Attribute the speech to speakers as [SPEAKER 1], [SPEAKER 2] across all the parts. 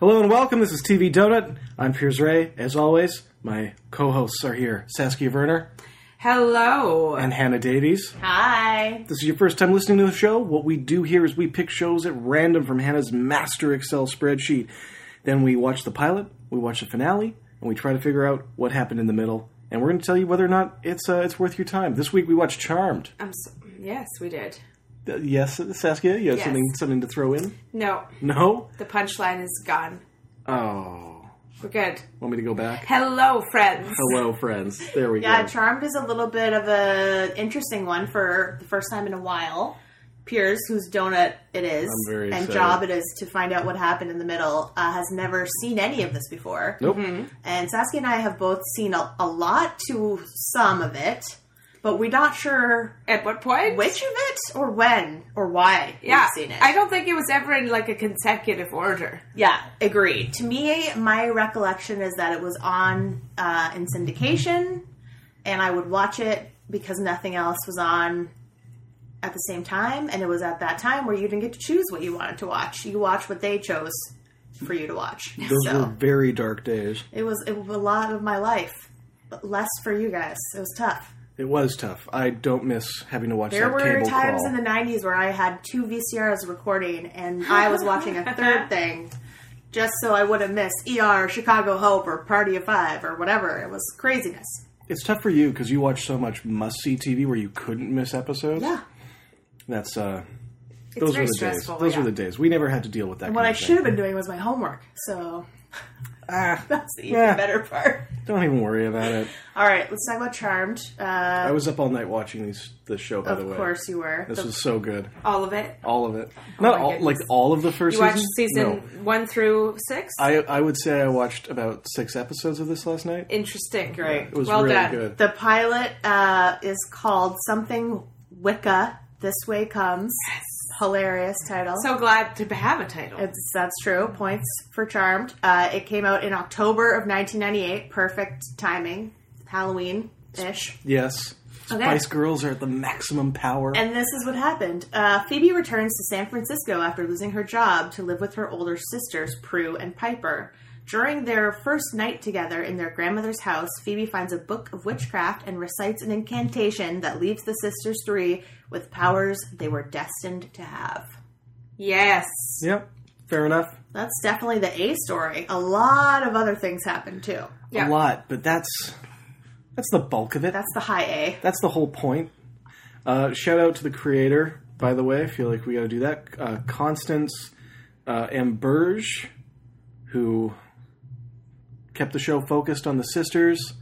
[SPEAKER 1] Hello and welcome. This is TV Donut. I'm Piers Ray. As always, my co-hosts are here, Saskia Werner
[SPEAKER 2] Hello.
[SPEAKER 1] and Hannah Davies.
[SPEAKER 2] Hi.
[SPEAKER 1] If this is your first time listening to the show, what we do here is we pick shows at random from Hannah's master Excel spreadsheet. Then we watch the pilot, we watch the finale, and we try to figure out what happened in the middle. And we're going to tell you whether or not it's uh, it's worth your time. This week we watched Charmed.
[SPEAKER 2] I'm so, yes, we did.
[SPEAKER 1] Uh, yes, Saskia, you have
[SPEAKER 2] Yes.
[SPEAKER 1] something something to throw in?
[SPEAKER 2] No,
[SPEAKER 1] No.
[SPEAKER 2] the punchline is gone.
[SPEAKER 1] Oh,
[SPEAKER 2] We're good.
[SPEAKER 1] want me to go back?
[SPEAKER 2] Hello, friends.
[SPEAKER 1] Hello, friends. There we
[SPEAKER 3] Yeah,
[SPEAKER 1] go.
[SPEAKER 3] Charmed is a little bit of a interesting one for the first time in a while. Piers, whose donut it is,
[SPEAKER 1] I'm very
[SPEAKER 3] and
[SPEAKER 1] excited.
[SPEAKER 3] job it is to find out what happened in the middle, uh, has never seen any of this before.
[SPEAKER 1] nope.
[SPEAKER 3] And Saskia and I have both seen a, a lot to some of it, but we're not sure
[SPEAKER 2] At what point?
[SPEAKER 3] which of it or when or why
[SPEAKER 2] yeah,
[SPEAKER 3] we've seen it.
[SPEAKER 2] I don't think it was ever in like a consecutive order.
[SPEAKER 3] Yeah, agreed. To me, my recollection is that it was on uh, in syndication, and I would watch it because nothing else was on at the same time, and it was at that time where you didn't get to choose what you wanted to watch. You watched what they chose for you to watch.
[SPEAKER 1] Those
[SPEAKER 3] so
[SPEAKER 1] were very dark days.
[SPEAKER 3] it was it was a lot of my life, but less for you guys. It was tough.
[SPEAKER 1] It was tough. I don't miss having to watch
[SPEAKER 3] There
[SPEAKER 1] that
[SPEAKER 3] were
[SPEAKER 1] cable
[SPEAKER 3] times
[SPEAKER 1] crawl.
[SPEAKER 3] in the 90s where I had two VCRs recording and I was watching a third thing just so I wouldn't miss ER, Chicago Hope, or Party of Five, or whatever. It was craziness.
[SPEAKER 1] It's tough for you because you watch so much must-see TV where you couldn't miss episodes.
[SPEAKER 3] Yeah.
[SPEAKER 1] That's uh, those were
[SPEAKER 2] very
[SPEAKER 1] the
[SPEAKER 2] stressful,
[SPEAKER 1] days. Those
[SPEAKER 2] yeah.
[SPEAKER 1] were the days. We never had to deal with that.
[SPEAKER 3] What I
[SPEAKER 1] kind of
[SPEAKER 3] should have been doing was my homework. So
[SPEAKER 1] thing. Ah,
[SPEAKER 3] that's the even
[SPEAKER 1] Yeah.
[SPEAKER 3] better part.
[SPEAKER 1] don't even worry about it.
[SPEAKER 3] All right, let's talk about Charmed. Uh,
[SPEAKER 1] I was up all night watching these the show. By the
[SPEAKER 3] of
[SPEAKER 1] way,
[SPEAKER 3] course you were.
[SPEAKER 1] this
[SPEAKER 3] The-
[SPEAKER 1] was so good.
[SPEAKER 2] All of it.
[SPEAKER 1] All of it. Not all, like
[SPEAKER 2] goodness.
[SPEAKER 1] all of the first
[SPEAKER 2] You watched
[SPEAKER 1] season.
[SPEAKER 2] season
[SPEAKER 1] No.
[SPEAKER 2] one through six.
[SPEAKER 1] I I would say I watched about six episodes of this last night.
[SPEAKER 2] Interesting.
[SPEAKER 3] Great.
[SPEAKER 1] It was
[SPEAKER 2] well
[SPEAKER 1] really
[SPEAKER 2] done.
[SPEAKER 1] good.
[SPEAKER 3] the pilot uh, is called Something Wicca This Way Comes. Hilarious title.
[SPEAKER 2] So glad to have a title.
[SPEAKER 3] It's, that's true. Points for Charmed. Uh, it came out in October of 1998. Perfect timing. Halloween ish.
[SPEAKER 1] Yes.
[SPEAKER 3] Okay.
[SPEAKER 1] Spice Girls are at the maximum power.
[SPEAKER 3] And this is what happened. Uh, Phoebe returns to San Francisco after losing her job to live with her older sisters, Prue and Piper. During their first night together in their grandmother's house, Phoebe finds a book of witchcraft and recites an incantation that leaves the sisters three with powers they were destined to have.
[SPEAKER 2] yes.
[SPEAKER 1] yep. Fair enough.
[SPEAKER 3] That's definitely the A story. A lot of other things happen too.
[SPEAKER 1] a
[SPEAKER 2] Yeah.
[SPEAKER 1] lot, but that's that's the bulk of it. That's,
[SPEAKER 3] That's the high A.
[SPEAKER 1] the whole point. Uh, shout out to the creator, by the way. I feel like we got to do that. Uh, Constance uh, Amberge, who kept the show focused on the sisters.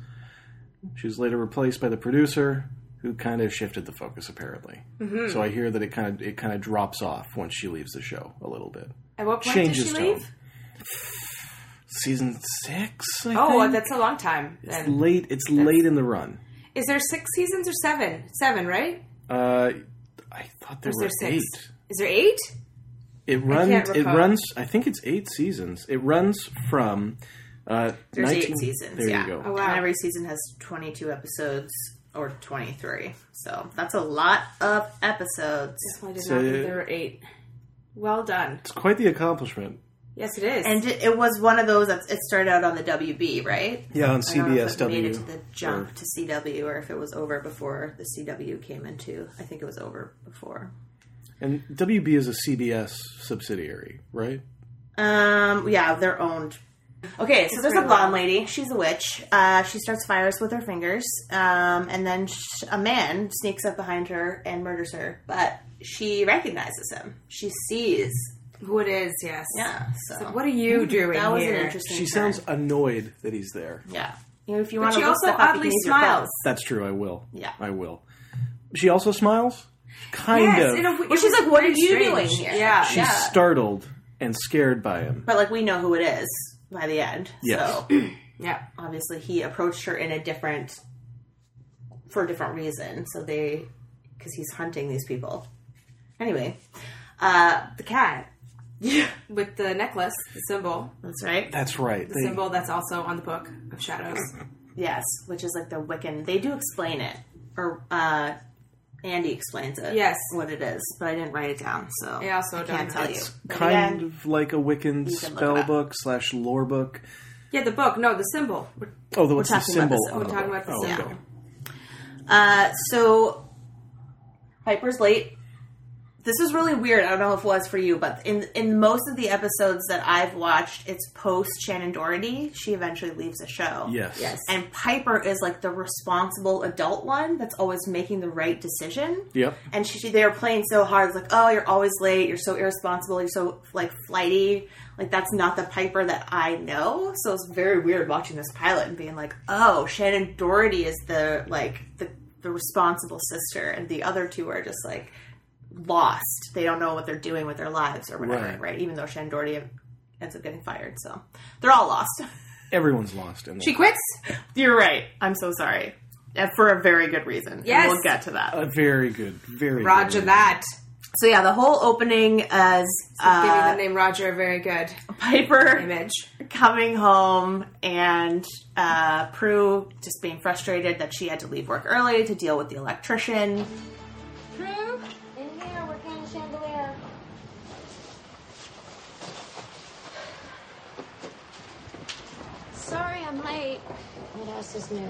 [SPEAKER 1] She was later replaced by the producer, who kind of shifted the focus apparently.
[SPEAKER 2] Mm-hmm.
[SPEAKER 1] So I hear that it kind of it kind of drops off once she leaves the show a little bit.
[SPEAKER 2] At what point did
[SPEAKER 1] Changes
[SPEAKER 2] she
[SPEAKER 1] tone.
[SPEAKER 2] leave?
[SPEAKER 1] Season six. I
[SPEAKER 2] Oh, well,
[SPEAKER 1] think?
[SPEAKER 2] that's a long time. Then
[SPEAKER 1] late. It's late in the run.
[SPEAKER 2] is there six seasons or seven? Seven, right?
[SPEAKER 1] Uh, I thought there
[SPEAKER 2] Is
[SPEAKER 1] were
[SPEAKER 2] there six?
[SPEAKER 1] eight.
[SPEAKER 2] Is there eight?
[SPEAKER 1] It runs.
[SPEAKER 2] can't
[SPEAKER 1] It
[SPEAKER 2] recall.
[SPEAKER 1] runs. I think it's eight seasons. It runs from. Uh,
[SPEAKER 3] There's
[SPEAKER 1] 19,
[SPEAKER 3] eight seasons.
[SPEAKER 1] There
[SPEAKER 3] yeah.
[SPEAKER 1] you go.
[SPEAKER 2] Oh, wow.
[SPEAKER 3] And every season has 22 episodes or 23. So that's a lot of episodes.
[SPEAKER 2] Well, I did
[SPEAKER 1] So-
[SPEAKER 2] not think there were eight. Well done.
[SPEAKER 1] It's quite the accomplishment.
[SPEAKER 2] Yes, it is.
[SPEAKER 3] And it, it was one of those that it started out on the WB, right?
[SPEAKER 1] Yeah, on
[SPEAKER 3] I don't know if it
[SPEAKER 1] CBSW.
[SPEAKER 3] made it to the jump to CW or if it was over before the CW came into. I think it was over before.
[SPEAKER 1] and WB is a CBS subsidiary, right?
[SPEAKER 3] Um, yeah, they're owned. Okay, so there's a
[SPEAKER 2] pretty
[SPEAKER 3] blonde lady. She's a witch. Uh, she starts fires with her fingers, um, and then sh- a man sneaks up behind her and murders her. But she recognizes him. She sees.
[SPEAKER 2] Who it is? Yes.
[SPEAKER 3] Yeah. So
[SPEAKER 2] What are you doing
[SPEAKER 3] that was
[SPEAKER 2] here?
[SPEAKER 3] an interesting.
[SPEAKER 1] She
[SPEAKER 3] turn.
[SPEAKER 1] sounds annoyed that he's there.
[SPEAKER 3] Yeah. You know, if you want
[SPEAKER 2] But
[SPEAKER 3] to,
[SPEAKER 2] she also oddly smiles.
[SPEAKER 1] That's true. I will.
[SPEAKER 3] Yeah.
[SPEAKER 1] I will. She also smiles. Kind of.
[SPEAKER 2] in a w-
[SPEAKER 3] Well,
[SPEAKER 2] it
[SPEAKER 3] she's
[SPEAKER 2] was
[SPEAKER 3] like, "What are
[SPEAKER 2] very
[SPEAKER 3] you
[SPEAKER 2] strange."
[SPEAKER 3] doing here?"
[SPEAKER 2] Yeah.
[SPEAKER 1] She's
[SPEAKER 3] Yeah.
[SPEAKER 1] startled and scared by him.
[SPEAKER 3] But like we know who it is by the end.
[SPEAKER 1] Yes.
[SPEAKER 3] So
[SPEAKER 2] yeah.
[SPEAKER 3] obviously he approached her in a different, for a different reason. So they, because he's hunting these people. Anyway, uh,
[SPEAKER 2] The cat
[SPEAKER 3] yeah,
[SPEAKER 2] with the necklace, the symbol,
[SPEAKER 3] that's right.
[SPEAKER 1] That's right.
[SPEAKER 2] the
[SPEAKER 1] They-
[SPEAKER 2] symbol that's also on the book of shadows.
[SPEAKER 3] Yes, which is like the Wiccan. They do explain it, or uh, Andy explains it.
[SPEAKER 2] Yes.
[SPEAKER 3] what it is, but I didn't write it down, so
[SPEAKER 2] I also
[SPEAKER 3] I can't
[SPEAKER 2] don't
[SPEAKER 3] tell
[SPEAKER 2] have
[SPEAKER 3] you.
[SPEAKER 2] it.
[SPEAKER 3] But
[SPEAKER 1] Kind
[SPEAKER 3] again,
[SPEAKER 1] of like a Wiccan
[SPEAKER 3] You can look it
[SPEAKER 1] spell
[SPEAKER 3] up.
[SPEAKER 1] book slash lore book.
[SPEAKER 2] Yeah, the book. No, the symbol. We're-
[SPEAKER 1] Oh, the, what's the
[SPEAKER 3] talking about
[SPEAKER 1] symbol?
[SPEAKER 3] the
[SPEAKER 1] on
[SPEAKER 2] We're talking
[SPEAKER 1] book?
[SPEAKER 2] about the
[SPEAKER 1] oh,
[SPEAKER 2] symbol.
[SPEAKER 1] okay.
[SPEAKER 3] Uh, so Piper's late. This is really weird. I don't know if it was for you, but in in most of the episodes that I've watched, it's post Shannon Doherty. She eventually leaves the show.
[SPEAKER 1] Oh, Yes.
[SPEAKER 2] Yes.
[SPEAKER 3] And Piper is like the responsible adult one that's always making the right decision.
[SPEAKER 1] Yep.
[SPEAKER 3] And she, they were playing so hard. It's like, oh, you're always late. You're so irresponsible. You're so like flighty. Like that's not the Piper that I know. So it's very weird watching this pilot and being like, oh, Shannon Doherty is the like the the responsible sister, and the other two are just like lost. They don't know what they're doing with their lives or whatever,
[SPEAKER 1] Right.
[SPEAKER 3] right? Even though Shannon Doherty ends up getting fired, so they're all lost.
[SPEAKER 1] Everyone's lost in there.
[SPEAKER 2] She quits.
[SPEAKER 3] You're right. I'm so sorry. And for a very good reason. And
[SPEAKER 2] Yes.
[SPEAKER 3] we'll get to that.
[SPEAKER 1] Uh, very good. Very
[SPEAKER 2] Roger
[SPEAKER 1] good.
[SPEAKER 2] that.
[SPEAKER 3] So yeah, the whole opening as
[SPEAKER 2] Giving the
[SPEAKER 3] uh,
[SPEAKER 2] name Roger a very good
[SPEAKER 3] Piper
[SPEAKER 2] image.
[SPEAKER 3] coming home and uh, Prue just being frustrated that she had to leave work early to deal with the electrician.
[SPEAKER 4] Prue, in here, working on the chandelier. Sorry I'm late.
[SPEAKER 5] What else is new?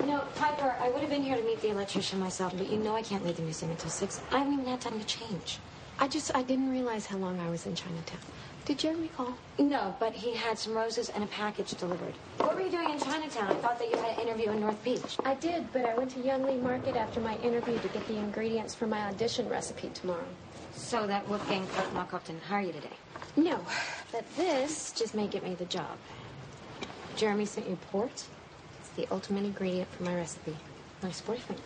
[SPEAKER 4] You know, Piper, I would have been here to meet the electrician myself, but you know I can't leave the museum until six. I haven't even had time to change.
[SPEAKER 5] I just I didn't realize how long I was in Chinatown. Did Jeremy call?
[SPEAKER 4] No, but he had some roses and a package delivered. What were you doing in Chinatown? I thought that you had an interview in North Beach.
[SPEAKER 5] I did, but I went to Young Lee Market after my interview to get the ingredients for my audition recipe tomorrow.
[SPEAKER 4] So that Wolfgang Kurt Markov didn't hire you today.
[SPEAKER 5] No, but this just may get me the job. Jeremy sent you port. It's the ultimate ingredient for my recipe. Nice boyfriend.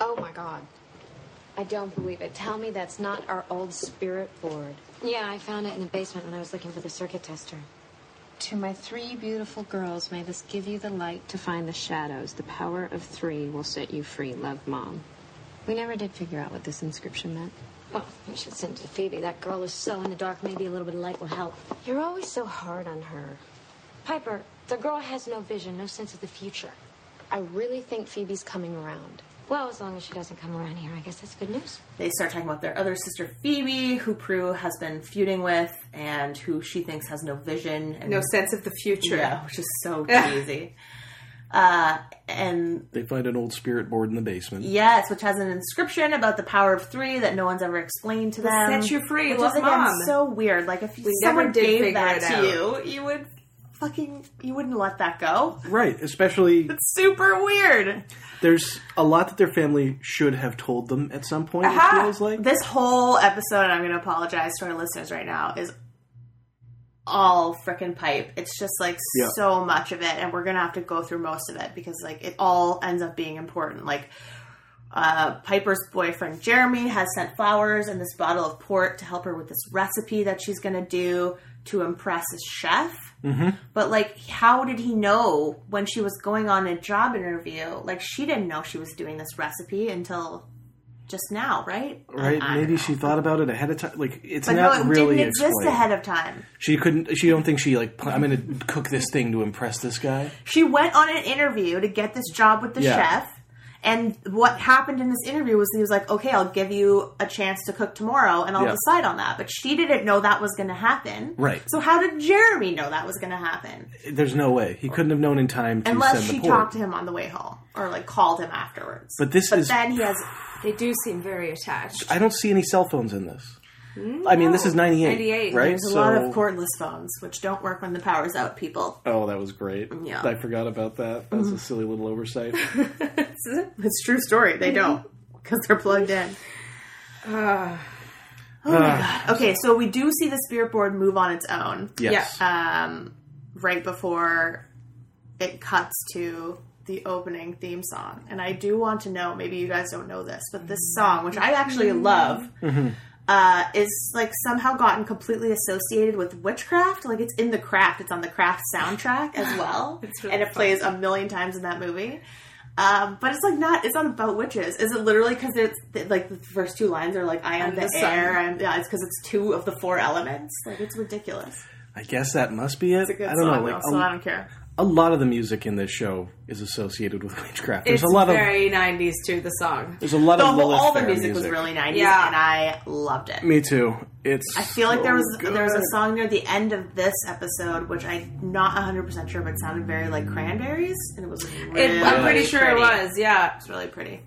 [SPEAKER 5] Oh my God. I don't believe it. Tell me that's not our old spirit board.
[SPEAKER 4] Yeah, I found it in the basement when I was looking for the circuit tester.
[SPEAKER 5] To my three beautiful girls, may this give you the light to find the shadows. The power of three will set you free. Love, Mom. We never did figure out what this inscription meant.
[SPEAKER 4] Well, you should send it to Phoebe. That girl is so in the dark. Maybe a little bit of light will help.
[SPEAKER 5] You're always so hard on her.
[SPEAKER 4] Piper, the girl has no vision, no sense of the future.
[SPEAKER 5] I really think Phoebe's coming around.
[SPEAKER 4] Well, as long as she doesn't come around here, I guess that's good news.
[SPEAKER 3] They start talking about their other sister Phoebe, who Prue has been feuding with, and who she thinks has no vision and
[SPEAKER 2] No sense of the future.
[SPEAKER 3] yeah, which is so crazy. Uh, and
[SPEAKER 1] They find an old spirit board in the basement.
[SPEAKER 3] Yes, which has an inscription about the power of three that no one's ever explained to them.
[SPEAKER 2] set you free,
[SPEAKER 3] which
[SPEAKER 2] love
[SPEAKER 3] is again
[SPEAKER 2] mom.
[SPEAKER 3] so weird. Like if
[SPEAKER 2] never
[SPEAKER 3] someone
[SPEAKER 2] did
[SPEAKER 3] gave
[SPEAKER 2] figure
[SPEAKER 3] that
[SPEAKER 2] it
[SPEAKER 3] to
[SPEAKER 2] out.
[SPEAKER 3] you, you would fucking you wouldn't let that go.
[SPEAKER 1] Right. Especially
[SPEAKER 3] It's super weird.
[SPEAKER 1] there's a lot that their family should have told them at some point. It
[SPEAKER 3] Uh-huh.
[SPEAKER 2] Aha!
[SPEAKER 1] feels like
[SPEAKER 3] This whole episode, and I'm going to apologize to our listeners right now, is all frickin' pipe. It's just like
[SPEAKER 1] Yeah.
[SPEAKER 3] so much of it, and we're going to have to go through most of it because like it all ends up being important. Like uh, Piper's boyfriend Jeremy has sent flowers and this bottle of port to help her with this recipe that she's going to do to impress his chef. But like, how did he know when she was going on a job interview? Like, she didn't know she was doing this recipe until just now, right?
[SPEAKER 1] right.
[SPEAKER 3] I- I
[SPEAKER 1] Maybe
[SPEAKER 3] don't
[SPEAKER 1] she thought about it ahead of time. Like it's
[SPEAKER 3] know.
[SPEAKER 1] not
[SPEAKER 3] Uh-huh. But no, it
[SPEAKER 1] really
[SPEAKER 3] didn't exist
[SPEAKER 1] explained.
[SPEAKER 3] ahead of time.
[SPEAKER 1] She couldn't. She don't think she like. pl- I'm going to cook this thing to impress this guy.
[SPEAKER 3] She went on an interview to get this job with the
[SPEAKER 1] Yeah.
[SPEAKER 3] chef. And what happened in this interview was he was like, "Okay, I'll give you a chance to cook tomorrow, and I'll
[SPEAKER 1] Yeah.
[SPEAKER 3] decide on that." But she didn't know that was going to happen,
[SPEAKER 1] Right.
[SPEAKER 3] So how did Jeremy know that was going to happen?
[SPEAKER 1] There's no way he couldn't have known in time to
[SPEAKER 3] Unless
[SPEAKER 1] send the
[SPEAKER 3] she
[SPEAKER 1] port.
[SPEAKER 3] talked to him on the way home or like called him afterwards.
[SPEAKER 1] But this is-
[SPEAKER 3] then he has
[SPEAKER 2] They do seem very attached.
[SPEAKER 1] I don't see any cell phones in this. I mean, this is 98,
[SPEAKER 2] 98.
[SPEAKER 1] right?
[SPEAKER 3] there's a
[SPEAKER 1] So-
[SPEAKER 3] lot of cordless phones which don't work when the power's out. People,
[SPEAKER 1] Oh, that was great.
[SPEAKER 3] Yeah. Mm-hmm.
[SPEAKER 1] I forgot about that. That was a silly little oversight.
[SPEAKER 3] it's a true story. They don't because they're plugged in. Oh
[SPEAKER 1] Ah,
[SPEAKER 3] Okay, so we do see the spirit board move on its own
[SPEAKER 1] yes.
[SPEAKER 3] uh, right before it cuts to the opening theme song. And I do want to know, maybe you guys don't know this, but this song, which I actually
[SPEAKER 2] Mm-hmm.
[SPEAKER 3] love,
[SPEAKER 1] Mm-hmm.
[SPEAKER 3] uh, is like somehow gotten completely associated with witchcraft. Like it's in the craft, it's on the craft soundtrack as well.
[SPEAKER 2] really
[SPEAKER 3] and it
[SPEAKER 2] fun.
[SPEAKER 3] plays a million times in that movie. Um, but it's like not. It's not about witches. Is it literally because it's th- like the first two lines are like "I am
[SPEAKER 2] I'm
[SPEAKER 3] the,
[SPEAKER 2] the sun.
[SPEAKER 3] air." I'm, yeah, it's because it's two of the four elements. Like it's ridiculous.
[SPEAKER 1] I guess that must be it.
[SPEAKER 3] It's a good
[SPEAKER 1] I don't
[SPEAKER 3] song
[SPEAKER 1] know. Like, um,
[SPEAKER 3] though, so
[SPEAKER 1] a-
[SPEAKER 3] I don't care.
[SPEAKER 1] a lot of the music in this show is associated with witchcraft. There's
[SPEAKER 2] it's
[SPEAKER 1] a lot of
[SPEAKER 2] very 90s too, the song.
[SPEAKER 1] there's a lot
[SPEAKER 3] The
[SPEAKER 1] of
[SPEAKER 3] whole,
[SPEAKER 1] Lilith
[SPEAKER 3] all the
[SPEAKER 1] Fair
[SPEAKER 3] music, was really 90s,
[SPEAKER 2] Yeah.
[SPEAKER 3] and I loved it.
[SPEAKER 1] Me too. It's.
[SPEAKER 3] I feel like there was there was a song near the end of this episode, which I'm not 100 percent sure, but it sounded very like cranberries, and it was really
[SPEAKER 2] It, I'm pretty sure it
[SPEAKER 3] pretty.
[SPEAKER 2] was, yeah.
[SPEAKER 3] It's really pretty.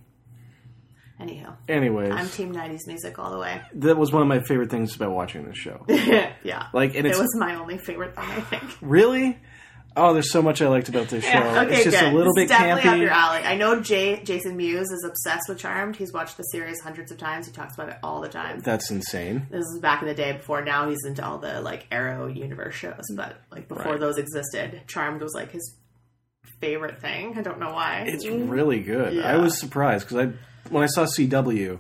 [SPEAKER 3] Anywho,
[SPEAKER 1] Anyways,
[SPEAKER 3] I'm team 90s music all the way.
[SPEAKER 1] that was one of my favorite things about watching this show.
[SPEAKER 3] yeah,
[SPEAKER 1] Like, and
[SPEAKER 3] it
[SPEAKER 1] it's
[SPEAKER 3] was my only favorite thing. I think.
[SPEAKER 1] really. Oh, there's so much I liked about this show. it's just a little
[SPEAKER 3] This
[SPEAKER 1] bit
[SPEAKER 3] is definitely up
[SPEAKER 1] campy.
[SPEAKER 3] your alley. I know Jay, Jason Mewes is obsessed with Charmed. He's watched the series hundreds of times. He talks about it all the time.
[SPEAKER 1] That's insane.
[SPEAKER 3] this is back in the day before now he's into all the like Arrow universe shows, but like before
[SPEAKER 1] Right.
[SPEAKER 3] those existed, Charmed was like his favorite thing. I don't know why.
[SPEAKER 1] It's really good. I
[SPEAKER 3] Mm-hmm. Yeah.
[SPEAKER 1] was surprised because I when I saw CW,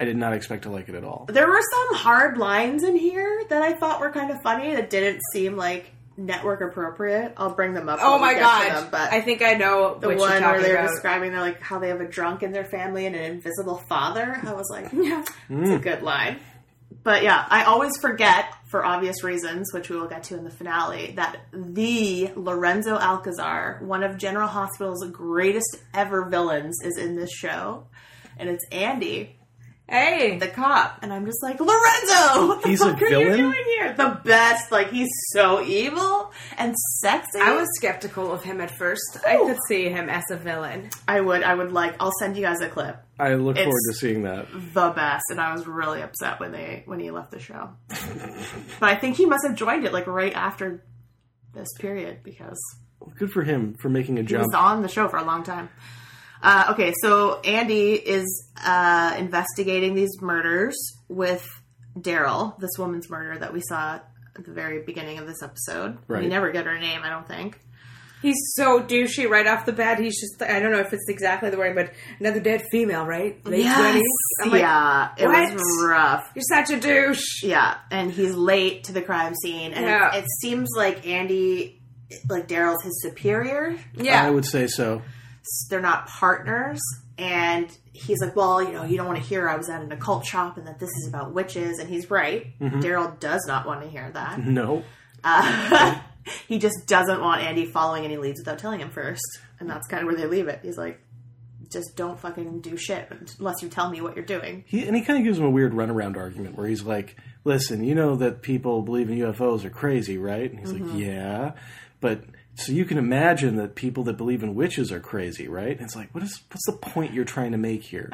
[SPEAKER 1] I did not expect to like it at all.
[SPEAKER 3] there were some hard lines in here that I thought were kind of funny that didn't seem like network appropriate. I'll bring them up.
[SPEAKER 2] Oh
[SPEAKER 3] when we
[SPEAKER 2] my
[SPEAKER 3] get to
[SPEAKER 2] god.
[SPEAKER 3] them, but
[SPEAKER 2] I think I know
[SPEAKER 3] the
[SPEAKER 2] what you're
[SPEAKER 3] one where
[SPEAKER 2] talking
[SPEAKER 3] they're
[SPEAKER 2] about.
[SPEAKER 3] describing their, like how they have a drunk in their family and an invisible father. I was like, yeah, it's
[SPEAKER 1] Hmm.
[SPEAKER 3] a good line. But yeah, I always forget for obvious reasons, which we will get to in the finale, that the Lorenzo Alcazar, one of General Hospital's greatest ever villains, is in this show, and it's Andy,
[SPEAKER 2] hey.
[SPEAKER 3] the cop. And I'm just like, Lorenzo, what the
[SPEAKER 1] He's a
[SPEAKER 3] fuck are you
[SPEAKER 1] villain?
[SPEAKER 3] doing here? The best, like he's so evil and sexy.
[SPEAKER 2] I was skeptical of him at first. I could see him as a villain.
[SPEAKER 3] I would, I would like. I'll send you guys a clip.
[SPEAKER 1] I look
[SPEAKER 3] It's-
[SPEAKER 1] forward to seeing that.
[SPEAKER 3] the best, and I was really upset when they when he left the show. but I think he must have joined it like right after this period because
[SPEAKER 1] Good for him for making a
[SPEAKER 3] he
[SPEAKER 1] jump.
[SPEAKER 3] was on the show for a long time. Uh, okay, so Andy is uh, investigating these murders with Daryl, this woman's murder that we saw at the very beginning of this episode.
[SPEAKER 1] Right.
[SPEAKER 3] We never get her name, I don't think.
[SPEAKER 2] He's so douchey right off the bat. He's just, I don't know if it's exactly the word, but another dead female, right? Late 20s. I'm like,
[SPEAKER 3] yeah, it was
[SPEAKER 2] what?
[SPEAKER 3] rough.
[SPEAKER 2] You're such a douche.
[SPEAKER 3] Yeah, and he's late to the crime scene, and
[SPEAKER 2] Yeah.
[SPEAKER 3] it, it seems like Andy, like Daryl's his superior.
[SPEAKER 1] I
[SPEAKER 2] Yeah.
[SPEAKER 1] would say so.
[SPEAKER 3] They're not partners, and he's like, "Well, you know, you don't want to hear I was at an occult shop, and that this is about witches." And he's right. Daryl does not want to hear that.
[SPEAKER 1] No,
[SPEAKER 3] Uh, he just doesn't want Andy following any leads without telling him first, and that's kind of where they leave it. He's like, "Just don't fucking do shit unless you tell me what you're doing."
[SPEAKER 1] he and he kind of gives him a weird runaround argument where he's like, "Listen, you know that people believe in UFOs are crazy, right?" And he's
[SPEAKER 3] Mm-hmm.
[SPEAKER 1] like, "Yeah," but. So you can imagine that people that believe in witches are crazy, right? And it's like, what is what's the point you're trying to make here?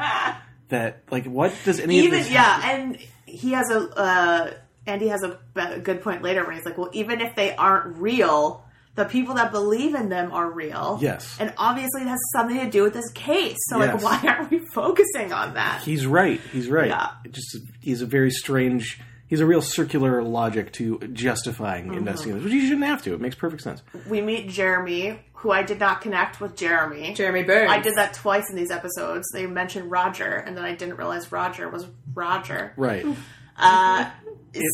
[SPEAKER 1] that like, what does any of
[SPEAKER 3] even
[SPEAKER 1] this
[SPEAKER 3] yeah, and he has a uh, Andy has a b- good point later when he's like, well, even if they aren't real, the people that believe in them are real.
[SPEAKER 1] Yes.
[SPEAKER 3] and obviously it has something to do with this case. So
[SPEAKER 1] Yes.
[SPEAKER 3] like, why aren't we focusing on that?
[SPEAKER 1] He's right. He's right.
[SPEAKER 3] Yeah.
[SPEAKER 1] It just he's a very strange. He's a real circular logic to justifying
[SPEAKER 3] Mm-hmm.
[SPEAKER 1] investing in this, which you shouldn't have to. It makes perfect sense.
[SPEAKER 3] We meet Jeremy, who I did not connect with Jeremy.
[SPEAKER 2] Jeremy Burns.
[SPEAKER 3] I did that twice in these episodes. They mentioned Roger, and then I didn't realize Roger was Roger.
[SPEAKER 1] Right.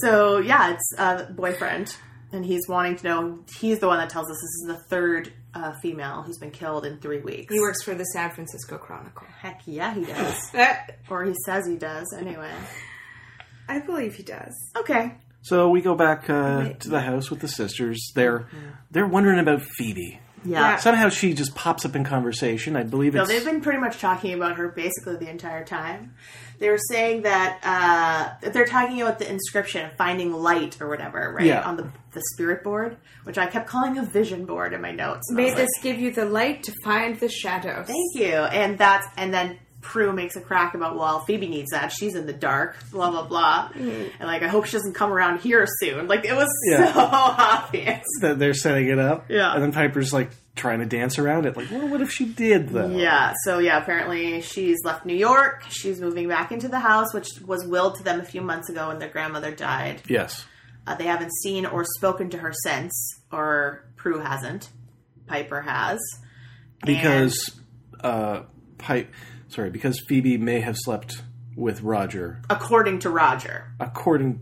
[SPEAKER 3] So yeah, it's a boyfriend, and he's wanting to know. He's the one that tells us this is the third uh, female who's been killed in three weeks.
[SPEAKER 2] He works for the San Francisco Chronicle.
[SPEAKER 3] Heck yeah, he does,
[SPEAKER 2] I
[SPEAKER 3] or he says he does. Anyway,
[SPEAKER 2] believe he does.
[SPEAKER 3] okay.
[SPEAKER 1] so we go back uh, to the house with the sisters. They're they're wondering about Phoebe.
[SPEAKER 3] Mm-hmm. Yeah.
[SPEAKER 1] Somehow she just pops up in conversation. I believe
[SPEAKER 3] So
[SPEAKER 1] it's
[SPEAKER 3] they've been pretty much talking about her basically the entire time. They were saying that uh, they're talking about the inscription, finding light or whatever, right
[SPEAKER 1] Yeah.
[SPEAKER 3] on the the spirit board, which I kept calling a vision board in my notes. And I
[SPEAKER 2] May
[SPEAKER 3] was like,
[SPEAKER 2] this give you the light to find the shadows.
[SPEAKER 3] Thank you. And that's and then Prue makes a crack about well, Phoebe needs that. She's in the dark. Blah blah blah. And like, I hope she doesn't come around here soon. Like it was
[SPEAKER 1] Yeah.
[SPEAKER 3] so obvious.
[SPEAKER 1] that they're setting it up.
[SPEAKER 3] Yeah.
[SPEAKER 1] And then Piper's like trying to dance around it. Like, well, what if she did though?
[SPEAKER 3] Yeah. So yeah, apparently she's left New York. She's moving back into the house, which was willed to them a few months ago when their grandmother died.
[SPEAKER 1] Yes.
[SPEAKER 3] Uh, they haven't seen or spoken to her since, or Prue hasn't. Piper has.
[SPEAKER 1] Because uh, pipe. Sorry. Because Phoebe may have slept with Roger,
[SPEAKER 3] According to Roger.
[SPEAKER 1] according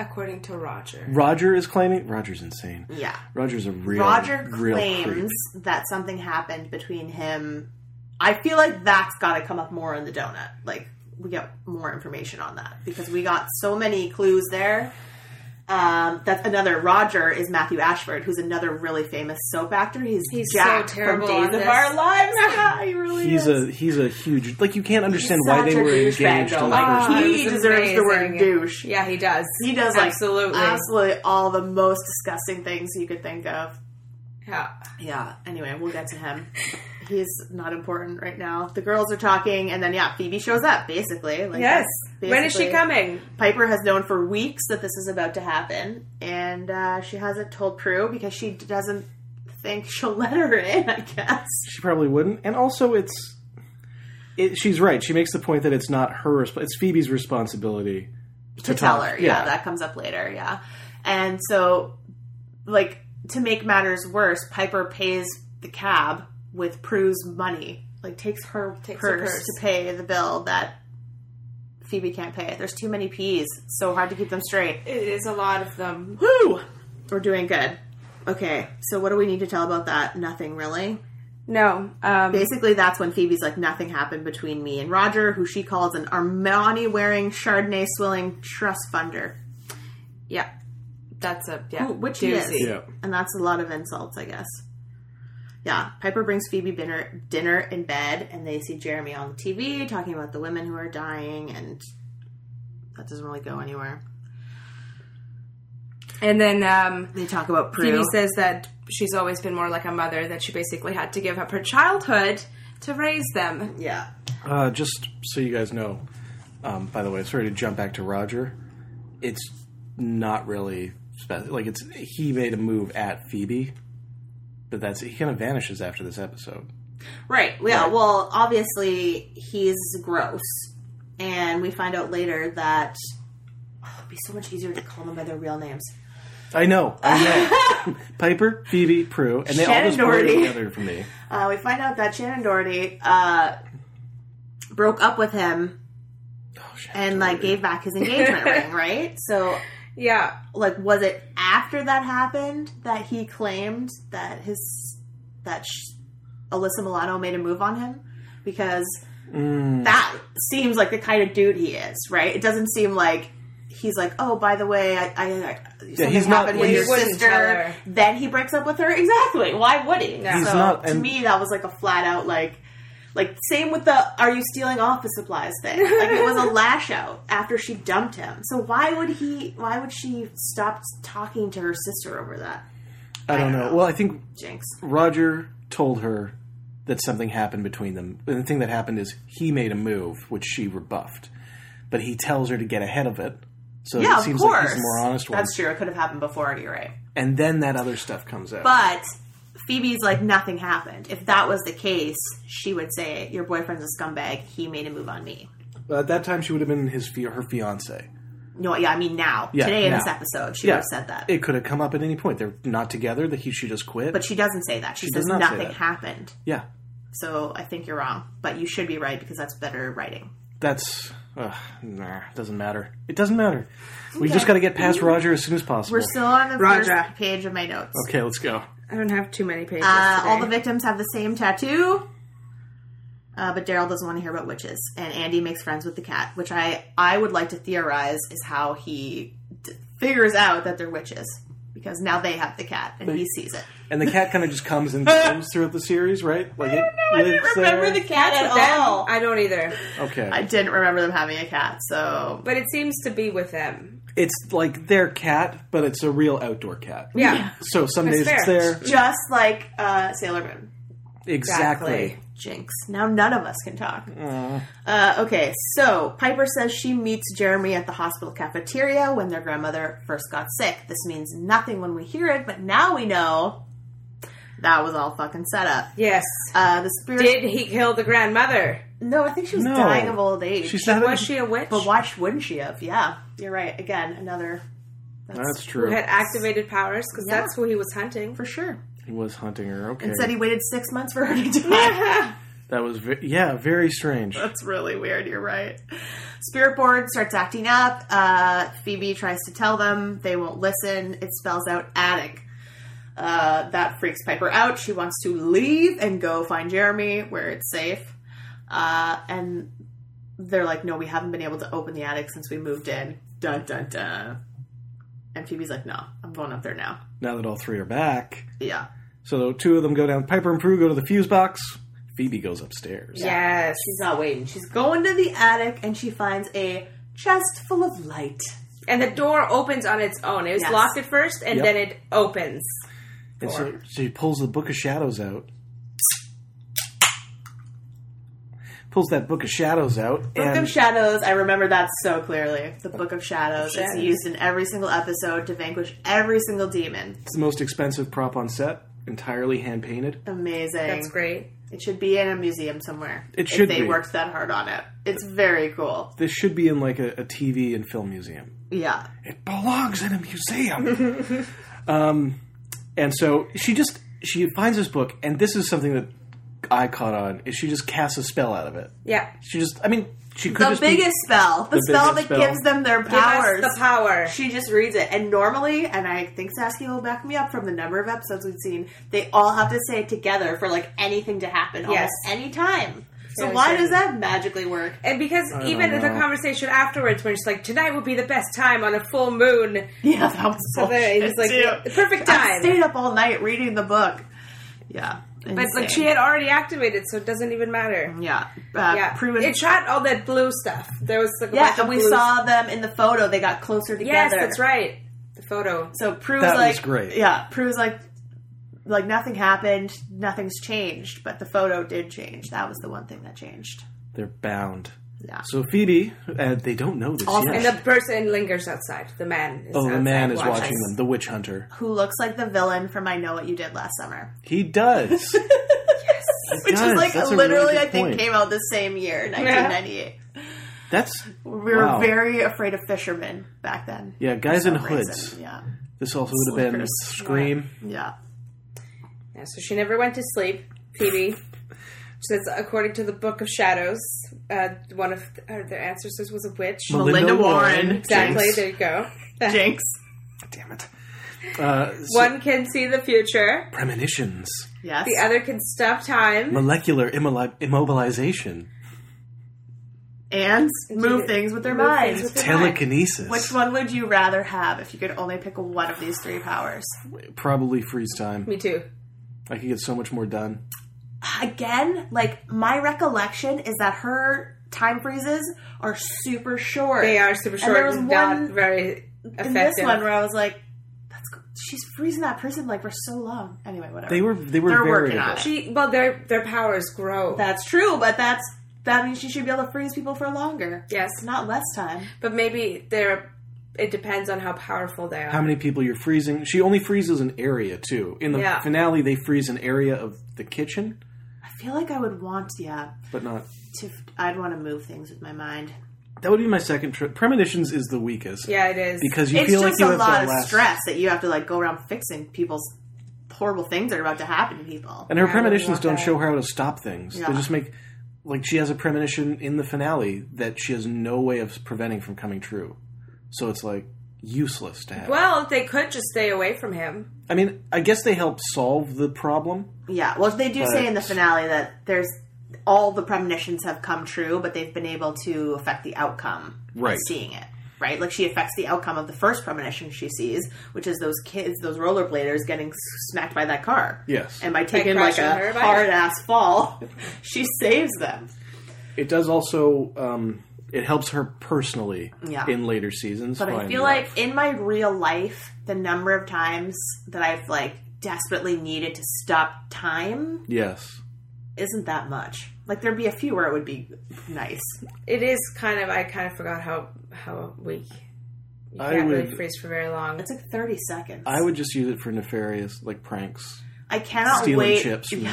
[SPEAKER 2] According to Roger.
[SPEAKER 1] Roger is claiming. Roger's insane.
[SPEAKER 3] Yeah.
[SPEAKER 1] Roger's a real
[SPEAKER 3] Roger
[SPEAKER 1] real creep.
[SPEAKER 3] claims that something happened between him. I feel like that's got to come up more in the donut. Like we get more information on that because we got so many clues there, Um, that's another. Roger is Matthew Ashford, who's another really famous soap actor. He's,
[SPEAKER 2] He's so
[SPEAKER 3] Jack
[SPEAKER 2] terrible
[SPEAKER 3] from
[SPEAKER 2] on
[SPEAKER 3] Days of
[SPEAKER 2] this.
[SPEAKER 3] Our Lives. Yeah, he really
[SPEAKER 1] He's
[SPEAKER 3] is.
[SPEAKER 1] a he's a huge like you can't understand
[SPEAKER 3] He's
[SPEAKER 1] why they
[SPEAKER 3] such a
[SPEAKER 1] were
[SPEAKER 3] douchebag,
[SPEAKER 1] engaged in
[SPEAKER 3] though.
[SPEAKER 1] the
[SPEAKER 3] Like,
[SPEAKER 1] first
[SPEAKER 2] Ah,
[SPEAKER 1] place.
[SPEAKER 3] he
[SPEAKER 2] he was
[SPEAKER 3] deserves the word
[SPEAKER 2] amazing.
[SPEAKER 3] douche.
[SPEAKER 2] Yeah, he does.
[SPEAKER 3] He does like
[SPEAKER 2] absolutely.
[SPEAKER 3] absolutely all the most disgusting things you could think of.
[SPEAKER 2] Yeah.
[SPEAKER 3] Yeah. Anyway, we'll get to him. He's not important right now. The girls are talking, and then yeah, Phoebe shows up basically. Like,
[SPEAKER 2] Yes.
[SPEAKER 3] that's
[SPEAKER 2] When is she
[SPEAKER 3] basically-
[SPEAKER 2] coming?
[SPEAKER 3] Piper has known for weeks that this is about to happen, and uh, she hasn't told Prue because she doesn't think she'll let her in. I guess.
[SPEAKER 1] She probably wouldn't. And also, it's it, she's right. She makes the point that it's not her resp- it's Phoebe's responsibility
[SPEAKER 3] to tell
[SPEAKER 1] talk.
[SPEAKER 3] her. Yeah, that comes up later. Yeah. And so, like, to make matters worse, Piper pays the cab with Prue's money. Like, takes her
[SPEAKER 2] Takes her
[SPEAKER 3] purse,
[SPEAKER 2] purse.
[SPEAKER 3] to pay the bill that Phoebe can't pay. There's too many P's. It's so hard to keep them straight.
[SPEAKER 2] It is a lot of them.
[SPEAKER 3] Woo! We're doing good. Okay, so what do we need to tell about that? Nothing really.
[SPEAKER 2] No. Um,
[SPEAKER 3] Basically, that's when Phoebe's like, nothing happened between me and Roger, who she calls an Armani wearing, Chardonnay swilling trust funder.
[SPEAKER 2] yeah. That's a yeah.
[SPEAKER 3] Ooh, Oh, which he
[SPEAKER 2] doozy.
[SPEAKER 3] is.
[SPEAKER 1] Yeah.
[SPEAKER 3] And that's a lot of insults, I guess. Yeah, Piper brings Phoebe dinner dinner in bed, and they see Jeremy on TV talking about the women who are dying, and that doesn't really go anywhere.
[SPEAKER 2] And then um,
[SPEAKER 3] They talk about Prue.
[SPEAKER 2] Phoebe says that she's always been more like a mother, that she basically had to give up her childhood to raise them.
[SPEAKER 3] yeah,
[SPEAKER 1] Uh, just so you guys know, um, by the way, sorry to jump back to Roger. It's not really spe- like it's he made a move at Phoebe, but that's he kind of vanishes after this episode.
[SPEAKER 3] right. Yeah. Well, obviously he's gross, and we find out later that oh, it'd be so much easier to call them by their real names.
[SPEAKER 1] I know, I know. Piper, Phoebe, Prue, and they all just
[SPEAKER 3] Shannon
[SPEAKER 1] blur
[SPEAKER 3] Doherty.
[SPEAKER 1] together for me.
[SPEAKER 3] Uh, we find out that Shannon Doherty uh, broke up with him
[SPEAKER 1] Oh,
[SPEAKER 3] and like gave back his engagement ring, right? So,
[SPEAKER 2] Yeah.
[SPEAKER 3] like, was it after that happened that he claimed that his that sh- Alyssa Milano made a move on him? Because
[SPEAKER 2] Mm.
[SPEAKER 3] that seems like the kind of dude he is, right? It doesn't seem like he's like, oh, by the way, I, I, I something
[SPEAKER 1] he's not-
[SPEAKER 3] happened with
[SPEAKER 1] he
[SPEAKER 3] your
[SPEAKER 2] wouldn't tell
[SPEAKER 3] sister.
[SPEAKER 2] her.
[SPEAKER 3] Then he breaks up with her. Exactly. Why would he?
[SPEAKER 2] No. He's
[SPEAKER 3] So
[SPEAKER 1] not-
[SPEAKER 3] to
[SPEAKER 1] and-
[SPEAKER 3] me, that was like a flat out like. Like same with the "Are you stealing office supplies?" thing. Like it was a lash out after she dumped him. So why would he? Why would she stop talking to her sister over that?
[SPEAKER 1] I don't know. Well, I think
[SPEAKER 3] Jinx.
[SPEAKER 1] Roger told her that something happened between them. And the thing that happened is he made a move, which she rebuffed. But he tells her to get ahead of it. So
[SPEAKER 3] Yeah,
[SPEAKER 1] it seems
[SPEAKER 3] of course.
[SPEAKER 1] like he's the more honest one.
[SPEAKER 3] That's true. It could have happened before. You're right.
[SPEAKER 1] And then that other stuff comes out.
[SPEAKER 3] But Phoebe's like, nothing happened. If that was the case, she would say, Your boyfriend's a scumbag. He made a move on me.
[SPEAKER 1] But at that time, she would have been his fi- her fiance.
[SPEAKER 3] No, yeah, I mean, now.
[SPEAKER 1] Yeah,
[SPEAKER 3] Today in this
[SPEAKER 1] now.
[SPEAKER 3] episode, she
[SPEAKER 1] Yeah.
[SPEAKER 3] would have said that.
[SPEAKER 1] It could have come up at any point. They're not together. That he should just quit.
[SPEAKER 3] but she doesn't say that. She,
[SPEAKER 1] She
[SPEAKER 3] says,
[SPEAKER 1] does not say
[SPEAKER 3] Nothing
[SPEAKER 1] that.
[SPEAKER 3] happened.
[SPEAKER 1] yeah,
[SPEAKER 3] So I think you're wrong. But you should be right because that's better writing.
[SPEAKER 1] that's uh, nah. Doesn't matter. It doesn't matter. We just got to get past Roger as soon as possible.
[SPEAKER 3] We're still on the
[SPEAKER 2] Roger.
[SPEAKER 3] first page of my notes.
[SPEAKER 1] okay, let's go.
[SPEAKER 2] I don't have too many pages.
[SPEAKER 3] Uh,
[SPEAKER 2] today.
[SPEAKER 3] all the victims have the same tattoo. Uh, but Daryl doesn't want to hear about witches, and Andy makes friends with the cat, which I I would like to theorize is how he d- figures out that they're witches because now they have the cat and he sees it.
[SPEAKER 1] And the cat kind of just comes and goes throughout the series, right? Like I don't know. I
[SPEAKER 3] cat
[SPEAKER 2] But them, I don't either.
[SPEAKER 1] Okay,
[SPEAKER 3] I didn't remember them having a cat, so
[SPEAKER 2] But it seems to be with them.
[SPEAKER 1] it's like their cat, but it's a real outdoor cat.
[SPEAKER 2] Yeah.
[SPEAKER 1] So some
[SPEAKER 2] That's
[SPEAKER 1] days it's
[SPEAKER 2] fair.
[SPEAKER 1] there.
[SPEAKER 3] just like uh, Sailor Moon.
[SPEAKER 1] Exactly.
[SPEAKER 2] Exactly.
[SPEAKER 3] Jinx. Now none of us can talk. Uh, okay, so Piper says she meets Jeremy at the hospital cafeteria when their grandmother first got sick. This means nothing when we hear it, but now we know that was all fucking set up.
[SPEAKER 2] Yes.
[SPEAKER 3] Uh, the spirit.
[SPEAKER 2] Did he kill the grandmother?
[SPEAKER 3] no, I think she was
[SPEAKER 1] No.
[SPEAKER 3] dying of old age.
[SPEAKER 1] She's not.
[SPEAKER 2] Was she a witch?
[SPEAKER 3] but why wouldn't she have? Yeah, you're right. Again, another
[SPEAKER 1] That's
[SPEAKER 2] Who
[SPEAKER 1] true.
[SPEAKER 2] had activated powers? Because
[SPEAKER 3] Yeah.
[SPEAKER 2] that's who he was hunting.
[SPEAKER 3] for sure.
[SPEAKER 1] He was hunting her. Okay.
[SPEAKER 3] And said he waited six months for her to die.
[SPEAKER 1] That was ve- yeah, very strange.
[SPEAKER 3] That's really weird. You're right. Spirit board starts acting up. Uh, Phoebe tries to tell them. They won't listen. It spells out attic. Uh, that freaks Piper out. She wants to leave and go find Jeremy where it's safe. Uh, and they're like, no, we haven't been able to open the attic since we moved in. Dun dun dun. And Phoebe's like, no, I'm going up there now.
[SPEAKER 1] Now that all three are back,
[SPEAKER 3] Yeah.
[SPEAKER 1] so two of them go down. Piper and Prue go to the fuse box. Phoebe goes upstairs.
[SPEAKER 2] Yes.
[SPEAKER 3] She's not waiting. She's going to the attic and she finds a chest full of light.
[SPEAKER 2] And the door opens on its own. It was
[SPEAKER 3] Yes.
[SPEAKER 2] locked at first, and
[SPEAKER 1] Yep.
[SPEAKER 2] then it opens.
[SPEAKER 1] and so she pulls the book of shadows out. Pulls that book of shadows out.
[SPEAKER 3] Book
[SPEAKER 1] and
[SPEAKER 3] of Shadows, I remember that so clearly. The Book of Shadows is
[SPEAKER 2] Shadows.
[SPEAKER 3] used in every single episode to vanquish every single demon.
[SPEAKER 1] It's the most expensive prop on set, entirely hand painted.
[SPEAKER 3] Amazing.
[SPEAKER 2] That's great.
[SPEAKER 3] It should be in a museum somewhere.
[SPEAKER 1] It should
[SPEAKER 3] if they
[SPEAKER 1] be.
[SPEAKER 3] worked that hard on it. It's very cool.
[SPEAKER 1] This should be in like a, a TV and film museum.
[SPEAKER 3] Yeah.
[SPEAKER 1] It belongs in a museum. um, and so she just she finds this book, and this is something that I caught on. Is she just casts a spell out of it?
[SPEAKER 2] Yeah.
[SPEAKER 1] She just, I mean, she could
[SPEAKER 3] The
[SPEAKER 1] just be-
[SPEAKER 3] biggest spell. The,
[SPEAKER 1] The
[SPEAKER 3] spell
[SPEAKER 1] biggest
[SPEAKER 3] that
[SPEAKER 1] spell.
[SPEAKER 3] gives them their
[SPEAKER 2] Give us
[SPEAKER 3] powers.
[SPEAKER 2] the power.
[SPEAKER 3] She just reads it, and normally, and I think Saskia will back me up from the number of episodes we've seen, they all have to say it together for like anything to happen
[SPEAKER 2] Yes.
[SPEAKER 3] almost any time. So
[SPEAKER 2] Very
[SPEAKER 3] why
[SPEAKER 2] certain.
[SPEAKER 3] does that magically work?
[SPEAKER 2] And because
[SPEAKER 1] don't
[SPEAKER 2] even in the
[SPEAKER 1] know.
[SPEAKER 2] conversation afterwards, when she's like, "Tonight would be the best time on a full moon,"
[SPEAKER 3] Yeah, that was
[SPEAKER 2] So there, it was like the perfect
[SPEAKER 3] I
[SPEAKER 2] time.
[SPEAKER 3] stayed up all night reading the book. Yeah,
[SPEAKER 2] but like she
[SPEAKER 3] insane.
[SPEAKER 2] had already activated, so it doesn't even matter.
[SPEAKER 3] yeah, uh,
[SPEAKER 2] Yeah,
[SPEAKER 3] Prue and-
[SPEAKER 2] it shot all that blue stuff. There was like a
[SPEAKER 3] yeah,
[SPEAKER 2] bunch of
[SPEAKER 3] and we
[SPEAKER 2] blue
[SPEAKER 3] saw them in the photo. They got closer together.
[SPEAKER 2] Yes, that's right. The photo.
[SPEAKER 3] So Prue's
[SPEAKER 1] That was
[SPEAKER 3] like,
[SPEAKER 1] great.
[SPEAKER 3] Yeah, Prue's like, like nothing happened, nothing's changed, but the photo did change. That was the one thing that changed.
[SPEAKER 1] They're bound.
[SPEAKER 3] Yeah.
[SPEAKER 1] So Phoebe, uh, they don't know this
[SPEAKER 3] Also-
[SPEAKER 1] yet.
[SPEAKER 2] And the person lingers outside. The man. Is
[SPEAKER 1] oh, the
[SPEAKER 2] outside
[SPEAKER 1] man is watching them. The witch hunter.
[SPEAKER 3] Who looks like the villain from I Know What You Did Last Summer,
[SPEAKER 1] He does. yes.
[SPEAKER 3] which is like literally I think came out the same year, 1998.
[SPEAKER 1] That's
[SPEAKER 3] We were
[SPEAKER 1] Wow.
[SPEAKER 3] very afraid of fishermen back then.
[SPEAKER 1] yeah. Guys in
[SPEAKER 3] for some
[SPEAKER 1] hoods.
[SPEAKER 3] reason. Yeah,
[SPEAKER 1] This also would have been
[SPEAKER 3] Slippers.
[SPEAKER 1] Scream.
[SPEAKER 3] yeah.
[SPEAKER 2] Yeah, so she never went to sleep, Phoebe. So that's according to the Book of Shadows. Uh, one of th- her, their ancestors was a witch.
[SPEAKER 3] Melinda Warren.
[SPEAKER 2] exactly.
[SPEAKER 1] Jinx.
[SPEAKER 2] There you go.
[SPEAKER 3] Jinx.
[SPEAKER 1] Damn it. Uh, so-
[SPEAKER 2] One can see the future.
[SPEAKER 1] premonitions,
[SPEAKER 3] Yes.
[SPEAKER 2] The other can stop time.
[SPEAKER 1] molecular immoli- immobilization,
[SPEAKER 3] and move things with their
[SPEAKER 2] Move things
[SPEAKER 3] minds.
[SPEAKER 2] with their mind.
[SPEAKER 1] telekinesis.
[SPEAKER 3] Which one would you rather have if you could only pick one of these three powers?
[SPEAKER 1] Probably freeze time.
[SPEAKER 2] Me too.
[SPEAKER 1] I could get so much more done.
[SPEAKER 3] again, like my recollection is that her time freezes are super short.
[SPEAKER 2] They are super
[SPEAKER 3] And there
[SPEAKER 2] short
[SPEAKER 3] was
[SPEAKER 2] and,
[SPEAKER 3] one
[SPEAKER 2] not very effective.
[SPEAKER 3] in this one where I was like, "That's go- she's freezing that person like for so long." Anyway, whatever.
[SPEAKER 1] They were they were
[SPEAKER 3] They're
[SPEAKER 1] very
[SPEAKER 3] working on it.
[SPEAKER 2] she well, their their powers grow.
[SPEAKER 3] That's true, but that's that means she should be able to freeze people for longer.
[SPEAKER 2] yes,
[SPEAKER 3] Not less time.
[SPEAKER 2] but maybe they're. It depends on how powerful they are.
[SPEAKER 1] how many people you're freezing. She only freezes an area too. In the
[SPEAKER 2] Yeah.
[SPEAKER 1] finale, they freeze an area of the kitchen,
[SPEAKER 3] I feel like I would want, yeah,
[SPEAKER 1] but not.
[SPEAKER 3] to. I'd want to move things with my mind.
[SPEAKER 1] That would be my second trip. Premonitions is the weakest
[SPEAKER 2] yeah, it is
[SPEAKER 1] because you
[SPEAKER 3] it's
[SPEAKER 1] feel
[SPEAKER 3] just
[SPEAKER 1] like you
[SPEAKER 3] a
[SPEAKER 1] have
[SPEAKER 3] lot
[SPEAKER 1] that
[SPEAKER 3] of
[SPEAKER 1] last.
[SPEAKER 3] stress that you have to like go around fixing people's horrible things that are about to happen to people.
[SPEAKER 1] And her
[SPEAKER 2] I really
[SPEAKER 1] premonitions
[SPEAKER 2] want
[SPEAKER 1] don't
[SPEAKER 2] that.
[SPEAKER 1] show her how to stop things.
[SPEAKER 3] Yeah.
[SPEAKER 1] They just make like she has a premonition in the finale that she has no way of preventing from coming true. So it's like useless to have.
[SPEAKER 2] Well, they could just stay away from him.
[SPEAKER 1] I mean, I guess they help solve the problem.
[SPEAKER 3] Yeah, well, they do say in the
[SPEAKER 1] But-
[SPEAKER 3] finale that there's all the premonitions have come true, but they've been able to affect the outcome. of
[SPEAKER 1] Right.
[SPEAKER 3] seeing it. Right, like she affects the outcome of the first premonition she sees, which is those kids, those rollerbladers getting smacked by that car.
[SPEAKER 1] Yes.
[SPEAKER 3] and by taking like
[SPEAKER 2] crashing
[SPEAKER 3] a
[SPEAKER 2] her bike.
[SPEAKER 3] hard ass fall, she saves them.
[SPEAKER 1] It does also. Um, it helps her personally
[SPEAKER 3] Yeah.
[SPEAKER 1] in later seasons.
[SPEAKER 3] But I
[SPEAKER 1] find
[SPEAKER 3] feel
[SPEAKER 1] love.
[SPEAKER 3] like in my real life, the number of times that I've like desperately needed to stop time
[SPEAKER 1] yes.
[SPEAKER 3] isn't that much. Like there'd be a few where it would be nice.
[SPEAKER 2] It is kind of. I kind of forgot how how weak. You
[SPEAKER 1] I
[SPEAKER 2] can't really
[SPEAKER 1] would-
[SPEAKER 2] freeze for very long.
[SPEAKER 3] It's like thirty seconds.
[SPEAKER 1] I would just use it for nefarious like pranks,
[SPEAKER 3] I cannot
[SPEAKER 1] stealing
[SPEAKER 3] wait
[SPEAKER 1] chips from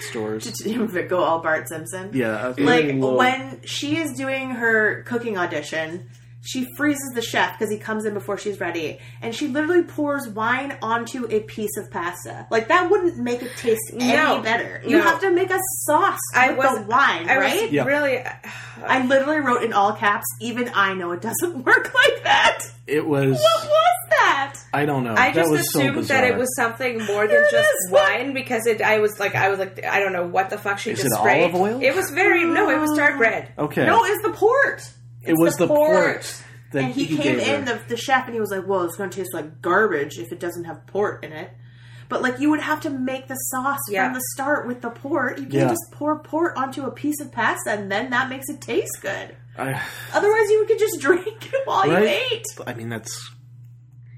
[SPEAKER 1] stores.
[SPEAKER 3] to go all Bart Simpson.
[SPEAKER 1] Yeah, I was
[SPEAKER 3] Like
[SPEAKER 1] getting a little-
[SPEAKER 3] when she is doing her cooking audition, she freezes the chef because he comes in before she's ready, and she literally pours wine onto a piece of pasta. Like that wouldn't make it taste any
[SPEAKER 2] No.
[SPEAKER 3] better. You
[SPEAKER 2] No.
[SPEAKER 3] have to make a sauce
[SPEAKER 2] I
[SPEAKER 3] with
[SPEAKER 2] was-
[SPEAKER 3] the wine,
[SPEAKER 2] I was
[SPEAKER 3] right?
[SPEAKER 1] Yeah.
[SPEAKER 2] really.
[SPEAKER 3] I literally wrote in all caps. Even I know it doesn't work like that.
[SPEAKER 1] It was.
[SPEAKER 3] What was that?
[SPEAKER 1] I don't know.
[SPEAKER 2] I
[SPEAKER 1] that
[SPEAKER 2] just
[SPEAKER 1] was so
[SPEAKER 2] assumed
[SPEAKER 1] bizarre.
[SPEAKER 2] that it was something more
[SPEAKER 3] Here
[SPEAKER 2] than
[SPEAKER 3] it
[SPEAKER 2] just
[SPEAKER 3] is.
[SPEAKER 2] wine because it. I was like, I was like, I don't know what the fuck she
[SPEAKER 1] Is
[SPEAKER 2] just
[SPEAKER 1] it
[SPEAKER 2] sprayed.
[SPEAKER 1] olive oil?
[SPEAKER 2] It was very no. It was dark red.
[SPEAKER 1] okay.
[SPEAKER 3] No, it's the port.
[SPEAKER 1] it was
[SPEAKER 2] the
[SPEAKER 1] the
[SPEAKER 2] port.
[SPEAKER 1] port. Then
[SPEAKER 3] And he, came
[SPEAKER 1] gave her-
[SPEAKER 3] in the, the chef and he was like, "Well, it's going to taste like garbage if it doesn't have port in it." But like, you would have to make the sauce
[SPEAKER 2] Yeah.
[SPEAKER 3] from the start with the port. You can't
[SPEAKER 1] Yeah.
[SPEAKER 3] just pour port onto a piece of pasta and then that makes it taste good.
[SPEAKER 1] I,
[SPEAKER 3] Otherwise, you could just drink it while
[SPEAKER 1] Right?
[SPEAKER 3] Oh, you ate.
[SPEAKER 1] I mean, that's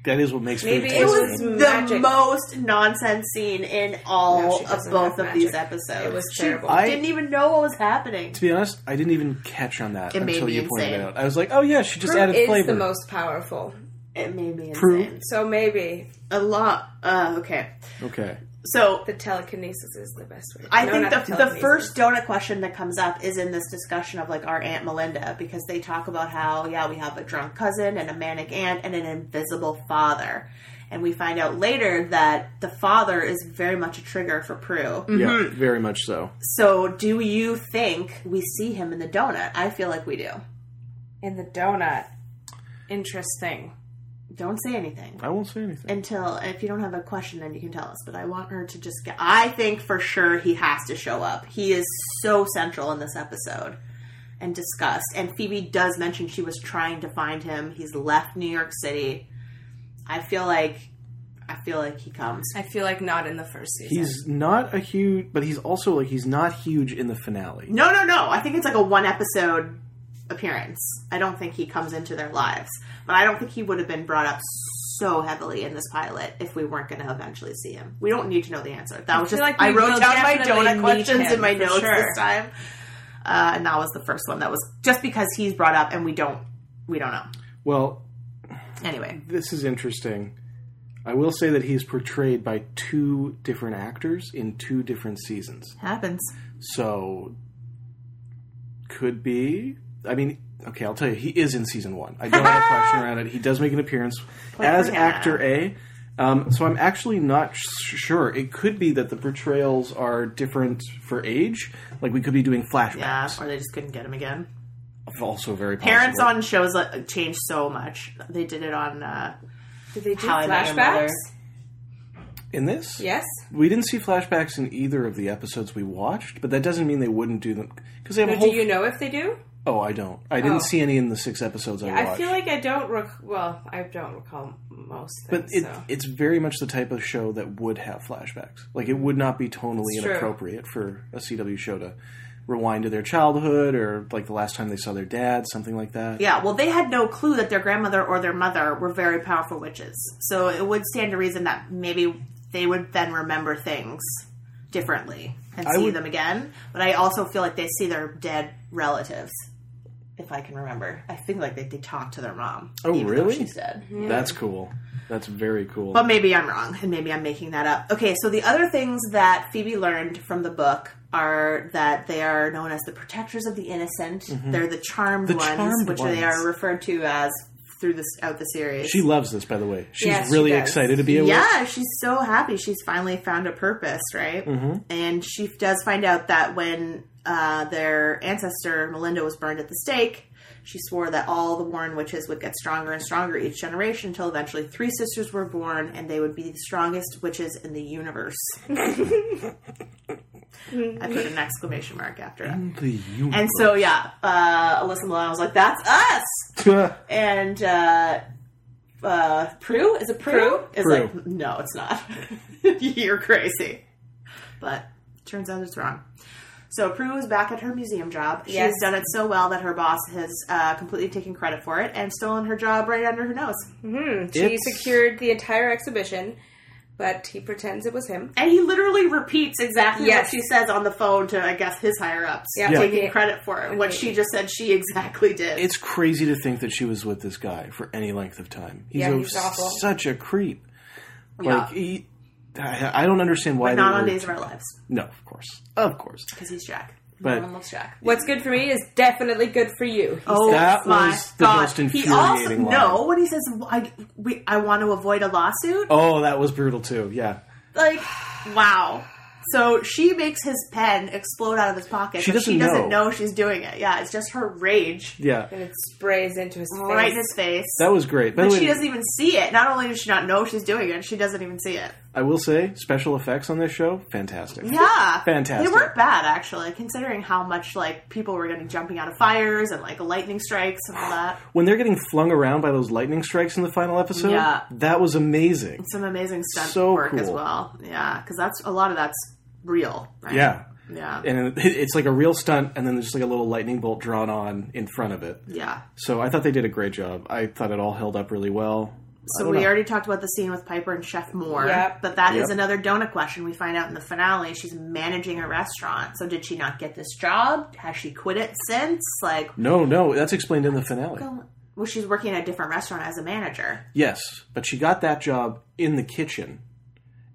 [SPEAKER 1] that is what makes
[SPEAKER 2] Maybe
[SPEAKER 1] food
[SPEAKER 2] it
[SPEAKER 1] taste
[SPEAKER 2] was-
[SPEAKER 1] good.
[SPEAKER 3] The
[SPEAKER 2] Magic.
[SPEAKER 3] most nonsense scene in all
[SPEAKER 2] she
[SPEAKER 3] of
[SPEAKER 2] doesn't
[SPEAKER 3] both
[SPEAKER 2] have
[SPEAKER 3] of these
[SPEAKER 2] magic.
[SPEAKER 3] episodes.
[SPEAKER 2] It was
[SPEAKER 3] She
[SPEAKER 2] terrible.
[SPEAKER 1] I-
[SPEAKER 3] didn't even know what was happening.
[SPEAKER 1] To be honest, I didn't even catch on that
[SPEAKER 3] It made
[SPEAKER 1] until
[SPEAKER 3] me
[SPEAKER 1] you pointed it
[SPEAKER 3] insane.
[SPEAKER 1] out. I was like, oh yeah, she just
[SPEAKER 2] Fruit
[SPEAKER 1] added
[SPEAKER 2] is
[SPEAKER 1] flavor.
[SPEAKER 2] the most powerful.
[SPEAKER 3] It made me
[SPEAKER 1] Prue?
[SPEAKER 3] insane.
[SPEAKER 2] So maybe
[SPEAKER 3] A lot. Uh, okay,
[SPEAKER 1] okay,
[SPEAKER 3] so
[SPEAKER 2] the telekinesis is the best way.
[SPEAKER 3] I
[SPEAKER 2] No, not
[SPEAKER 3] think the, the
[SPEAKER 2] telekinesis.
[SPEAKER 3] first donut question that comes up is in this discussion of like our Aunt Melinda because they talk about how, yeah, we have a drunk cousin and a manic aunt and an invisible father. And we find out later that the father is very much a trigger for Prue.
[SPEAKER 1] yeah,
[SPEAKER 3] Mm-hmm.
[SPEAKER 1] very much so.
[SPEAKER 3] So, do you think we see him in the donut? I feel like we do.
[SPEAKER 2] in the donut. Interesting.
[SPEAKER 3] Don't say anything
[SPEAKER 1] I won't say anything.
[SPEAKER 3] until if you don't have a question, then you can tell us. But I want her to just get. I think for sure he has to show up. He is so central in this episode and discussed. And Phoebe does mention she was trying to find him. He's left New York City. I feel like. I feel like he comes.
[SPEAKER 2] I feel like not in the first season.
[SPEAKER 1] He's not a huge, but he's also like he's not huge in the finale.
[SPEAKER 3] No, no, no. I think it's like a one episode appearance. I don't think he comes into their lives. But I don't think he would have been brought up so heavily in this pilot if we weren't going to eventually see him. We don't need to know the answer. That was
[SPEAKER 2] feel
[SPEAKER 3] just
[SPEAKER 2] like we
[SPEAKER 3] I
[SPEAKER 2] will
[SPEAKER 3] wrote down my
[SPEAKER 2] definitely
[SPEAKER 3] donut
[SPEAKER 2] meet
[SPEAKER 3] questions
[SPEAKER 2] him,
[SPEAKER 3] in my
[SPEAKER 2] for
[SPEAKER 3] notes
[SPEAKER 2] sure.
[SPEAKER 3] this time. Uh, and that was the first one. That was just because he's brought up and we don't we don't know.
[SPEAKER 1] Well,
[SPEAKER 3] Anyway,
[SPEAKER 1] this is interesting. I will say that he's portrayed by two different actors in two different seasons.
[SPEAKER 3] happens.
[SPEAKER 1] So could be. I mean, okay, I'll tell you, he is in season one. I don't have a question around it. He does make an appearance as
[SPEAKER 3] for him.
[SPEAKER 1] actor A. Um, so I'm actually not sh- sure. It could be that the portrayals are different for age. Like we could be doing
[SPEAKER 3] Yeah,
[SPEAKER 1] flashbacks.
[SPEAKER 3] or they just couldn't get him again.
[SPEAKER 1] Also very possible.
[SPEAKER 3] Parents on shows uh, change so much. They did it on uh,
[SPEAKER 2] Did they do
[SPEAKER 3] How I Met Your Mother.
[SPEAKER 2] flashbacks?
[SPEAKER 1] in this.
[SPEAKER 2] Yes.
[SPEAKER 1] We didn't see flashbacks in either of the episodes we watched, but that doesn't mean they wouldn't do them because they have a
[SPEAKER 2] But
[SPEAKER 1] whole.
[SPEAKER 2] do you know if they do?
[SPEAKER 1] oh, I don't. I didn't
[SPEAKER 2] Oh.
[SPEAKER 1] see any in the six episodes I watched.
[SPEAKER 2] I feel like I don't rec- well, I don't recall most
[SPEAKER 1] but it,
[SPEAKER 2] things. so.
[SPEAKER 1] it's very much the type of show that would have flashbacks. Like it would not be tonally
[SPEAKER 2] It's true.
[SPEAKER 1] inappropriate for a CW show to rewind to their childhood or like the last time they saw their dad, something like that.
[SPEAKER 3] Yeah, well, they had no clue that their grandmother or their mother were very powerful witches. So it would stand to reason that maybe they would then remember things differently and see
[SPEAKER 1] would-
[SPEAKER 3] them again. But I also feel like they see their dead relatives, if I can remember. I feel like they, they talk to their mom.
[SPEAKER 1] Oh,
[SPEAKER 3] even though
[SPEAKER 1] really?
[SPEAKER 3] She's dead.
[SPEAKER 1] That's cool. That's very cool.
[SPEAKER 3] But maybe I'm wrong, and maybe I'm making that up. Okay, so the other things that Phoebe learned from the book are that they are known as the protectors of the innocent. They're the charmed
[SPEAKER 1] Mm-hmm. The
[SPEAKER 3] ones,
[SPEAKER 1] charmed
[SPEAKER 3] which
[SPEAKER 1] ones.
[SPEAKER 3] they are referred to as through this out the series.
[SPEAKER 1] she loves this, by the way. She's
[SPEAKER 2] Yes, she
[SPEAKER 1] really
[SPEAKER 2] does.
[SPEAKER 1] excited to be a witch.
[SPEAKER 3] yeah, she's so happy. She's finally found a purpose, right? And she does find out that when uh, their ancestor Melinda was burned at the stake, she swore that all the Warren witches would get stronger and stronger each generation until eventually three sisters were born and they would be the strongest witches in the universe. I put an exclamation mark after
[SPEAKER 1] Mm-hmm.
[SPEAKER 3] it. And so, yeah, uh, Alyssa Milano was like, "That's us." and uh, uh, Prue is it Prue? Is
[SPEAKER 1] Prue.
[SPEAKER 3] like no, it's not. You're crazy. But turns out it's wrong. So Prue is back at her museum job. She's
[SPEAKER 2] Yes.
[SPEAKER 3] done it so well that her boss has uh, completely taken credit for it and stolen her job right under her nose.
[SPEAKER 2] He
[SPEAKER 1] It's-
[SPEAKER 2] secured the entire exhibition, but he pretends it was him.
[SPEAKER 3] And he literally repeats exactly
[SPEAKER 2] Yes.
[SPEAKER 3] what she says on the phone to, I guess, his higher ups,
[SPEAKER 2] Yeah. Yeah.
[SPEAKER 3] taking
[SPEAKER 2] Yeah.
[SPEAKER 3] credit for it. What she just said, she exactly did.
[SPEAKER 1] it's crazy to think that she was with this guy for any length of time. He's,
[SPEAKER 2] Yeah,
[SPEAKER 1] a-
[SPEAKER 2] he's awful.
[SPEAKER 1] such a creep.
[SPEAKER 3] Yeah.
[SPEAKER 1] Like he, I, I don't understand why.
[SPEAKER 3] not
[SPEAKER 1] they
[SPEAKER 3] on
[SPEAKER 1] were-
[SPEAKER 3] Days of Our Lives
[SPEAKER 1] No, of course, of course.
[SPEAKER 3] because he's Jack.
[SPEAKER 1] But-
[SPEAKER 3] no one loves Jack.
[SPEAKER 2] What's good for me is definitely good for you. he
[SPEAKER 3] Oh
[SPEAKER 1] That
[SPEAKER 3] my
[SPEAKER 1] was the
[SPEAKER 3] god!
[SPEAKER 1] most
[SPEAKER 3] he also
[SPEAKER 1] infuriating line.
[SPEAKER 3] no when he says I we, I want to avoid a lawsuit.
[SPEAKER 1] Oh, that was brutal too. Yeah,
[SPEAKER 3] Like wow. So she makes his pen explode out of his pocket.
[SPEAKER 1] She
[SPEAKER 3] but
[SPEAKER 1] doesn't
[SPEAKER 3] she doesn't
[SPEAKER 1] know.
[SPEAKER 3] know she's doing it. Yeah, it's just her rage
[SPEAKER 1] yeah.
[SPEAKER 2] and it sprays into his face.
[SPEAKER 3] right in his face.
[SPEAKER 1] That was great. By
[SPEAKER 3] but
[SPEAKER 1] the way,
[SPEAKER 3] she doesn't even see it. Not only does she not know she's doing it, she doesn't even see it.
[SPEAKER 1] I will say, special effects on this show, fantastic.
[SPEAKER 3] Yeah.
[SPEAKER 1] Fantastic.
[SPEAKER 3] They weren't bad actually, considering how much like people were getting jumping out of fires and like lightning strikes and all that.
[SPEAKER 1] When they're getting flung around by those lightning strikes in the final episode,
[SPEAKER 3] Yeah.
[SPEAKER 1] that was amazing.
[SPEAKER 3] Some amazing stunt
[SPEAKER 1] So
[SPEAKER 3] work as
[SPEAKER 1] cool.
[SPEAKER 3] well. Yeah, because that's a lot of that's real. Right?
[SPEAKER 1] Yeah.
[SPEAKER 3] Yeah.
[SPEAKER 1] And it- it's like a real stunt, and then there's just like a little lightning bolt drawn on in front of it.
[SPEAKER 3] yeah.
[SPEAKER 1] So I thought they did a great job. I thought it all held up really well. I
[SPEAKER 3] So
[SPEAKER 1] don't
[SPEAKER 3] we
[SPEAKER 1] know.
[SPEAKER 3] already talked about the scene with Piper and Chef Moore,
[SPEAKER 2] Yep.
[SPEAKER 3] but that is
[SPEAKER 1] Yep.
[SPEAKER 3] another donut question. We find out in the finale she's managing a restaurant. So did she not get this job? Has she quit it since? Like,
[SPEAKER 1] No, no, that's explained in the finale.
[SPEAKER 3] well, she's working at a different restaurant as a manager.
[SPEAKER 1] Yes, but she got that job in the kitchen,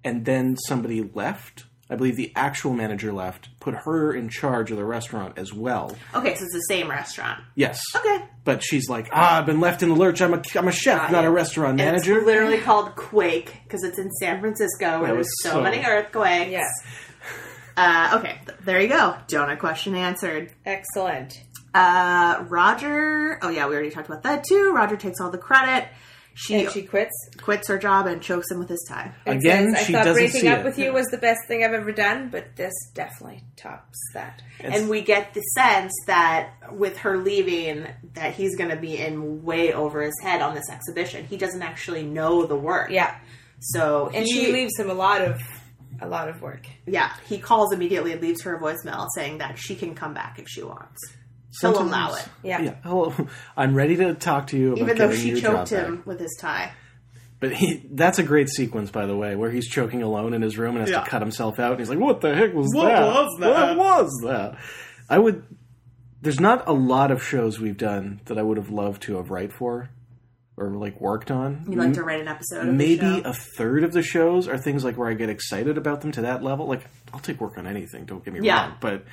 [SPEAKER 1] and then somebody left. I believe the actual manager left, put her in charge of the restaurant as well.
[SPEAKER 3] Okay, so it's the same restaurant.
[SPEAKER 1] Yes.
[SPEAKER 3] Okay,
[SPEAKER 1] But she's like, ah, I've been left in the lurch. I'm a, I'm a chef, not a restaurant manager.
[SPEAKER 3] It's literally called Quake because it's in San Francisco where
[SPEAKER 1] That
[SPEAKER 3] there's
[SPEAKER 1] was
[SPEAKER 3] so,
[SPEAKER 1] so-
[SPEAKER 3] many earthquakes.
[SPEAKER 2] Yes.
[SPEAKER 3] Uh, okay, th- there you go. Donut question answered.
[SPEAKER 2] Excellent.
[SPEAKER 3] Uh, Roger. Oh yeah, we already talked about that too. Roger takes all the credit. She,
[SPEAKER 2] And she quits.
[SPEAKER 3] quits her job and chokes him with his tie.
[SPEAKER 2] and
[SPEAKER 1] Again,
[SPEAKER 2] says,
[SPEAKER 1] she
[SPEAKER 2] I thought
[SPEAKER 1] doesn't
[SPEAKER 2] breaking
[SPEAKER 1] see
[SPEAKER 2] up
[SPEAKER 1] it.
[SPEAKER 2] with you was the best thing I've ever done, but this definitely tops that.
[SPEAKER 3] and we get the sense that with her leaving, that he's going to be in way over his head on this exhibition. He doesn't actually know the work.
[SPEAKER 2] Yeah.
[SPEAKER 3] So
[SPEAKER 2] And
[SPEAKER 3] he-
[SPEAKER 2] she leaves him a lot of a lot of work.
[SPEAKER 3] Yeah, he calls immediately and leaves her a voicemail saying that she can come back if she wants. He'll
[SPEAKER 1] Sometimes-
[SPEAKER 3] allow it,
[SPEAKER 2] Yeah.
[SPEAKER 1] Yeah. Hello. I'm ready to talk to you about
[SPEAKER 3] even though
[SPEAKER 1] getting
[SPEAKER 3] she
[SPEAKER 1] your
[SPEAKER 3] choked
[SPEAKER 1] job back.
[SPEAKER 3] him with his tie.
[SPEAKER 1] But he, that's a great sequence, by the way, where he's choking alone in his room and has
[SPEAKER 3] Yeah.
[SPEAKER 1] to cut himself out. And he's like, "What the heck was that?
[SPEAKER 3] was that?"
[SPEAKER 1] What was that?" I would. There's not a lot of shows we've done that I would have loved to have write for, or like worked on.
[SPEAKER 3] You'd like to write an episode of
[SPEAKER 1] Mm-hmm. Maybe
[SPEAKER 3] the show.
[SPEAKER 1] a third of the shows are things like where I get excited about them to that level. Like I'll take work on anything. Don't get me
[SPEAKER 3] Yeah.
[SPEAKER 1] wrong, but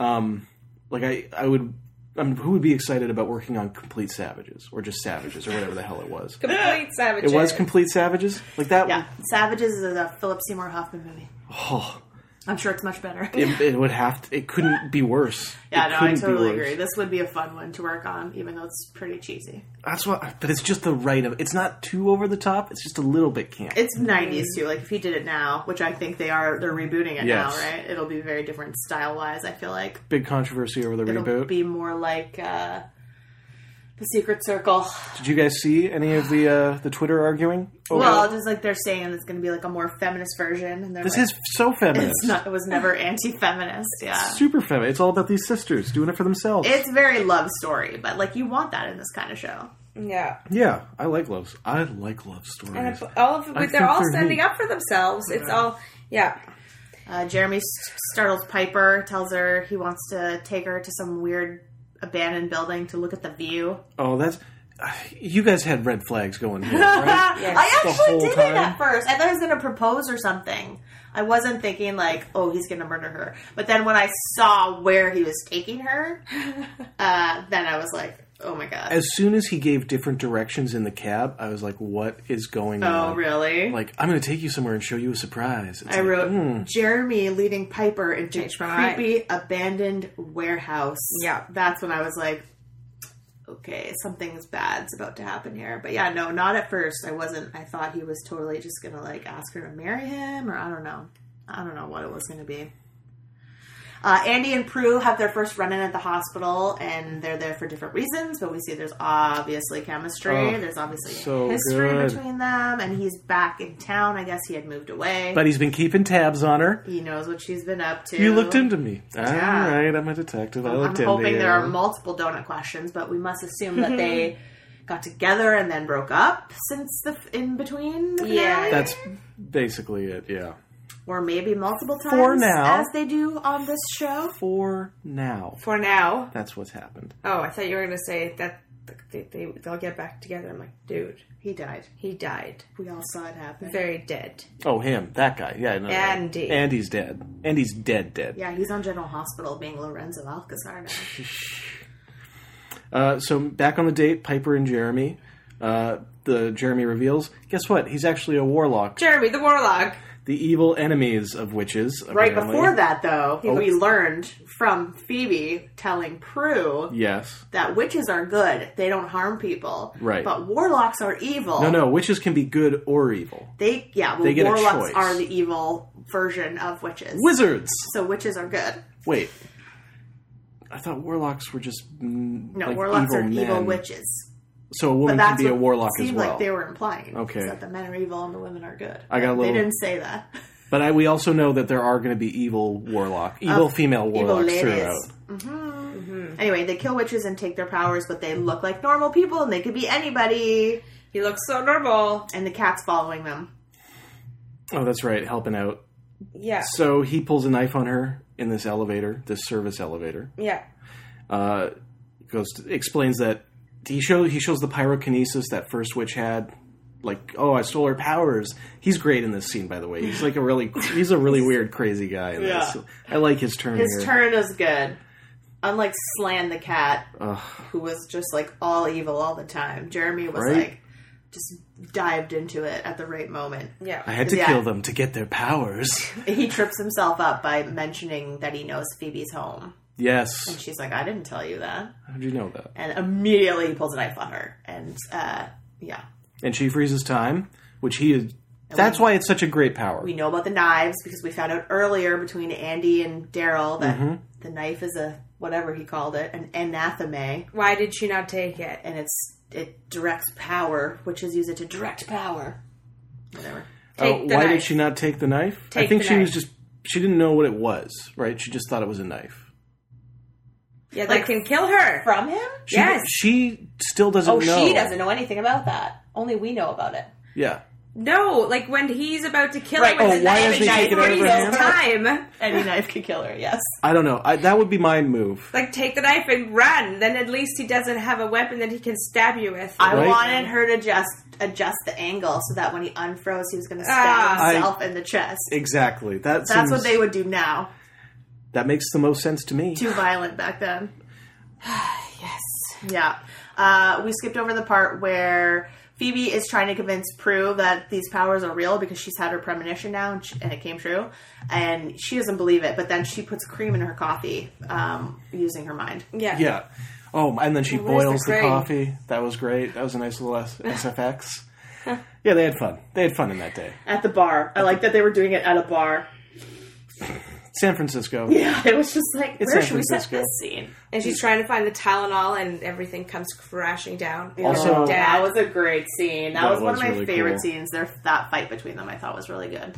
[SPEAKER 1] um, like I, I would. Um, who would be excited about working on Complete Savages or just Savages or whatever the hell it was?
[SPEAKER 2] Complete savage.
[SPEAKER 1] It was complete savages like that.
[SPEAKER 3] yeah, Savages is a Philip Seymour Hoffman movie.
[SPEAKER 1] Oh,
[SPEAKER 3] I'm sure it's much better.
[SPEAKER 1] it, it would have. To, it couldn't be worse.
[SPEAKER 3] yeah,
[SPEAKER 1] It
[SPEAKER 3] no, I
[SPEAKER 1] couldn't be
[SPEAKER 3] totally
[SPEAKER 1] worse.
[SPEAKER 3] agree. This would be a fun one to work on, even though it's pretty cheesy.
[SPEAKER 1] That's what. But it's just the right of. It's not too over the top. It's just a little bit camp.
[SPEAKER 3] It's 90s too. Like if he did it now, which I think they are, they're rebooting it now,
[SPEAKER 1] Mm. Yes.
[SPEAKER 3] right? It'll be very different style wise. I feel like
[SPEAKER 1] Big controversy over the
[SPEAKER 3] it'll
[SPEAKER 1] reboot.
[SPEAKER 3] be more like uh, the Secret Circle.
[SPEAKER 1] Did you guys see any of the uh, the Twitter arguing? Oh, over
[SPEAKER 3] Well,
[SPEAKER 1] it?
[SPEAKER 3] just like they're saying, it's going to be like a more feminist version, and they're
[SPEAKER 1] this
[SPEAKER 3] like,
[SPEAKER 1] is so feminist.
[SPEAKER 3] it's not. It was never anti-feminist. Yeah,
[SPEAKER 1] super feminist. It's all about these sisters doing it for themselves.
[SPEAKER 3] it's very love story, but like you want that in this kind of show.
[SPEAKER 2] Yeah.
[SPEAKER 1] yeah, I like loves. I like love
[SPEAKER 2] And
[SPEAKER 1] stories.
[SPEAKER 2] all of
[SPEAKER 1] I
[SPEAKER 2] but they're all
[SPEAKER 1] think they're
[SPEAKER 2] standing
[SPEAKER 1] neat.
[SPEAKER 2] up for themselves. It's all yeah.
[SPEAKER 3] Uh, Jeremy s- startles Piper, tells her he wants to take her to some weird abandoned building to look at the view.
[SPEAKER 1] oh, that's. You guys had red flags going here, right?
[SPEAKER 3] I actually
[SPEAKER 1] whole
[SPEAKER 3] did it
[SPEAKER 1] time?
[SPEAKER 3] at first. I thought he was going to propose or something. I wasn't thinking like, oh, he's going to murder her. But then when I saw where he was taking her, uh, then I was like, oh my god.
[SPEAKER 1] as soon as he gave different directions in the cab, I was like, "What is going on?"
[SPEAKER 3] Oh, really?
[SPEAKER 1] Like, I'm going to take you somewhere and show you a surprise. It's
[SPEAKER 3] I
[SPEAKER 1] like, hmm.
[SPEAKER 3] wrote Jeremy leading Piper into
[SPEAKER 2] my mind.
[SPEAKER 3] creepy abandoned warehouse.
[SPEAKER 2] Yeah.
[SPEAKER 3] that's when I was like, okay, something's bad's about to happen here. But yeah, no, not at first. I wasn't. I thought he was totally just gonna like ask her to marry him, or I don't know. I don't know what it was gonna be. Uh, Andy and Prue have their first run in at the hospital, and they're there for different reasons. But we see there's obviously chemistry.
[SPEAKER 1] Oh,
[SPEAKER 3] there's obviously
[SPEAKER 1] so
[SPEAKER 3] history
[SPEAKER 1] good.
[SPEAKER 3] between them, and he's back in town. I guess he had moved away.
[SPEAKER 1] But he's been keeping tabs on her.
[SPEAKER 3] He knows what she's been up to.
[SPEAKER 1] You looked into me.
[SPEAKER 3] Yeah.
[SPEAKER 1] All right, I'm a detective. I
[SPEAKER 3] I'm
[SPEAKER 1] looked into
[SPEAKER 3] hoping
[SPEAKER 1] you.
[SPEAKER 3] there are multiple donut questions, but we must assume that they got together and then broke up since the f- in between. The
[SPEAKER 2] Yeah.
[SPEAKER 3] finale?
[SPEAKER 1] That's basically it. Yeah.
[SPEAKER 3] or maybe multiple times
[SPEAKER 1] For now.
[SPEAKER 3] as they do on this show.
[SPEAKER 1] For now,
[SPEAKER 2] For now.
[SPEAKER 1] that's what's happened.
[SPEAKER 2] Oh, I thought you were gonna say that they, they they'll get back together. I'm like, dude,
[SPEAKER 3] He died.
[SPEAKER 2] he died,
[SPEAKER 3] We all saw it happen.
[SPEAKER 2] very dead.
[SPEAKER 1] Oh, him, that guy. Yeah, I know that.
[SPEAKER 2] Andy.
[SPEAKER 1] Andy's dead. Andy's dead. Dead.
[SPEAKER 3] Yeah, he's on General Hospital being Lorenzo Alcazar now.
[SPEAKER 1] Uh, so back on the date, Piper and Jeremy. Uh, the Jeremy reveals. Guess what? He's actually a warlock.
[SPEAKER 2] Jeremy the warlock.
[SPEAKER 1] the evil enemies of witches.
[SPEAKER 3] Right
[SPEAKER 1] apparently.
[SPEAKER 3] before that, though, we learned from Phoebe telling Prue
[SPEAKER 1] Yes.
[SPEAKER 3] that witches are good; they don't harm people.
[SPEAKER 1] Right.
[SPEAKER 3] But warlocks are evil.
[SPEAKER 1] No, no, witches can be good or evil.
[SPEAKER 3] They yeah. Well,
[SPEAKER 1] They get a
[SPEAKER 3] warlocks
[SPEAKER 1] choice.
[SPEAKER 3] are the evil version of witches.
[SPEAKER 1] Wizards!
[SPEAKER 3] so witches are good.
[SPEAKER 1] Wait. I thought warlocks were just. mm,
[SPEAKER 3] No,
[SPEAKER 1] like
[SPEAKER 3] warlocks are
[SPEAKER 1] evil
[SPEAKER 3] evil
[SPEAKER 1] men.
[SPEAKER 3] witches.
[SPEAKER 1] So a woman can be a
[SPEAKER 3] what
[SPEAKER 1] warlock
[SPEAKER 3] seemed
[SPEAKER 1] as well.
[SPEAKER 3] Like they were implying.
[SPEAKER 1] Okay.
[SPEAKER 3] is that the men are evil and the women are good.
[SPEAKER 1] I got a little-
[SPEAKER 3] They didn't say that.
[SPEAKER 1] But I, we also know that there are going to be evil warlock, evil female warlocks
[SPEAKER 3] ladies. Mm-hmm.
[SPEAKER 1] throughout.
[SPEAKER 3] Anyway, they kill witches and take their powers, but they look like normal people and they could be anybody.
[SPEAKER 2] He looks so normal.
[SPEAKER 3] And the cat's following them.
[SPEAKER 1] Oh, that's right, helping out.
[SPEAKER 2] Yeah,
[SPEAKER 1] So he pulls a knife on her in this elevator, this service elevator.
[SPEAKER 2] yeah.
[SPEAKER 1] Uh, goes to, explains that he show he shows the pyrokinesis that first witch had. Like, oh, I stole her powers. He's great in this scene, by the way. He's like a really he's a really weird, crazy guy. In this.
[SPEAKER 3] Yeah.
[SPEAKER 1] I like his turn
[SPEAKER 3] His
[SPEAKER 1] here.
[SPEAKER 3] turn is good. Unlike Slan the cat, who was just like all evil all the time. Jeremy was
[SPEAKER 1] Right.
[SPEAKER 3] like just dived into it at the right moment.
[SPEAKER 2] Yeah.
[SPEAKER 1] I had to
[SPEAKER 3] Yeah.
[SPEAKER 1] kill them to get their powers.
[SPEAKER 3] He trips himself up by mentioning that he knows Phoebe's home. And
[SPEAKER 1] yes,
[SPEAKER 3] she's like, I didn't tell you that.
[SPEAKER 1] how did you know that?
[SPEAKER 3] And immediately he pulls a knife on her. And uh, yeah.
[SPEAKER 1] And she freezes time, which he is. That's why it's such a great power.
[SPEAKER 3] We know about the knives because we found out earlier between Andy and Daryl that
[SPEAKER 1] Mm-hmm.
[SPEAKER 3] the knife is a whatever he called it, an anathema,
[SPEAKER 2] Why did she not take it?
[SPEAKER 3] and it's it directs power, which is use it to direct power. Whatever.
[SPEAKER 1] Oh,
[SPEAKER 2] Take the
[SPEAKER 1] why
[SPEAKER 2] knife.
[SPEAKER 1] did she not take the knife? I
[SPEAKER 2] Take
[SPEAKER 1] think
[SPEAKER 2] the
[SPEAKER 1] she was
[SPEAKER 2] knife.
[SPEAKER 1] just she didn't know what it was, right? She just thought it was a knife.
[SPEAKER 2] Yeah, that
[SPEAKER 3] Like-
[SPEAKER 2] can kill her.
[SPEAKER 3] From him?
[SPEAKER 1] She,
[SPEAKER 2] Yes.
[SPEAKER 1] she still doesn't
[SPEAKER 3] oh,
[SPEAKER 1] know.
[SPEAKER 3] she doesn't know anything about that. Only we know about it.
[SPEAKER 1] Yeah,
[SPEAKER 2] No, like when he's about to kill
[SPEAKER 3] Right.
[SPEAKER 2] her
[SPEAKER 3] Oh,
[SPEAKER 2] with a
[SPEAKER 3] why
[SPEAKER 2] knife, and
[SPEAKER 3] doesn't he
[SPEAKER 2] she
[SPEAKER 3] take it out of her
[SPEAKER 2] freezes
[SPEAKER 3] hand?
[SPEAKER 2] time.
[SPEAKER 3] Any knife could kill her. Yes.
[SPEAKER 1] I don't know. I, that would be my move.
[SPEAKER 2] Like take the knife and run. Then at least he doesn't have a weapon that he can stab you with.
[SPEAKER 3] I
[SPEAKER 1] Right.
[SPEAKER 3] wanted her to just adjust the angle so that when he unfroze, he was going to stab
[SPEAKER 2] Ah.
[SPEAKER 3] himself in the chest.
[SPEAKER 1] Exactly. That
[SPEAKER 3] That's
[SPEAKER 1] seems-
[SPEAKER 3] what they would do now.
[SPEAKER 1] That makes the most sense to me.
[SPEAKER 3] too violent back then. yes. Yeah. Uh, we skipped over the part where Phoebe is trying to convince Prue that these powers are real because she's had her premonition now and, she, and it came true. And she doesn't believe it, but then she puts cream in her coffee um, using her mind.
[SPEAKER 2] yeah.
[SPEAKER 1] Yeah. Oh, and then she
[SPEAKER 2] where's
[SPEAKER 1] boils
[SPEAKER 2] the
[SPEAKER 1] the,
[SPEAKER 2] crane?
[SPEAKER 1] coffee. That was great. That was a nice little S- SFX. yeah, they had fun. They had fun in that day.
[SPEAKER 3] At the bar. I like that they were doing it at a bar.
[SPEAKER 1] San Francisco.
[SPEAKER 3] Yeah. It was just like,
[SPEAKER 1] It's
[SPEAKER 3] where
[SPEAKER 1] San
[SPEAKER 3] should we set
[SPEAKER 1] Francisco.
[SPEAKER 3] this scene?
[SPEAKER 2] And she's trying to find the Tylenol, and everything comes crashing down.
[SPEAKER 1] Also-
[SPEAKER 2] Her
[SPEAKER 3] that
[SPEAKER 2] dad.
[SPEAKER 3] was a great scene. That,
[SPEAKER 1] That
[SPEAKER 3] was, one of
[SPEAKER 1] was
[SPEAKER 3] my
[SPEAKER 1] really
[SPEAKER 3] favorite
[SPEAKER 1] cool.
[SPEAKER 3] scenes. Their, that fight between them I thought was really good.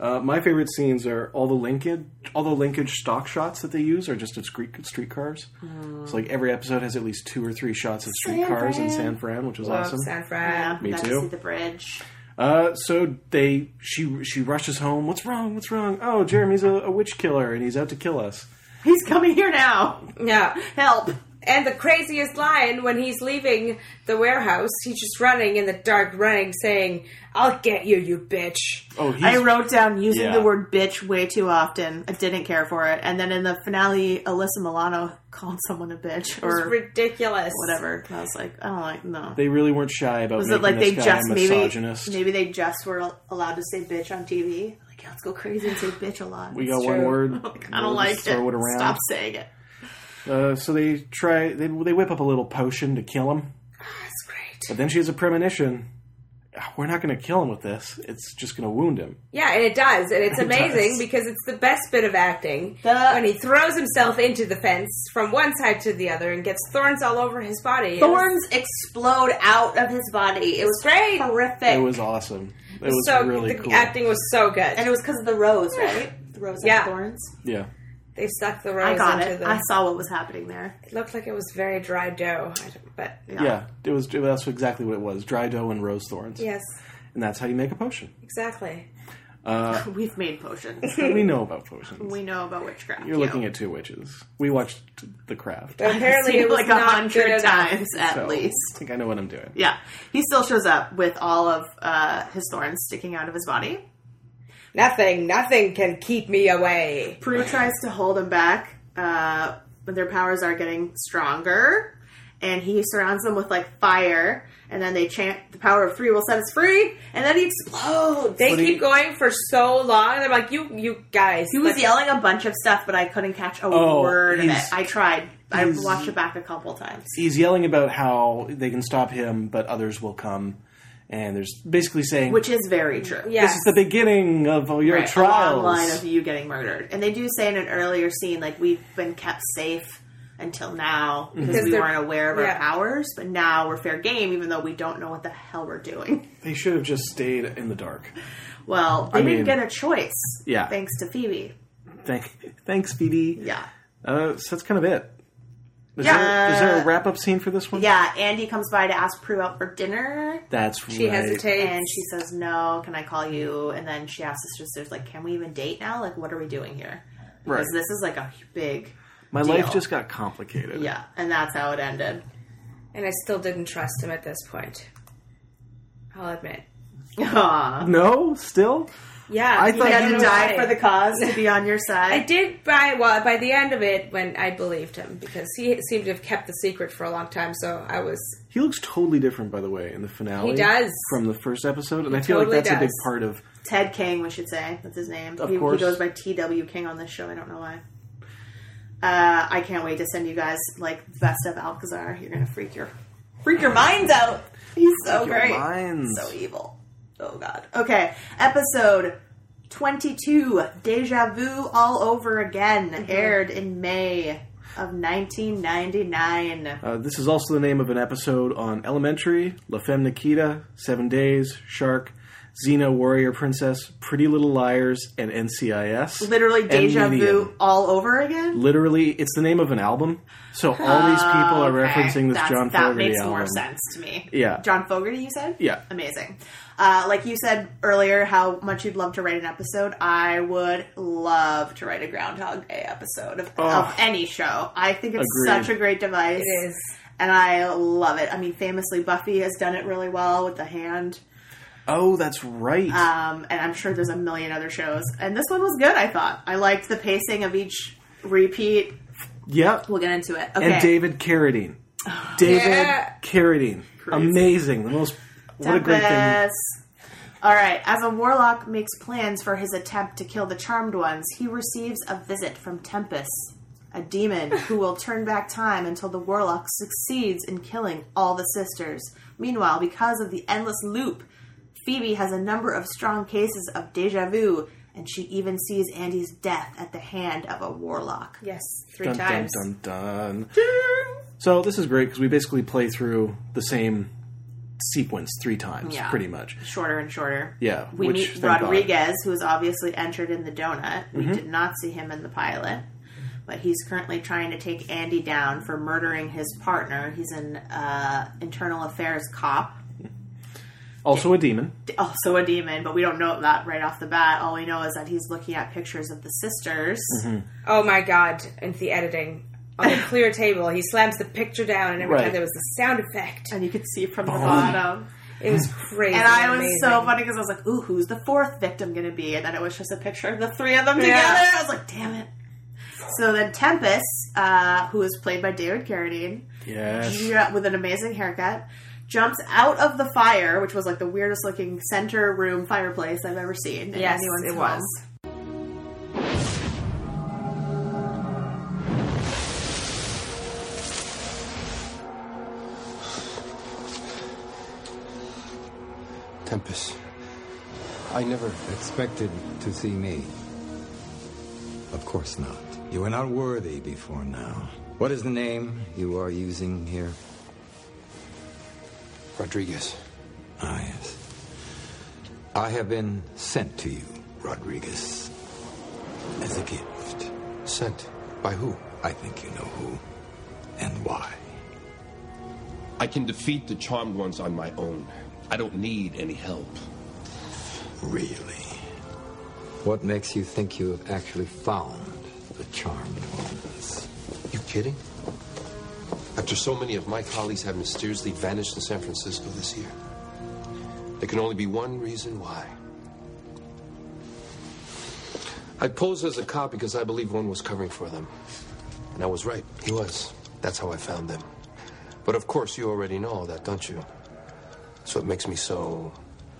[SPEAKER 1] Uh, my favorite scenes are all the linkage, all the linkage stock shots that they use are just of street streetcars.
[SPEAKER 3] Mm.
[SPEAKER 1] So like every episode has at least two or three shots of streetcars in San Fran, which is awesome.
[SPEAKER 2] San Fran.
[SPEAKER 3] Yeah,
[SPEAKER 1] Me
[SPEAKER 3] got
[SPEAKER 1] too.
[SPEAKER 3] to see the bridge.
[SPEAKER 1] Uh, so they she she rushes home. What's wrong? What's wrong? Oh, Jeremy's a, a witch killer and he's out to kill us.
[SPEAKER 3] He's coming here now.
[SPEAKER 2] Yeah.
[SPEAKER 3] Help.
[SPEAKER 2] And the craziest line when he's leaving the warehouse, he's just running in the dark, running, saying, I'll get you, you bitch.
[SPEAKER 1] Oh, he's,
[SPEAKER 3] I wrote down using
[SPEAKER 1] Yeah.
[SPEAKER 3] the word bitch way too often. I didn't care for it. And then in the finale, Alyssa Milano called someone a bitch
[SPEAKER 2] It's
[SPEAKER 3] or
[SPEAKER 2] ridiculous.
[SPEAKER 3] whatever. And I was like, I don't like, no.
[SPEAKER 1] they really weren't shy about
[SPEAKER 3] was
[SPEAKER 1] making
[SPEAKER 3] it like
[SPEAKER 1] this
[SPEAKER 3] they
[SPEAKER 1] guy
[SPEAKER 3] just
[SPEAKER 1] a
[SPEAKER 3] maybe
[SPEAKER 1] misogynist.
[SPEAKER 3] maybe they just were al- allowed to say bitch on TV? Like, yeah, let's go crazy and say bitch a lot.
[SPEAKER 1] we got
[SPEAKER 2] It's
[SPEAKER 1] one
[SPEAKER 2] true.
[SPEAKER 1] word.
[SPEAKER 3] Like, I don't
[SPEAKER 1] We'll
[SPEAKER 3] like
[SPEAKER 1] just throw
[SPEAKER 3] it.
[SPEAKER 1] it around.
[SPEAKER 3] Stop saying it.
[SPEAKER 1] Uh, so they try they they whip up a little potion to kill him.
[SPEAKER 2] That's great.
[SPEAKER 1] But then she has a premonition. "Ah, We're not going to kill him with this. It's just going to wound him.
[SPEAKER 2] Yeah, and it does. And it's
[SPEAKER 1] It
[SPEAKER 2] amazing
[SPEAKER 1] does.
[SPEAKER 2] because it's the best bit of acting.
[SPEAKER 3] The-
[SPEAKER 2] when he throws himself into the fence from one side to the other and gets thorns all over his body.
[SPEAKER 3] Thorns explode out of his body. It was
[SPEAKER 2] great.
[SPEAKER 3] horrific.
[SPEAKER 1] It was awesome. It was
[SPEAKER 2] so
[SPEAKER 1] really
[SPEAKER 2] the
[SPEAKER 1] cool.
[SPEAKER 2] acting was so good.
[SPEAKER 3] and it was because of the rose, right? The rose
[SPEAKER 2] Yeah.
[SPEAKER 3] has thorns.
[SPEAKER 1] yeah.
[SPEAKER 2] they stuck the
[SPEAKER 3] I
[SPEAKER 2] rose
[SPEAKER 3] got
[SPEAKER 2] into
[SPEAKER 3] it.
[SPEAKER 2] the.
[SPEAKER 3] I saw what was happening there.
[SPEAKER 2] It looked like it was very dry dough, I don't- but
[SPEAKER 1] yeah, It was that's exactly what it was: dry dough and rose thorns,
[SPEAKER 2] yes,
[SPEAKER 1] and that's how you make a potion.
[SPEAKER 2] exactly.
[SPEAKER 3] We've made potions.
[SPEAKER 1] we know about potions.
[SPEAKER 3] we know about witchcraft.
[SPEAKER 1] You're looking at two witches. We watched The Craft.
[SPEAKER 2] But apparently, it was
[SPEAKER 3] like a
[SPEAKER 2] not good
[SPEAKER 3] hundred
[SPEAKER 2] enough.
[SPEAKER 3] times at
[SPEAKER 1] so I
[SPEAKER 3] least.
[SPEAKER 1] think I know what I'm doing.
[SPEAKER 3] Yeah, he still shows up with all of uh, his thorns sticking out of his body.
[SPEAKER 2] Nothing, nothing can keep me away.
[SPEAKER 3] Prue tries to hold him back, uh, but their powers are getting stronger. and he surrounds them with like fire, and then they chant, "The power of three will set us free," and then he explodes.
[SPEAKER 2] They
[SPEAKER 1] What do
[SPEAKER 2] keep
[SPEAKER 1] you-
[SPEAKER 2] going for so long, and I'm like, you, you guys.
[SPEAKER 3] he was
[SPEAKER 2] like,
[SPEAKER 3] yelling a bunch of stuff, but I couldn't catch a
[SPEAKER 1] Oh,
[SPEAKER 3] word of it.
[SPEAKER 1] he's-
[SPEAKER 3] I tried. I
[SPEAKER 1] he's-
[SPEAKER 3] watched it back a couple times.
[SPEAKER 1] He's yelling about how they can stop him, but others will come. And there's basically saying,
[SPEAKER 3] which is very true.
[SPEAKER 2] Yeah.
[SPEAKER 1] this is the beginning of your
[SPEAKER 3] Right,
[SPEAKER 1] trials.
[SPEAKER 3] A long line of you getting murdered, and they do say in an earlier scene like we've been kept safe until now because
[SPEAKER 2] Because
[SPEAKER 3] we
[SPEAKER 2] they're-
[SPEAKER 3] weren't aware of
[SPEAKER 2] yeah.
[SPEAKER 3] our powers, but now we're fair game, even though we don't know what the hell we're doing.
[SPEAKER 1] they should have just stayed in the dark.
[SPEAKER 3] Well, they
[SPEAKER 1] I
[SPEAKER 3] didn't
[SPEAKER 1] mean-
[SPEAKER 3] get a choice.
[SPEAKER 1] Yeah.
[SPEAKER 3] thanks to Phoebe.
[SPEAKER 1] Thank, thanks, BD.
[SPEAKER 3] Yeah.
[SPEAKER 1] Uh, so that's kind of it. Is,
[SPEAKER 3] Yeah.
[SPEAKER 1] there, is there a wrap up scene for this one?
[SPEAKER 3] Yeah, Andy comes by to ask Prue out for dinner,
[SPEAKER 1] That's
[SPEAKER 2] she
[SPEAKER 1] right.
[SPEAKER 2] hesitates.
[SPEAKER 3] and she says, "No, can I call you?" And then she asks the sisters, "Like, can we even date now? Like, what are we doing here?
[SPEAKER 1] Right.
[SPEAKER 3] Because this is like a big,
[SPEAKER 1] My
[SPEAKER 3] deal.
[SPEAKER 1] life just got complicated.
[SPEAKER 3] yeah." And that's how it ended.
[SPEAKER 2] and I still didn't trust him at this point. I'll admit.
[SPEAKER 3] Aw.
[SPEAKER 1] No, still?
[SPEAKER 2] Yeah,
[SPEAKER 1] I
[SPEAKER 2] he
[SPEAKER 1] thought
[SPEAKER 2] got
[SPEAKER 1] you
[SPEAKER 2] it
[SPEAKER 1] were-
[SPEAKER 2] right.
[SPEAKER 3] die for the cause to be on your
[SPEAKER 2] I
[SPEAKER 3] side.
[SPEAKER 2] did by well by the end of it when I believed him because he seemed to have kept the secret for a long time. So I was
[SPEAKER 1] He looks totally different, by the way, in the finale.
[SPEAKER 2] He does.
[SPEAKER 1] From the first episode. And I feel
[SPEAKER 2] totally
[SPEAKER 1] like that's a big
[SPEAKER 2] does.
[SPEAKER 1] part of.
[SPEAKER 3] Ted King, we should say. That's his name.
[SPEAKER 1] Of
[SPEAKER 3] he, he
[SPEAKER 1] course.
[SPEAKER 3] goes by T.W. King on this show. I don't know why. Uh, I can't wait to send you guys like the best of Alcazar. You're gonna freak your freak your minds out. He's so
[SPEAKER 1] your
[SPEAKER 3] great,
[SPEAKER 1] minds.
[SPEAKER 3] so evil. Oh god. Okay, episode twenty-two, Deja Vu all over again, aired in May of 1999.
[SPEAKER 1] Uh, this is also the name of an episode on Elementary, La Femme Nikita, Seven Days, Shark, Xena Warrior Princess, Pretty Little Liars, and NCIS.
[SPEAKER 3] Literally
[SPEAKER 1] And
[SPEAKER 3] Deja
[SPEAKER 1] Medium.
[SPEAKER 3] Vu all over again.
[SPEAKER 1] E Literally, it's the name of an album. So all these people are
[SPEAKER 3] Okay,
[SPEAKER 1] referencing this
[SPEAKER 3] that's-
[SPEAKER 1] John
[SPEAKER 3] That
[SPEAKER 1] Fogerty
[SPEAKER 3] makes
[SPEAKER 1] album.
[SPEAKER 3] more sense to me.
[SPEAKER 1] Yeah.
[SPEAKER 3] John Fogerty, you said?
[SPEAKER 1] Yeah.
[SPEAKER 3] Amazing. Uh, like you said earlier, how much you'd love to write an episode. I would love to write a Groundhog Day episode of,
[SPEAKER 1] Oh.
[SPEAKER 3] of any show. I think it's
[SPEAKER 1] Agreed.
[SPEAKER 3] such a great device.
[SPEAKER 2] it is
[SPEAKER 3] And I love it. I mean, famously, Buffy has done it really well with the hand.
[SPEAKER 1] Oh, that's right.
[SPEAKER 3] Um, and I'm sure there's a million other shows. And this one was good, I thought. I liked the pacing of each repeat.
[SPEAKER 1] yep.
[SPEAKER 3] We'll get into it. Okay.
[SPEAKER 1] And David Carradine. David
[SPEAKER 2] Yeah.
[SPEAKER 1] Carradine. Amazing. The most. What a great thing.
[SPEAKER 3] All right. As a warlock makes plans for his attempt to kill the charmed ones, he receives a visit from Tempest, a demon who will turn back time until the warlock succeeds in killing all the sisters. Meanwhile, because of the endless loop, Phoebe has a number of strong cases of deja vu, and she even sees Andy's death at the hand of a warlock.
[SPEAKER 2] yes three
[SPEAKER 1] Dun, dun,
[SPEAKER 2] times.
[SPEAKER 1] dun, dun. So this is great because we basically play through the same sequence three times,
[SPEAKER 3] Yeah.
[SPEAKER 1] pretty much.
[SPEAKER 3] Shorter and shorter.
[SPEAKER 1] Yeah.
[SPEAKER 3] We
[SPEAKER 1] which,
[SPEAKER 3] meet
[SPEAKER 1] thank God. Mm-hmm.
[SPEAKER 3] Rodriguez, who is obviously entered in the donut. We did not see him in the pilot, but he's currently trying to take Andy down for murdering his partner. He's an uh, internal affairs cop,
[SPEAKER 1] Also a demon.
[SPEAKER 3] also a demon, but we don't know that right off the bat. All we know is that he's looking at pictures of the sisters.
[SPEAKER 1] Mm-hmm.
[SPEAKER 2] Oh my god! And the editing on the clear table, he slams the picture down, and every
[SPEAKER 1] Right.
[SPEAKER 2] time there was the sound effect.
[SPEAKER 3] And you could see from the bottom.
[SPEAKER 2] It was crazy.
[SPEAKER 3] And I was
[SPEAKER 2] amazing.
[SPEAKER 3] so funny because I was like, ooh, who's the fourth victim going to be? And then it was just a picture of the three of them together.
[SPEAKER 2] Yeah.
[SPEAKER 3] I was like, damn it. So then Tempest, uh, who is played by David Carradine,
[SPEAKER 1] Yes.
[SPEAKER 3] ju- with an amazing haircut, jumps out of the fire, which was like the weirdest looking center room fireplace I've ever seen. in
[SPEAKER 2] Yes,
[SPEAKER 3] anyone's
[SPEAKER 2] it
[SPEAKER 3] home.
[SPEAKER 2] was.
[SPEAKER 6] Tempest, I never expected to see me. Of course not. You were not worthy before now. What is the name you are using here? Rodriguez. Ah, yes. I have been sent to you, Rodriguez, as a gift. Sent by who? I think you know who and why.
[SPEAKER 7] I can defeat the Charmed Ones on my own. I don't need any help.
[SPEAKER 6] Really? What makes you think you have actually found the charmed ones?
[SPEAKER 7] You kidding? After so many of my colleagues have mysteriously vanished in San Francisco this year, there can only be one reason why. I posed as a cop because I believe one was covering for them. And I was right. He was. That's how I found them. But of course, you already know all that, don't you? So it makes me so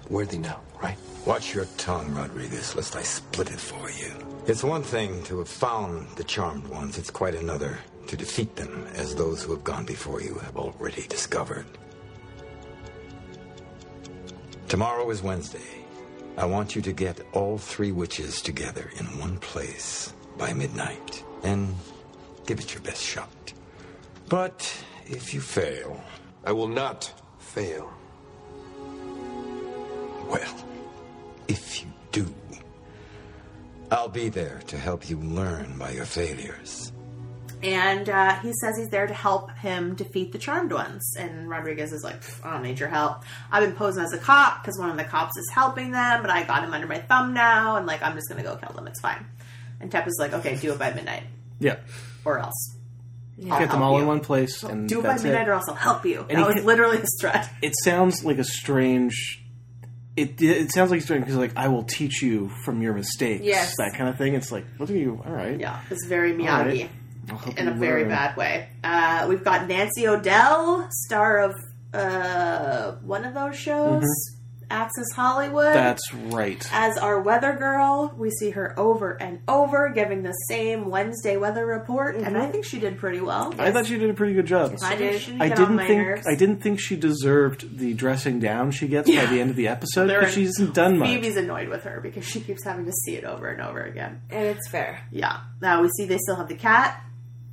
[SPEAKER 7] worthy now, right?
[SPEAKER 6] Watch your tongue, Rodriguez, lest I split it for you. It's one thing to have found the charmed ones, it's quite another to defeat them, as those who have gone before you have already discovered. Tomorrow is Wednesday. I want you to get all three witches together in one place by midnight and give it your best shot. But if you fail,
[SPEAKER 7] I will not fail.
[SPEAKER 6] well, if you do, I'll be there to help you learn by your failures.
[SPEAKER 3] And uh, he says he's there to help him defeat the Charmed Ones. And Rodriguez is like, "Pff, I don't need your help. I've been posing as a cop because one of the cops is helping them, but I got him under my thumb now, and like, I'm just going to go kill them. It's fine. And Tep is like, okay, do it by midnight
[SPEAKER 1] Yeah.
[SPEAKER 3] or else.
[SPEAKER 1] Get them
[SPEAKER 3] help
[SPEAKER 1] all
[SPEAKER 3] you.
[SPEAKER 1] in one place and
[SPEAKER 3] Oh, Do it by
[SPEAKER 1] that's
[SPEAKER 3] midnight
[SPEAKER 1] it.
[SPEAKER 3] or else I'll help you.
[SPEAKER 1] he
[SPEAKER 3] that was
[SPEAKER 1] hit-
[SPEAKER 3] literally his threat.
[SPEAKER 1] it sounds like a strange. It it sounds like strange because like I will teach you from your mistakes,
[SPEAKER 2] Yes.
[SPEAKER 1] that kind of thing. It's like look at you, all right,
[SPEAKER 3] Yeah, it's very
[SPEAKER 1] all
[SPEAKER 3] Miyagi.
[SPEAKER 1] right. I'll help
[SPEAKER 3] in
[SPEAKER 1] you
[SPEAKER 3] a very
[SPEAKER 1] learn.
[SPEAKER 3] bad way. Uh, we've got Nancy Odell, star of uh, one of those shows, Access Hollywood.
[SPEAKER 1] Mm-hmm. That's right.
[SPEAKER 3] as our weather girl, we see her over and over giving the same Wednesday weather report, and I think she did pretty well.
[SPEAKER 1] I thought she did a pretty good job.
[SPEAKER 3] I did. She didn't
[SPEAKER 1] I
[SPEAKER 3] get on
[SPEAKER 1] didn't
[SPEAKER 3] my
[SPEAKER 1] think
[SPEAKER 3] nerves.
[SPEAKER 1] I didn't think she deserved the dressing down she gets by the end of the episode
[SPEAKER 3] There
[SPEAKER 1] because
[SPEAKER 3] are-
[SPEAKER 1] she hasn't done much.
[SPEAKER 3] Phoebe's annoyed with her because she keeps having to see it over and over again.
[SPEAKER 2] And it's fair.
[SPEAKER 3] Yeah. Now we see they still have the cat.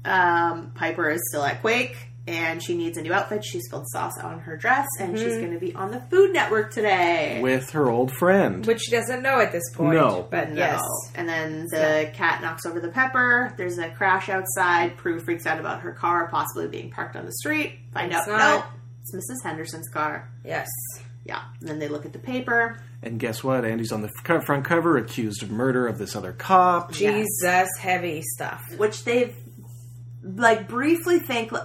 [SPEAKER 3] Um, Piper is still at Quake, and she needs a new outfit. She's spilled sauce on her dress, and
[SPEAKER 1] Mm-hmm.
[SPEAKER 3] she's going to be on the Food Network today.
[SPEAKER 1] with her old friend.
[SPEAKER 2] Which she doesn't know at this point.
[SPEAKER 1] No.
[SPEAKER 2] But
[SPEAKER 3] No.
[SPEAKER 2] yes.
[SPEAKER 3] And then the cat knocks over the pepper. There's a crash outside. Prue freaks out about her car possibly being parked on the street. Find
[SPEAKER 2] It's
[SPEAKER 3] out,
[SPEAKER 2] not.
[SPEAKER 3] no, it's Mrs. Henderson's car.
[SPEAKER 2] Yes.
[SPEAKER 3] Yeah. And then they look at the paper.
[SPEAKER 1] and guess what? Andy's on the co- front cover, accused of murder of this other cop.
[SPEAKER 2] Jesus heavy stuff.
[SPEAKER 3] which they've like briefly think uh,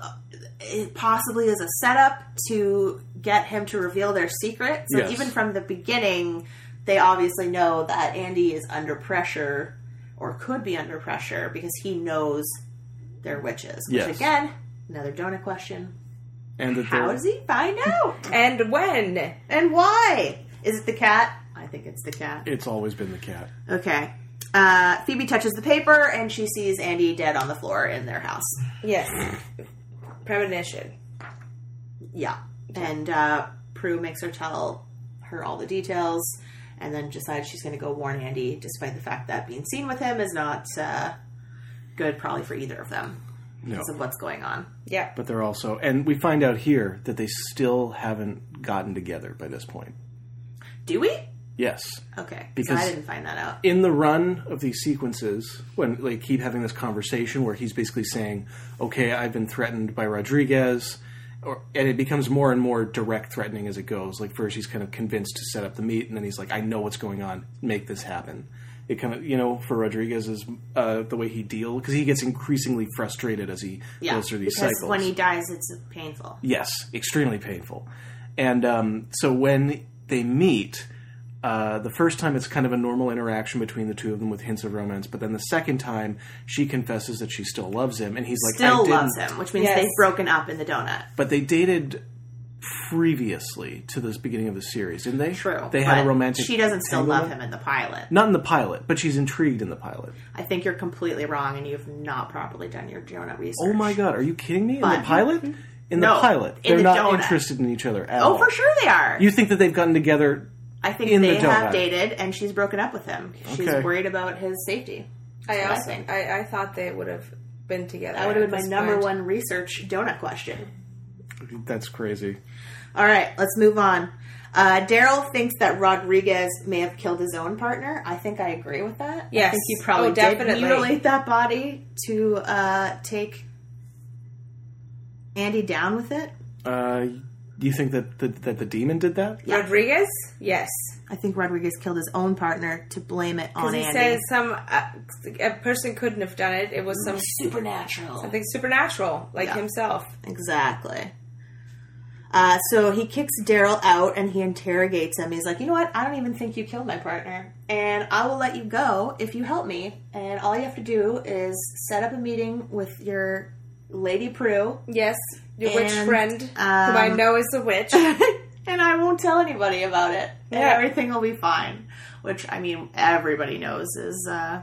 [SPEAKER 3] it possibly is a setup to get him to reveal their secret. So
[SPEAKER 1] Yes.
[SPEAKER 3] even from the beginning, they obviously know that Andy is under pressure or could be under pressure because he knows they're witches. Which
[SPEAKER 1] Yes.
[SPEAKER 3] again, another donut question.
[SPEAKER 1] And that
[SPEAKER 3] How
[SPEAKER 1] they're-
[SPEAKER 3] does he find out?
[SPEAKER 2] And when?
[SPEAKER 3] and why? Is it the cat? I think it's the cat.
[SPEAKER 1] it's always been the cat.
[SPEAKER 3] Okay. Uh, Phoebe touches the paper and she sees Andy dead on the floor in their house.
[SPEAKER 2] Yes. Premonition.
[SPEAKER 3] Yeah. And uh, Prue makes her tell her all the details and then decides she's going to go warn Andy, despite the fact that being seen with him is not uh, good, probably for either of them,
[SPEAKER 1] No,
[SPEAKER 3] because of what's going on.
[SPEAKER 2] Yeah.
[SPEAKER 1] but they're also, and we find out here that they still haven't gotten together by this point.
[SPEAKER 3] Do we?
[SPEAKER 1] Yes,
[SPEAKER 3] Okay. Because
[SPEAKER 1] Because-
[SPEAKER 3] I didn't find that out.
[SPEAKER 1] in the run of these sequences, when they keep having this conversation where he's basically saying, "Okay, I've been threatened by Rodriguez," or, and it becomes more and more direct threatening as it goes. Like first he's kind of convinced to set up the meet, and then he's like, "I know what's going on. Make this happen." It kind of, you know, for Rodriguez is uh, the way he deal because he gets increasingly frustrated as he
[SPEAKER 3] Yeah.
[SPEAKER 1] goes through these
[SPEAKER 3] because
[SPEAKER 1] cycles.
[SPEAKER 3] when he dies, it's painful.
[SPEAKER 1] Yes, extremely painful. And um, so when they meet, uh, the first time it's kind of a normal interaction between the two of them with hints of romance, but then the second time she confesses that she still loves him, and he's like, I
[SPEAKER 3] Still
[SPEAKER 1] didn't.
[SPEAKER 3] loves him, which means
[SPEAKER 2] Yes.
[SPEAKER 3] they've broken up in the donut.
[SPEAKER 1] But they dated previously to this beginning of the series, didn't they?
[SPEAKER 3] True.
[SPEAKER 1] They had a
[SPEAKER 3] but
[SPEAKER 1] romantic.
[SPEAKER 3] She doesn't still love
[SPEAKER 1] entanglement?
[SPEAKER 3] him in the pilot.
[SPEAKER 1] Not in the pilot, but she's intrigued in the pilot.
[SPEAKER 3] I think you're completely wrong, and you've not properly done your donut research.
[SPEAKER 1] Oh my god, are you kidding me? In the
[SPEAKER 3] But-
[SPEAKER 1] pilot? In
[SPEAKER 3] No,
[SPEAKER 1] the pilot,
[SPEAKER 3] in
[SPEAKER 1] they're
[SPEAKER 3] the
[SPEAKER 1] not
[SPEAKER 3] donut.
[SPEAKER 1] interested in each other at
[SPEAKER 3] Oh,
[SPEAKER 1] all.
[SPEAKER 3] for sure they are.
[SPEAKER 1] You think that they've gotten together
[SPEAKER 3] I think
[SPEAKER 1] in
[SPEAKER 3] they
[SPEAKER 1] the donut.
[SPEAKER 3] have dated, and she's broken up with him. She's
[SPEAKER 1] Okay.
[SPEAKER 3] worried about his safety.
[SPEAKER 2] I
[SPEAKER 3] what I
[SPEAKER 2] also
[SPEAKER 3] think.
[SPEAKER 2] I, I thought they would have been together.
[SPEAKER 3] That would have been
[SPEAKER 2] at
[SPEAKER 3] my
[SPEAKER 2] this
[SPEAKER 3] number
[SPEAKER 2] point.
[SPEAKER 3] one research donut question.
[SPEAKER 1] that's crazy.
[SPEAKER 3] All right, let's move on. Uh, Daryl thinks that Rodriguez may have killed his own partner. I think I agree with that. I
[SPEAKER 2] Yes.
[SPEAKER 3] think he probably
[SPEAKER 2] Oh,
[SPEAKER 3] did
[SPEAKER 2] definitely.
[SPEAKER 3] mutilate that body to uh, take Andy down with it.
[SPEAKER 1] Uh, do you think that the, that the demon did that?
[SPEAKER 2] Rodriguez? Yes.
[SPEAKER 3] I think Rodriguez killed his own partner to blame it on
[SPEAKER 2] Because he
[SPEAKER 3] Andy.
[SPEAKER 2] says some uh, a person couldn't have done it. It was some
[SPEAKER 3] Mm-hmm. supernatural.
[SPEAKER 2] something supernatural, like himself.
[SPEAKER 3] Exactly. Uh, so he kicks Daryl out and he interrogates him. He's like, you know what? I don't even think you killed my partner. And I will let you go if you help me. And all you have to do is set up a meeting with your Lady Prue,
[SPEAKER 2] Yes, your witch
[SPEAKER 3] And,
[SPEAKER 2] friend, who I
[SPEAKER 3] um,
[SPEAKER 2] know is a witch.
[SPEAKER 3] and I won't tell anybody about it. And
[SPEAKER 2] Yeah.
[SPEAKER 3] everything will be fine. Which I mean, everybody knows is. Uh,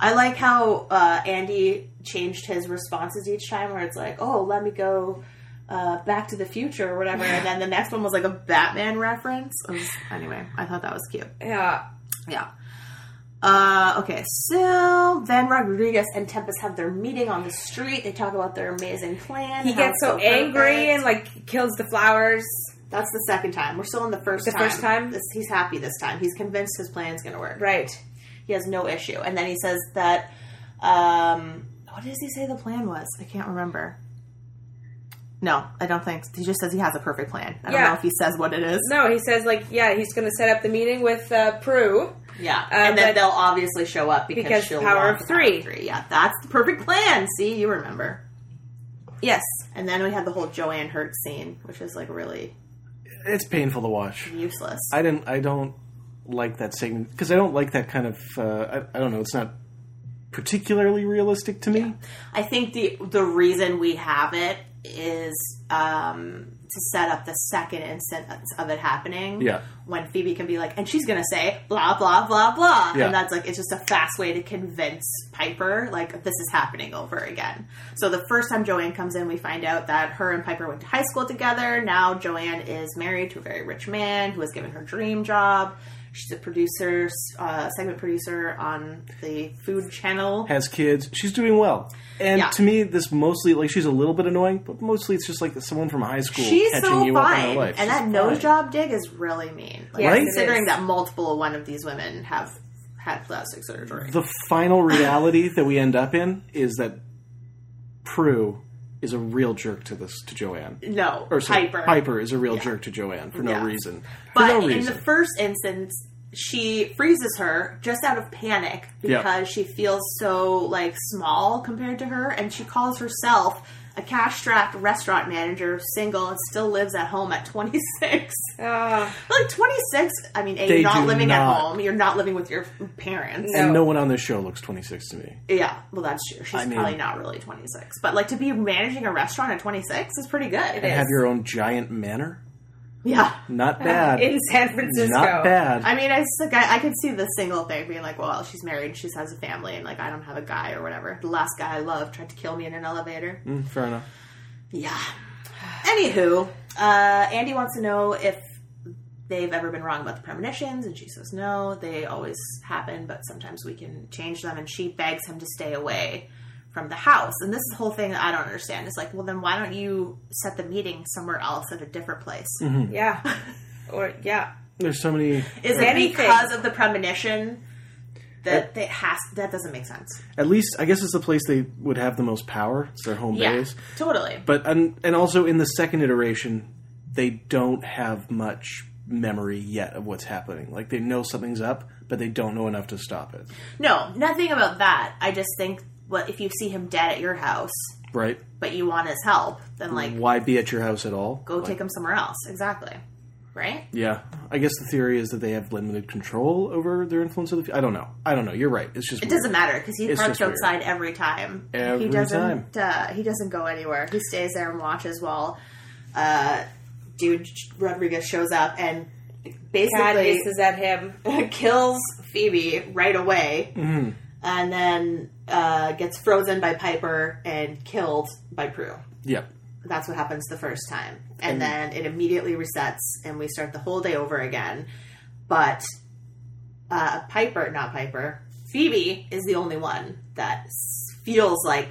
[SPEAKER 3] I like how uh, Andy changed his responses each time, where it's like, "Oh, let me go." Uh, Back to the Future or whatever, and then the next one was like a Batman reference. It was- anyway, I thought that was cute.
[SPEAKER 2] yeah.
[SPEAKER 3] Yeah. Uh, okay, so then Rodriguez and Tempest have their meeting on the street. They talk about their amazing plan.
[SPEAKER 2] He
[SPEAKER 3] how
[SPEAKER 2] gets
[SPEAKER 3] it's
[SPEAKER 2] so angry
[SPEAKER 3] perfect.
[SPEAKER 2] and like kills the flowers.
[SPEAKER 3] that's the second time. We're still in the first.
[SPEAKER 2] The
[SPEAKER 3] time.
[SPEAKER 2] first time?
[SPEAKER 3] This- he's happy this time. He's convinced his plan's going to work.
[SPEAKER 2] Right.
[SPEAKER 3] He has no issue. And then he says that. Um, what does he say the plan was? I can't remember. No, I don't think. He just says he has a perfect plan. I don't
[SPEAKER 2] Yeah.
[SPEAKER 3] know if he says what it is.
[SPEAKER 2] No, he says like yeah, he's going to set up the meeting with uh, Prue.
[SPEAKER 3] Yeah, and then
[SPEAKER 2] Uh, but-
[SPEAKER 3] they'll obviously show up because,
[SPEAKER 2] Because
[SPEAKER 3] she'll
[SPEAKER 2] power
[SPEAKER 3] want
[SPEAKER 2] of
[SPEAKER 3] the power
[SPEAKER 2] three.
[SPEAKER 3] three. Yeah, that's the perfect plan. See, you remember.
[SPEAKER 2] Yes.
[SPEAKER 3] And then we had the whole Joanne Hurt scene, which is like really
[SPEAKER 1] It's painful to watch.
[SPEAKER 3] useless.
[SPEAKER 1] I didn't. I don't like that segment because I don't like that kind of. Uh, I, I don't know. It's not particularly realistic to me.
[SPEAKER 3] I think the the reason we have it is um, to set up the second instance of it happening.
[SPEAKER 1] Yeah.
[SPEAKER 3] When Phoebe can be like, and she's gonna say blah blah blah blah,
[SPEAKER 1] Yeah.
[SPEAKER 3] and that's like it's just a fast way to convince Piper like this is happening over again. So the first time Joanne comes in, we find out that her and Piper went to high school together. Now Joanne is married to a very rich man who has given her dream job. She's a producer, uh, segment producer on the Food Channel.
[SPEAKER 1] Has kids. She's doing well. And
[SPEAKER 3] Yeah.
[SPEAKER 1] to me, this mostly like she's a little bit annoying, but mostly it's just like someone from high school
[SPEAKER 3] She's
[SPEAKER 1] catching
[SPEAKER 3] so
[SPEAKER 1] you up in
[SPEAKER 3] fine,
[SPEAKER 1] her life.
[SPEAKER 3] and
[SPEAKER 1] She's
[SPEAKER 3] that nose
[SPEAKER 1] fine.
[SPEAKER 3] job dig is really mean. Like,
[SPEAKER 2] Yes, Right? it
[SPEAKER 3] Considering
[SPEAKER 2] is.
[SPEAKER 3] that multiple one of these women have had plastic surgery.
[SPEAKER 1] The final reality that we end up in is that Prue is a real jerk to this to Joanne.
[SPEAKER 3] no,
[SPEAKER 1] Or sorry,
[SPEAKER 3] Piper.
[SPEAKER 1] Piper is a real jerk to Joanne for no
[SPEAKER 3] Yeah.
[SPEAKER 1] reason. For
[SPEAKER 3] But
[SPEAKER 1] no
[SPEAKER 3] in the
[SPEAKER 1] reason.
[SPEAKER 3] first instance, she freezes her just out of panic
[SPEAKER 1] Yeah.
[SPEAKER 3] because she feels so like small compared to her, and she calls herself a cash-strapped restaurant manager, single, and still lives at home at 26.
[SPEAKER 2] Uh,
[SPEAKER 3] like 26, I mean, A,
[SPEAKER 1] They
[SPEAKER 3] you're not
[SPEAKER 1] do
[SPEAKER 3] living at
[SPEAKER 1] not-
[SPEAKER 3] home, you're not living with your parents.
[SPEAKER 1] and no one on this show looks 26 to me.
[SPEAKER 3] Yeah, well, that's true. She's
[SPEAKER 1] I mean-
[SPEAKER 3] probably not really 26, but like to be managing a restaurant at 26 is pretty good.
[SPEAKER 1] And have your own giant manor?
[SPEAKER 3] yeah.
[SPEAKER 1] Not bad.
[SPEAKER 2] in San Francisco.
[SPEAKER 1] Not bad.
[SPEAKER 3] I mean, I, s- like, I, I could see the single thing being like, well, she's married, she has a family, and like, I don't have a guy or whatever. The last guy I loved tried to kill me in an elevator.
[SPEAKER 1] Mm, fair enough.
[SPEAKER 3] Yeah. Anywho, uh, Andy wants to know if they've ever been wrong about the premonitions, and she says no. They always happen, but sometimes we can change them, and she begs him to stay away from the house. And this is the whole thing that I don't understand. It's like, well, then why don't you set the meeting somewhere else at a different place?
[SPEAKER 2] Yeah. Or yeah.
[SPEAKER 1] There's so many.
[SPEAKER 3] Is it
[SPEAKER 2] Anything.
[SPEAKER 3] because of the premonition that it has? That doesn't make sense.
[SPEAKER 1] At least, I guess it's the place they would have the most power. It's their home base.
[SPEAKER 3] totally.
[SPEAKER 1] But and, and also in the second iteration, they don't have much memory yet of what's happening. Like they know something's up, but they don't know enough to stop it.
[SPEAKER 3] No, nothing about that. I just think, what if you see him dead at your house,
[SPEAKER 1] Right?
[SPEAKER 3] but you want his help? Then like.
[SPEAKER 1] Why be at your house at all?
[SPEAKER 3] go take them somewhere else. Exactly. Right?
[SPEAKER 1] Yeah. I guess the theory is that they have limited control over their influence of the. fu- I don't know. I don't know. You're right. It's just
[SPEAKER 3] It doesn't matter because he
[SPEAKER 1] It's
[SPEAKER 3] parks
[SPEAKER 1] just weird.
[SPEAKER 3] outside every time.
[SPEAKER 1] Every
[SPEAKER 3] he doesn't. Uh, he doesn't go anywhere. He stays there and watches while uh, dude Rodriguez shows up and
[SPEAKER 2] God
[SPEAKER 3] basically
[SPEAKER 2] hisses at him.
[SPEAKER 3] kills Phoebe right away,
[SPEAKER 1] Mm-hmm.
[SPEAKER 3] and then uh, gets frozen by Piper and killed by Prue.
[SPEAKER 1] Yeah.
[SPEAKER 3] that's what happens the first time and then it immediately resets and we start the whole day over again but uh, piper not piper phoebe is the only one that s- feels like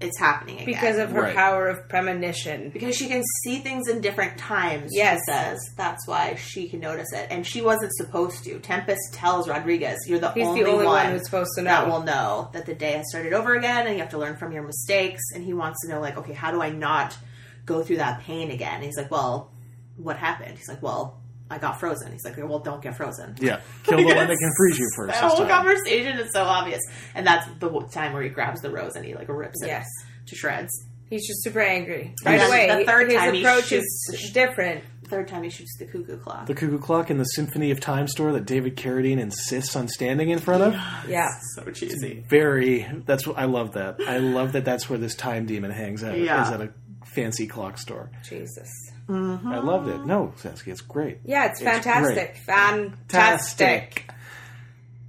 [SPEAKER 3] it's happening again
[SPEAKER 2] Because of her
[SPEAKER 1] Right.
[SPEAKER 2] power of premonition.
[SPEAKER 3] because she can see things in different times
[SPEAKER 2] Yes.
[SPEAKER 3] she says that's why she can notice it and she wasn't supposed to tempest tells rodriguez you're the,
[SPEAKER 2] He's
[SPEAKER 3] only,
[SPEAKER 2] the only one,
[SPEAKER 3] one
[SPEAKER 2] who's supposed to
[SPEAKER 3] that
[SPEAKER 2] know.
[SPEAKER 3] will know that the day has started over again and you have to learn from your mistakes and he wants to know like okay how do i not go through that pain again and he's like well what happened he's like well i got frozen he's like well don't get frozen
[SPEAKER 1] Yeah. Kill the one that can freeze you first.
[SPEAKER 3] that
[SPEAKER 1] this
[SPEAKER 3] whole
[SPEAKER 1] time.
[SPEAKER 3] conversation is so obvious and that's the w- time where he grabs the rose and he like rips it
[SPEAKER 2] Yes.
[SPEAKER 3] to shreds
[SPEAKER 2] He's just super angry. By
[SPEAKER 3] And
[SPEAKER 2] the
[SPEAKER 3] then
[SPEAKER 2] way,
[SPEAKER 3] the third
[SPEAKER 2] his
[SPEAKER 3] time he
[SPEAKER 2] approach
[SPEAKER 3] shoots the
[SPEAKER 2] is different.
[SPEAKER 3] Third time he shoots the cuckoo clock.
[SPEAKER 1] The cuckoo clock in the Symphony of Time store that David Carradine insists on standing in front of.
[SPEAKER 2] Yeah.
[SPEAKER 3] so cheesy.
[SPEAKER 1] Very. That's what I love. That I love that. That's where this time demon hangs out.
[SPEAKER 3] Yeah.
[SPEAKER 1] Is at a fancy clock store.
[SPEAKER 2] Jesus.
[SPEAKER 1] I loved it. No, Saskia, it's great.
[SPEAKER 2] Yeah, it's fantastic. Fantastic.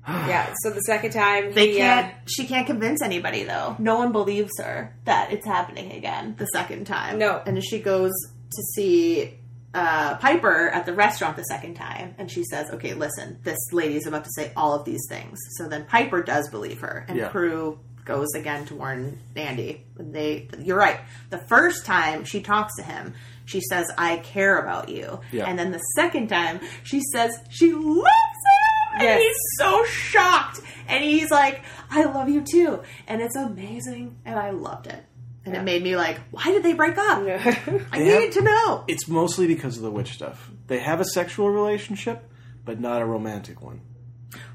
[SPEAKER 2] yeah, so the second time
[SPEAKER 3] They
[SPEAKER 2] he, uh,
[SPEAKER 3] can't. She can't convince anybody though. No one believes her that it's happening again the second time.
[SPEAKER 2] No.
[SPEAKER 3] And she goes to see uh, Piper at the restaurant the second time, and she says, "Okay, listen, this lady's about to say all of these things." So then Piper does believe her, and
[SPEAKER 1] Yeah.
[SPEAKER 3] Prue goes again to warn Andy. And they, you're right. The first time she talks to him. She says, "I care about you,"
[SPEAKER 1] Yeah.
[SPEAKER 3] and then the second time she says she loves him. And
[SPEAKER 2] Yes.
[SPEAKER 3] he's so shocked. And he's like, I love you too. And it's amazing. And I loved it. And it made me like, why did they break up?
[SPEAKER 2] uh,
[SPEAKER 3] I
[SPEAKER 1] have-
[SPEAKER 3] needed to know.
[SPEAKER 1] It's mostly because of the witch stuff. They have a sexual relationship, but not a romantic one.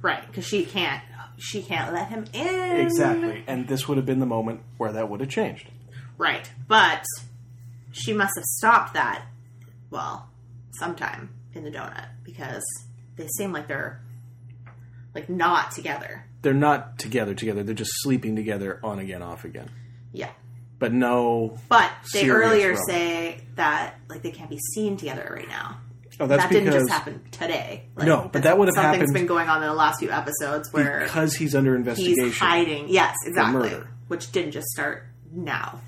[SPEAKER 3] Right. Because she can't, she can't let him in.
[SPEAKER 1] Exactly. Mm. And this would have been the moment where that would have changed.
[SPEAKER 3] Right. But she must have stopped that, well, sometime in the donut because they seem like they're like not together.
[SPEAKER 1] They're not together together. They're just sleeping together on again, off again.
[SPEAKER 3] Yeah.
[SPEAKER 1] But no.
[SPEAKER 3] But they
[SPEAKER 1] Serious
[SPEAKER 3] earlier
[SPEAKER 1] problem.
[SPEAKER 3] say that like they can't be seen together right now.
[SPEAKER 1] Oh, that's
[SPEAKER 3] that didn't
[SPEAKER 1] because-
[SPEAKER 3] just happen today. Like,
[SPEAKER 1] No, but that would have
[SPEAKER 3] something's
[SPEAKER 1] happened-
[SPEAKER 3] been going on in the last few episodes where
[SPEAKER 1] Because he's under
[SPEAKER 3] he's
[SPEAKER 1] investigation.
[SPEAKER 3] hiding. Yes, exactly.
[SPEAKER 1] murder.
[SPEAKER 3] Which didn't just start now.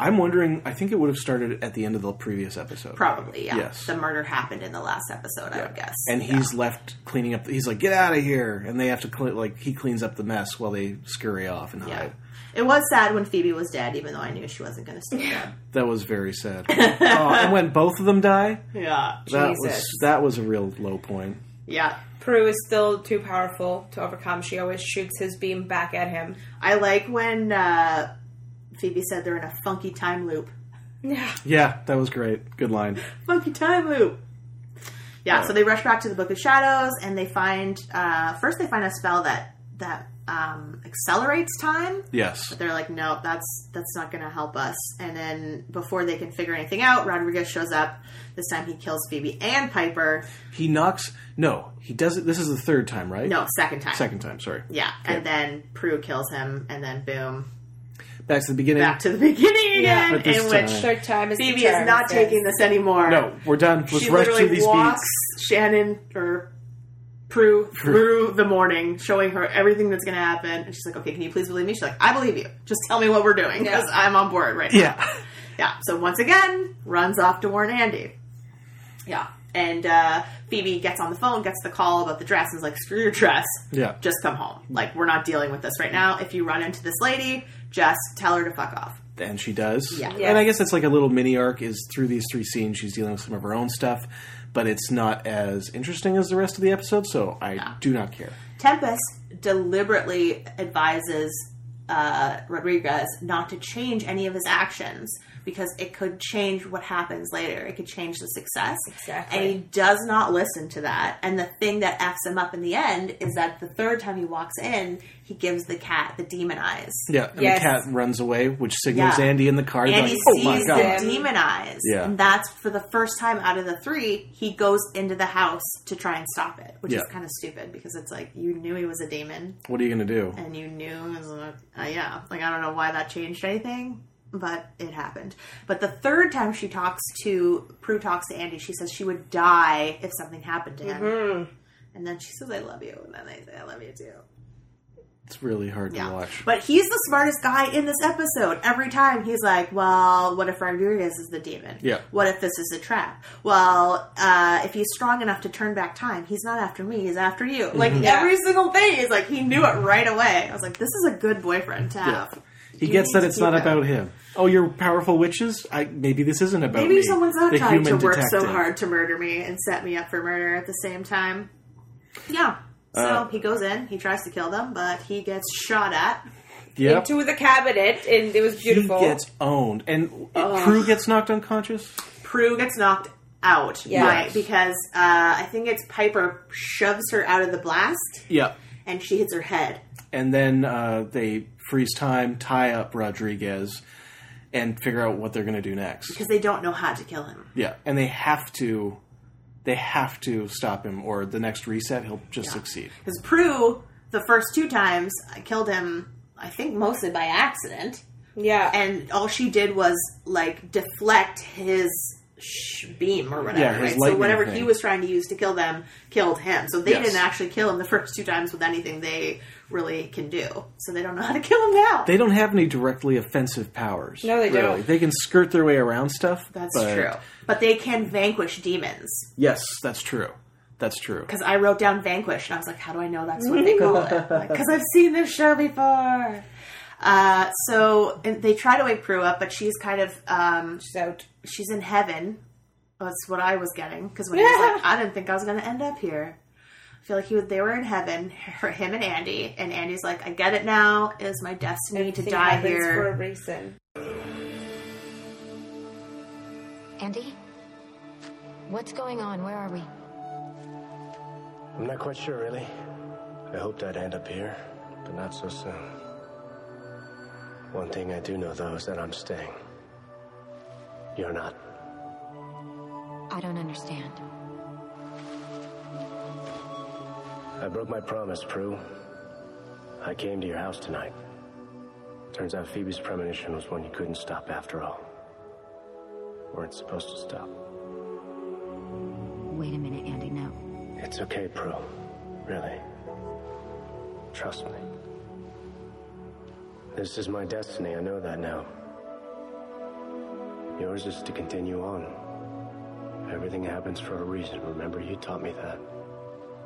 [SPEAKER 1] I'm wondering, I think it would have started at the end of the previous episode.
[SPEAKER 3] Probably, yeah.
[SPEAKER 1] Yes.
[SPEAKER 3] The murder happened in the last episode, I would guess.
[SPEAKER 1] and he's left cleaning up. He's like, "Get out of here!" And they have to cle like he cleans up the mess while they scurry off and
[SPEAKER 3] yeah.
[SPEAKER 1] hide.
[SPEAKER 3] It was sad when Phoebe was dead, even though I knew she wasn't going to stay dead.
[SPEAKER 1] That was very sad. oh, and when both of them die,
[SPEAKER 3] Yeah.
[SPEAKER 1] that
[SPEAKER 2] Jesus.
[SPEAKER 1] was that was a real low point.
[SPEAKER 3] Yeah.
[SPEAKER 2] Prue is still too powerful to overcome. She always shoots his beam back at him.
[SPEAKER 3] I like when uh, Phoebe said they're in a funky time loop.
[SPEAKER 1] Yeah, that was great. Good line.
[SPEAKER 3] funky time loop. Yeah, so they rush back to the Book of Shadows, and they find uh, first they find a spell that that um, accelerates time.
[SPEAKER 1] Yes,
[SPEAKER 3] They're like, no, that's that's not going to help us. And then before they can figure anything out, Rodriguez shows up. This time he kills Phoebe and Piper.
[SPEAKER 1] he knocks. No, he doesn't. This is the third time, right?
[SPEAKER 3] No, second time.
[SPEAKER 1] second time. Sorry.
[SPEAKER 3] Yeah, and then Prue kills him, and then boom,
[SPEAKER 1] Back to the beginning.
[SPEAKER 3] back to the beginning
[SPEAKER 2] Yeah.
[SPEAKER 3] again.
[SPEAKER 1] But this
[SPEAKER 3] in
[SPEAKER 1] time-
[SPEAKER 3] which
[SPEAKER 2] Third time is the
[SPEAKER 3] Phoebe is
[SPEAKER 2] charm,
[SPEAKER 3] not
[SPEAKER 2] says.
[SPEAKER 3] taking this anymore.
[SPEAKER 1] no, we're done. Let's
[SPEAKER 3] she
[SPEAKER 1] rush
[SPEAKER 3] literally
[SPEAKER 1] through these
[SPEAKER 3] walks
[SPEAKER 1] beats.
[SPEAKER 3] Shannon or Prue through the morning, showing her everything that's going to happen. And she's like, "Okay, can you please believe me?" She's like, "I believe you. Just tell me what we're doing because I'm on board right now."
[SPEAKER 1] Yeah,
[SPEAKER 3] Yeah. So once again, runs off to warn Andy. Yeah. And uh, Phoebe gets on the phone, gets the call about the dress, and is like, "Screw your dress.
[SPEAKER 1] Yeah.
[SPEAKER 3] Just come home. Like we're not dealing with this right now. If you run into this lady, just tell her to fuck off."
[SPEAKER 1] and she does.
[SPEAKER 3] Yeah.
[SPEAKER 1] and I guess that's like a little mini arc. Is through these three scenes, she's dealing with some of her own stuff, but it's not as interesting as the rest of the episode. So I do not care.
[SPEAKER 3] Tempest deliberately advises uh, Rodriguez not to change any of his actions because it could change what happens later. It could change the success.
[SPEAKER 2] Exactly.
[SPEAKER 3] And he does not listen to that. And the thing that F's him up in the end is that the third time he walks in, he gives the cat the demon eyes.
[SPEAKER 1] Yeah, and
[SPEAKER 2] Yes.
[SPEAKER 1] the cat runs away, which signals
[SPEAKER 3] Yeah.
[SPEAKER 1] Andy in the car.
[SPEAKER 3] And
[SPEAKER 1] going,
[SPEAKER 3] he
[SPEAKER 1] oh my
[SPEAKER 3] sees
[SPEAKER 1] god!
[SPEAKER 3] the demon eyes.
[SPEAKER 1] Yeah.
[SPEAKER 3] And that's for the first time out of the three, he goes into the house to try and stop it, which is
[SPEAKER 1] Yeah.
[SPEAKER 3] kind of stupid because it's like you knew he was a demon.
[SPEAKER 1] What are you gonna do?
[SPEAKER 3] and you knew it was a, uh, yeah like i don't know why that changed anything but it happened but the third time she talks to prue talks to andy she says she would die if something happened to him and then she says i love you and then they say i love you too
[SPEAKER 1] It's really hard to
[SPEAKER 3] yeah
[SPEAKER 1] watch.
[SPEAKER 3] but he's the smartest guy in this episode every time he's like well what if rodriguez is the demon
[SPEAKER 1] Yeah.
[SPEAKER 3] what if this is a trap well uh, if he's strong enough to turn back time he's not after me he's after you
[SPEAKER 1] Mm-hmm.
[SPEAKER 3] like every single thing is like he knew it right away i was like this is a good boyfriend to have
[SPEAKER 1] He gets
[SPEAKER 3] need
[SPEAKER 1] that
[SPEAKER 3] to
[SPEAKER 1] it's
[SPEAKER 3] keep
[SPEAKER 1] not
[SPEAKER 3] it.
[SPEAKER 1] about him. Oh, you're powerful witches. I, maybe this isn't about
[SPEAKER 3] Maybe
[SPEAKER 1] me.
[SPEAKER 3] someone's not
[SPEAKER 1] The
[SPEAKER 3] trying to
[SPEAKER 1] human
[SPEAKER 3] work so
[SPEAKER 1] detective.
[SPEAKER 3] hard to murder me and set me up for murder at the same time. Yeah. So
[SPEAKER 1] Uh,
[SPEAKER 3] he goes in, he tries to kill them, but he gets shot at.
[SPEAKER 1] Yep.
[SPEAKER 2] Into the cabinet, and it was beautiful.
[SPEAKER 1] He gets owned, and crew gets knocked unconscious.
[SPEAKER 3] Prue gets knocked out
[SPEAKER 2] Yes.
[SPEAKER 3] by- because uh, I think it's Piper shoves her out of the blast
[SPEAKER 1] Yeah,
[SPEAKER 3] and she hits her head.
[SPEAKER 1] and then uh, they freeze time, tie up Rodriguez, and figure out what they're going to do next.
[SPEAKER 3] because they don't know how to kill him.
[SPEAKER 1] Yeah, and they have to, they have to stop him, or the next reset he'll just succeed.
[SPEAKER 3] Because Prue, the first two times, I killed him, I think mostly by accident.
[SPEAKER 2] Yeah.
[SPEAKER 3] And all she did was, like, deflect his sh- beam or whatever.
[SPEAKER 1] Yeah, his
[SPEAKER 3] right? So
[SPEAKER 1] lightning
[SPEAKER 3] whatever he
[SPEAKER 1] thing.
[SPEAKER 3] was trying to use to kill them killed him. So they
[SPEAKER 1] Yes.
[SPEAKER 3] didn't actually kill him the first two times with anything they really can do. So they don't know how to kill him now.
[SPEAKER 1] They don't have any directly offensive powers.
[SPEAKER 2] No, they
[SPEAKER 1] really.
[SPEAKER 2] don't.
[SPEAKER 1] They can skirt their way around stuff.
[SPEAKER 3] That's
[SPEAKER 1] but-
[SPEAKER 3] true. But they can vanquish demons.
[SPEAKER 1] Yes, that's true. That's true.
[SPEAKER 3] because I wrote down Vanquish, and I was like, "How do I know that's what they call it?" Because I've seen this show before. Uh, so and they try to wake Prue up, but she's kind of um,
[SPEAKER 2] She's out.
[SPEAKER 3] she's in heaven. That's what I was getting because when he was like, "I didn't think I was going to end up here." I feel like he was, they were in heaven, her, him and Andy, and Andy's like, "I get it now. It is my destiny to
[SPEAKER 2] Everything
[SPEAKER 3] die
[SPEAKER 2] happens for a
[SPEAKER 3] here."
[SPEAKER 2] reason.
[SPEAKER 4] Andy? What's going on? Where are we?
[SPEAKER 8] I'm not quite sure, really. I hoped I'd end up here, but not so soon. One thing I do know, though, is that I'm staying. You're not.
[SPEAKER 4] I don't understand.
[SPEAKER 8] I broke my promise, Prue. I came to your house tonight. Turns out Phoebe's premonition was one you couldn't stop after all. Weren't supposed to stop.
[SPEAKER 4] Wait a minute, Andy. No.
[SPEAKER 8] It's okay, Prue. Really. Trust me. This is my destiny, I know that now. Yours is to continue on. Everything happens for a reason, remember? You taught me that.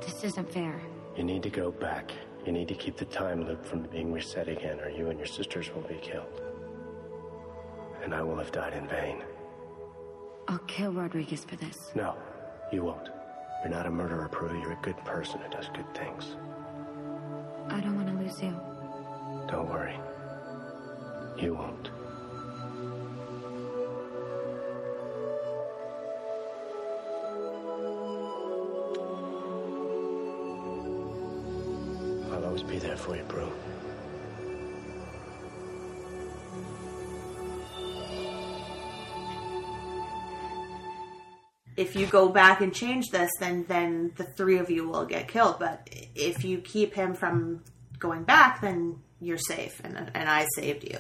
[SPEAKER 4] This isn't fair.
[SPEAKER 8] You need to go back. You need to keep the time loop from being reset again, or you and your sisters will be killed. And I will have died in vain.
[SPEAKER 4] I'll kill Rodriguez for this.
[SPEAKER 8] No, you won't. You're not a murderer, Prue. You're a good person who does good things.
[SPEAKER 4] I don't want to lose you.
[SPEAKER 8] Don't worry. You won't. I'll always be there for you, bro.
[SPEAKER 3] If you go back and change this, then then the three of you will get killed. But if you keep him from going back, then you're safe, and and I saved you.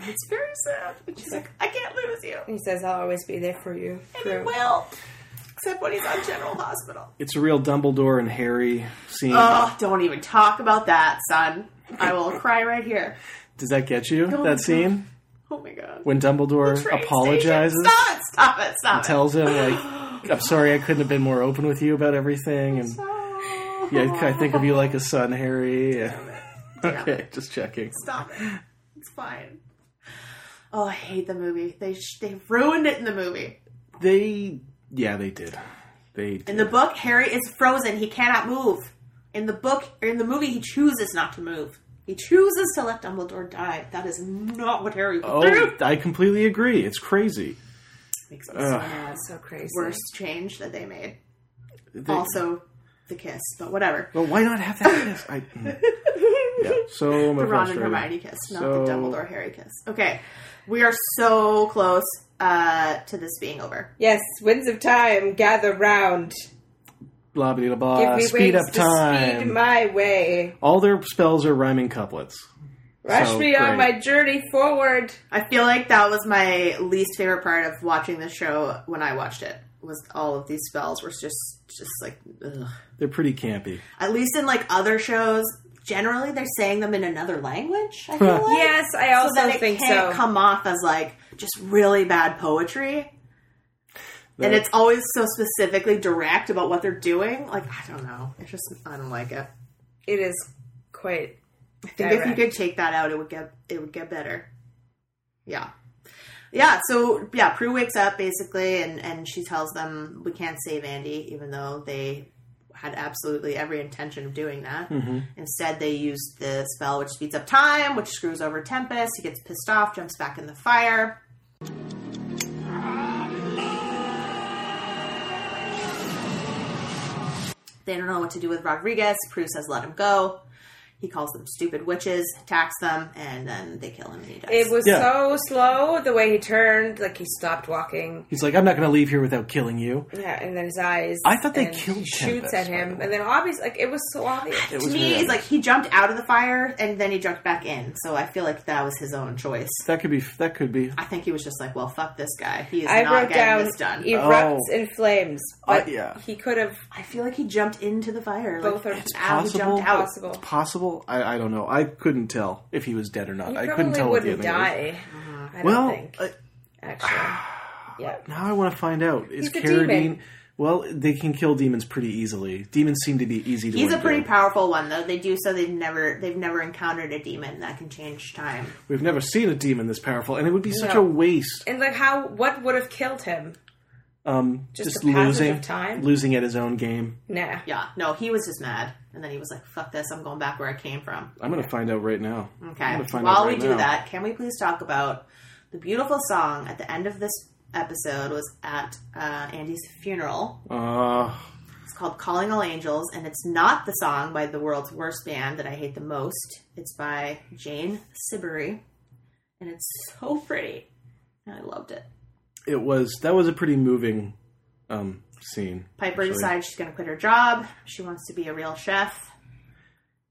[SPEAKER 3] It's very sad. And she's like, I can't lose you.
[SPEAKER 2] He says, I'll always be there for you. Prue.
[SPEAKER 3] Well, except when he's on General Hospital.
[SPEAKER 1] It's a real Dumbledore and Harry scene.
[SPEAKER 3] Oh, don't even talk about that, son. I will cry right here.
[SPEAKER 1] Does that get you?
[SPEAKER 3] Oh,
[SPEAKER 1] that scene
[SPEAKER 3] Oh my god.
[SPEAKER 1] when Dumbledore
[SPEAKER 3] Train
[SPEAKER 1] apologizes,
[SPEAKER 3] station. Stop it! Stop it! Stop it!
[SPEAKER 1] tells him like, "I'm sorry, I couldn't have been more open with you about everything," and
[SPEAKER 3] Oh,
[SPEAKER 1] yeah, I think of you like a son, Harry. Yeah. okay, just checking.
[SPEAKER 3] Stop it! It's fine. Oh, I hate the movie. They sh- they ruined it in the movie.
[SPEAKER 1] They, yeah, they did. They did.
[SPEAKER 3] In the book, Harry is frozen. He cannot move. In the book, or in the movie, he chooses not to move. He chooses to let Dumbledore die. That is not what Harry would do.
[SPEAKER 1] Oh, I completely agree. It's crazy.
[SPEAKER 3] Makes me so mad.
[SPEAKER 2] That's so crazy.
[SPEAKER 3] worst change that they made. also, the kiss, but whatever.
[SPEAKER 1] But why not have that kiss? I, mm. yeah, so
[SPEAKER 3] the
[SPEAKER 1] much
[SPEAKER 3] Ron and Hermione kiss, not the Dumbledore Harry kiss. Okay, we are so close uh, to this being over.
[SPEAKER 2] Yes, winds of time, gather round.
[SPEAKER 1] Blah blah blah.
[SPEAKER 2] Give
[SPEAKER 1] blah.
[SPEAKER 2] me
[SPEAKER 1] Uh, Speed
[SPEAKER 2] wings
[SPEAKER 1] up
[SPEAKER 2] to
[SPEAKER 1] time.
[SPEAKER 2] speed my way.
[SPEAKER 1] All their spells are rhyming couplets.
[SPEAKER 2] Rush
[SPEAKER 1] So
[SPEAKER 2] me on
[SPEAKER 1] great.
[SPEAKER 2] my journey forward.
[SPEAKER 3] I feel like that was my least favorite part of watching the show when I watched it. Was all of these spells were just just like ugh.
[SPEAKER 1] They're pretty campy.
[SPEAKER 3] at least in like other shows. Generally, they're saying them in another language. I feel like.
[SPEAKER 2] Yes, I also
[SPEAKER 3] so that it
[SPEAKER 2] think
[SPEAKER 3] can't
[SPEAKER 2] so.
[SPEAKER 3] come off as like just really bad poetry.
[SPEAKER 1] That-
[SPEAKER 3] and it's always so specifically direct about what they're doing. Like I don't know, it's just I don't like it.
[SPEAKER 2] it is quite.
[SPEAKER 3] I think if you
[SPEAKER 2] Direct.
[SPEAKER 3] could take that out, it would get it would get better. Yeah, yeah. So yeah, Prue wakes up basically, and and she tells them we can't save Andy, even though they had absolutely every intention of doing that. Instead, they used the spell which speeds up time, which screws over Tempest. He gets pissed off, jumps back in the fire. They don't know what to do with Rodriguez. Prue says, let him go. He calls them stupid witches, attacks them, and then they kill him and he dies.
[SPEAKER 2] It was
[SPEAKER 1] Yeah.
[SPEAKER 2] so slow the way he turned, like he stopped walking.
[SPEAKER 1] He's like, I'm not going to leave here without killing you.
[SPEAKER 2] Yeah, and then his eyes.
[SPEAKER 1] I thought they
[SPEAKER 2] and
[SPEAKER 1] killed
[SPEAKER 2] he
[SPEAKER 1] Tempest,
[SPEAKER 2] Shoots at
[SPEAKER 1] by the
[SPEAKER 2] him,
[SPEAKER 1] way.
[SPEAKER 2] and then obviously, like it was so obvious.
[SPEAKER 1] It
[SPEAKER 3] to
[SPEAKER 1] was
[SPEAKER 3] me,
[SPEAKER 1] weird.
[SPEAKER 3] he's like he jumped out of the fire and then he jumped back in. So I feel like that was his own choice.
[SPEAKER 1] that could be. That could be.
[SPEAKER 3] I think he was just like, well, fuck this guy. He is
[SPEAKER 2] I
[SPEAKER 3] not
[SPEAKER 2] wrote
[SPEAKER 3] getting
[SPEAKER 2] down
[SPEAKER 3] this done.
[SPEAKER 2] erupts
[SPEAKER 1] Oh.
[SPEAKER 2] in flames,
[SPEAKER 1] I-
[SPEAKER 2] but
[SPEAKER 1] yeah.
[SPEAKER 2] he could have
[SPEAKER 3] I feel like he jumped into the fire.
[SPEAKER 2] both
[SPEAKER 3] like,
[SPEAKER 2] are
[SPEAKER 1] It's
[SPEAKER 3] ow, he
[SPEAKER 1] possible.
[SPEAKER 3] jumped out.
[SPEAKER 2] possible.
[SPEAKER 1] Possible. I, I don't know. I couldn't tell if he was dead or not.
[SPEAKER 2] He
[SPEAKER 1] I
[SPEAKER 2] probably
[SPEAKER 1] couldn't tell what the
[SPEAKER 2] wouldn't
[SPEAKER 1] ending was.
[SPEAKER 2] die. Uh-huh. I don't
[SPEAKER 1] Well,
[SPEAKER 2] think
[SPEAKER 1] uh,
[SPEAKER 2] actually. Yeah,
[SPEAKER 1] now I want to find out. Is
[SPEAKER 2] He's a
[SPEAKER 1] Carradine?
[SPEAKER 2] demon.
[SPEAKER 1] Well, they can kill demons pretty easily. Demons seem to be easy to.
[SPEAKER 3] He's a
[SPEAKER 1] undo.
[SPEAKER 3] pretty powerful one though. They do so they've never they've never encountered a demon that can change time.
[SPEAKER 1] We've never seen a demon this powerful, and it would be such
[SPEAKER 2] No.
[SPEAKER 1] a waste.
[SPEAKER 2] and like how what would have killed him?
[SPEAKER 1] Um,
[SPEAKER 2] Just
[SPEAKER 1] just
[SPEAKER 2] the passage
[SPEAKER 1] losing
[SPEAKER 2] of time?
[SPEAKER 1] losing at his own game.
[SPEAKER 2] Nah,
[SPEAKER 3] Yeah. No, he was just mad. And then he was like, fuck this, I'm going back where I came from.
[SPEAKER 1] I'm going to find out right now. I'm
[SPEAKER 3] Okay.
[SPEAKER 1] gonna find out
[SPEAKER 3] While we
[SPEAKER 1] right
[SPEAKER 3] do
[SPEAKER 1] now.
[SPEAKER 3] that, can we please talk about the beautiful song at the end of this episode was at uh, Andy's funeral.
[SPEAKER 1] Uh,
[SPEAKER 3] It's called Calling All Angels, and it's not the song by the world's worst band that I hate the most. It's by Jane Siberry, and it's so pretty. And I loved it.
[SPEAKER 1] it was that was a pretty moving um, scene.
[SPEAKER 3] Piper
[SPEAKER 1] actually.
[SPEAKER 3] decides she's going to quit her job. She wants to be a real chef.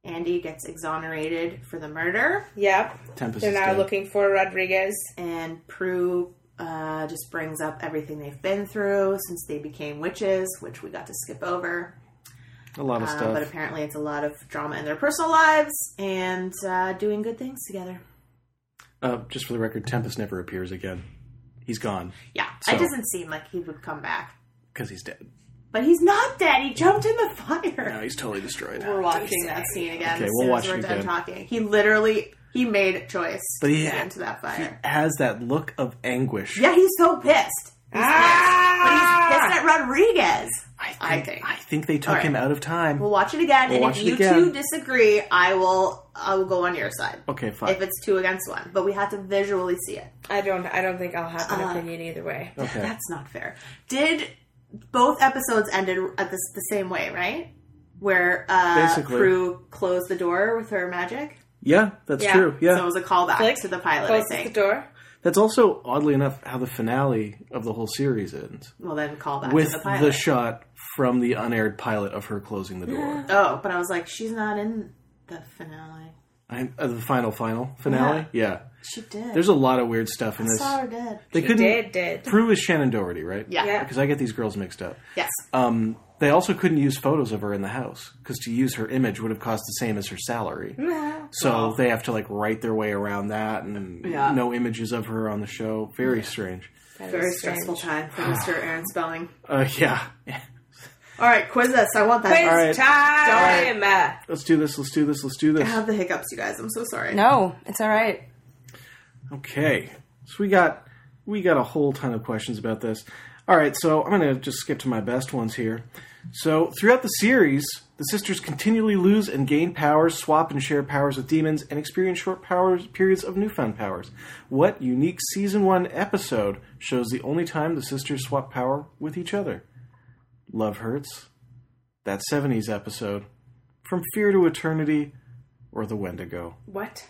[SPEAKER 3] Andy gets exonerated for the murder,
[SPEAKER 2] yep.
[SPEAKER 1] Tempest
[SPEAKER 2] They're
[SPEAKER 1] is
[SPEAKER 2] now
[SPEAKER 1] dead.
[SPEAKER 2] looking for Rodriguez.
[SPEAKER 3] and Prue uh, just brings up everything they've been through since they became witches, which we got to skip over.
[SPEAKER 1] a lot of
[SPEAKER 3] Uh,
[SPEAKER 1] stuff.
[SPEAKER 3] but apparently, it's a lot of drama in their personal lives and uh, doing good things together.
[SPEAKER 1] Uh, just for the record, Tempest never appears again. He's gone
[SPEAKER 3] Yeah,
[SPEAKER 1] So-
[SPEAKER 3] it doesn't seem like he would come back.
[SPEAKER 1] because he's dead.
[SPEAKER 3] But he's not dead. He jumped in the fire.
[SPEAKER 1] Now he's totally destroyed.
[SPEAKER 3] We're watching that scene again.
[SPEAKER 1] Okay,
[SPEAKER 3] as
[SPEAKER 1] we'll
[SPEAKER 3] soon
[SPEAKER 1] watch
[SPEAKER 3] as we're
[SPEAKER 1] it
[SPEAKER 3] done
[SPEAKER 1] again.
[SPEAKER 3] talking. He literally he made a choice
[SPEAKER 1] But he-
[SPEAKER 3] to get into that fire.
[SPEAKER 1] Has that look of anguish.
[SPEAKER 3] yeah, he's so pissed.
[SPEAKER 2] Ah!
[SPEAKER 3] He's pissed at Rodriguez.
[SPEAKER 1] I think, I think they took
[SPEAKER 3] All right.
[SPEAKER 1] him out of time.
[SPEAKER 3] We'll watch it again,
[SPEAKER 1] We'll
[SPEAKER 3] and
[SPEAKER 1] watch
[SPEAKER 3] if
[SPEAKER 1] it
[SPEAKER 3] you
[SPEAKER 1] again.
[SPEAKER 3] two disagree, I will I will go on your side.
[SPEAKER 1] okay, fine.
[SPEAKER 3] If it's two against one, but we have to visually see it.
[SPEAKER 2] I don't. I don't think I'll have
[SPEAKER 1] Uh,
[SPEAKER 2] an opinion either way.
[SPEAKER 1] okay.
[SPEAKER 3] That's not fair. Did both episodes ended at this the same way, right? Where uh,
[SPEAKER 1] Basically.
[SPEAKER 3] Prue closed the door with her magic.
[SPEAKER 1] Yeah, that's
[SPEAKER 2] Yeah,
[SPEAKER 1] true. Yeah.
[SPEAKER 3] So it was a callback
[SPEAKER 2] Click.
[SPEAKER 3] to the pilot, I
[SPEAKER 2] Closes the
[SPEAKER 3] think.
[SPEAKER 2] door.
[SPEAKER 1] that's also, oddly enough, how the finale of the whole series ends
[SPEAKER 3] Well, then callback
[SPEAKER 1] with
[SPEAKER 3] to the
[SPEAKER 1] the,
[SPEAKER 3] pilot.
[SPEAKER 1] shot from the unaired pilot of her closing the door.
[SPEAKER 3] oh, but I was like, she's not in the finale.
[SPEAKER 1] I, uh, the final, final finale? Yeah.
[SPEAKER 3] She did.
[SPEAKER 1] There's a lot of weird stuff in
[SPEAKER 3] I
[SPEAKER 1] this.
[SPEAKER 3] saw her dead.
[SPEAKER 1] They couldn't.
[SPEAKER 2] Did did.
[SPEAKER 1] Prue is Shannon Doherty, right?
[SPEAKER 3] Yeah.
[SPEAKER 2] Yeah.
[SPEAKER 1] Because I get these girls mixed up.
[SPEAKER 3] Yes.
[SPEAKER 2] Oh.
[SPEAKER 1] Um, they also couldn't use photos of her in the house because to use her image would have cost the same as her salary. so they have to like write their way around that, and
[SPEAKER 3] Yeah.
[SPEAKER 1] no images of her on the show. Very strange.
[SPEAKER 2] That
[SPEAKER 3] Very
[SPEAKER 2] is strange.
[SPEAKER 3] stressful time for Mr. Aaron Spelling.
[SPEAKER 1] Uh, yeah.
[SPEAKER 3] All right, quiz us. I want that.
[SPEAKER 2] Quiz
[SPEAKER 1] All right.
[SPEAKER 2] time.
[SPEAKER 1] Let's do this. Let's do this. Let's do
[SPEAKER 3] I
[SPEAKER 1] this.
[SPEAKER 3] have the hiccups, you guys. I'm so sorry.
[SPEAKER 2] No, it's all right.
[SPEAKER 1] Okay. So we got we got a whole ton of questions about this. All right. So I'm gonna just skip to my best ones here. So throughout the series, the sisters continually lose and gain powers, swap and share powers with demons, and experience short powers periods of newfound powers. What unique season one episode shows the only time the sisters swap power with each other? Love hurts. That '70s episode, from Fear to Eternity, or the Wendigo.
[SPEAKER 2] What?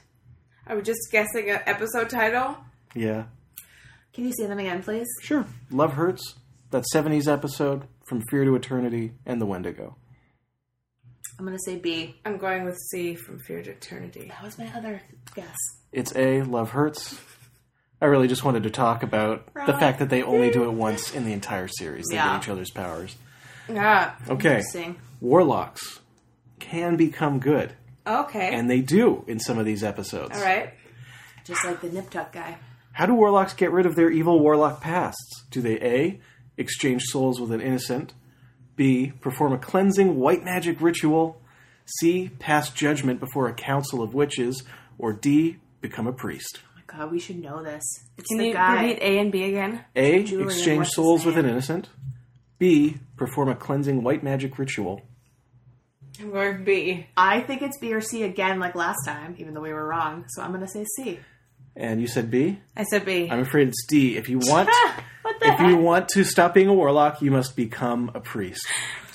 [SPEAKER 2] I was just guessing an episode title.
[SPEAKER 1] Yeah.
[SPEAKER 3] Can you say them again, please?
[SPEAKER 1] Sure. Love Hurts, that 70s episode from Fear to Eternity and The Wendigo.
[SPEAKER 3] I'm going to say B.
[SPEAKER 2] I'm going with C from Fear to Eternity.
[SPEAKER 3] That was my other guess.
[SPEAKER 1] It's A, Love Hurts. I really just wanted to talk about the
[SPEAKER 3] Right.
[SPEAKER 1] fact that they only do it once in the entire series. They
[SPEAKER 3] Yeah.
[SPEAKER 1] get each other's powers.
[SPEAKER 2] Ah,
[SPEAKER 1] Okay.
[SPEAKER 3] Interesting.
[SPEAKER 1] Warlocks can become good,
[SPEAKER 2] okay.
[SPEAKER 1] and they do in some of these episodes.
[SPEAKER 2] all right.
[SPEAKER 3] Just like the Nip Tuck guy.
[SPEAKER 1] How do warlocks get rid of their evil warlock pasts? Do they A, exchange souls with an innocent? B, perform a cleansing white magic ritual? C, pass judgment before a council of witches? Or D, become a priest?
[SPEAKER 3] Oh my god, we should know this. It's
[SPEAKER 2] Can
[SPEAKER 3] the
[SPEAKER 2] you
[SPEAKER 3] guy.
[SPEAKER 2] repeat A and B again?
[SPEAKER 1] A,
[SPEAKER 3] Julian,
[SPEAKER 1] exchange
[SPEAKER 3] what's his
[SPEAKER 1] souls with
[SPEAKER 3] name?
[SPEAKER 1] an innocent? B, perform a cleansing white magic ritual?
[SPEAKER 2] I'm going with B.
[SPEAKER 3] I think it's B or C again, like last time, even though we were wrong. So I'm going to say C.
[SPEAKER 1] And you said B?
[SPEAKER 2] I said B.
[SPEAKER 1] I'm afraid it's D. If you want
[SPEAKER 3] What the
[SPEAKER 1] if
[SPEAKER 3] heck?
[SPEAKER 1] you want to stop being a warlock, you must become a priest.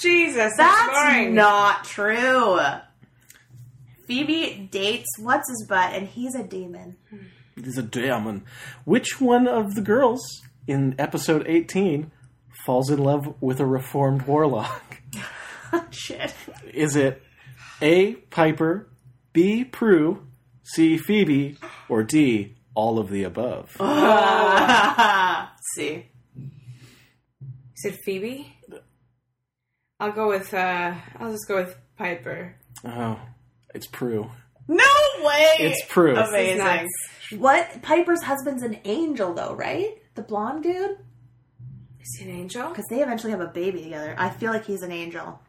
[SPEAKER 2] Jesus,
[SPEAKER 3] That's
[SPEAKER 2] boring.
[SPEAKER 3] not true. Phoebe dates what's his butt, and he's a demon.
[SPEAKER 1] He's a demon. Which one of the girls in episode 18 falls in love with a reformed warlock?
[SPEAKER 3] Shit.
[SPEAKER 1] Is it A. Piper, B. Prue, C. Phoebe, or D. All of the above?
[SPEAKER 3] see.
[SPEAKER 2] You said Phoebe? I'll go with, uh, I'll just go with Piper.
[SPEAKER 1] Oh, it's Prue.
[SPEAKER 3] No way.
[SPEAKER 1] It's Prue.
[SPEAKER 2] It's not-
[SPEAKER 3] Amazing. What? Piper's husband's an angel, though, right? The blonde dude?
[SPEAKER 2] Is he an angel?
[SPEAKER 3] Because they eventually have a baby together. I feel like he's an angel.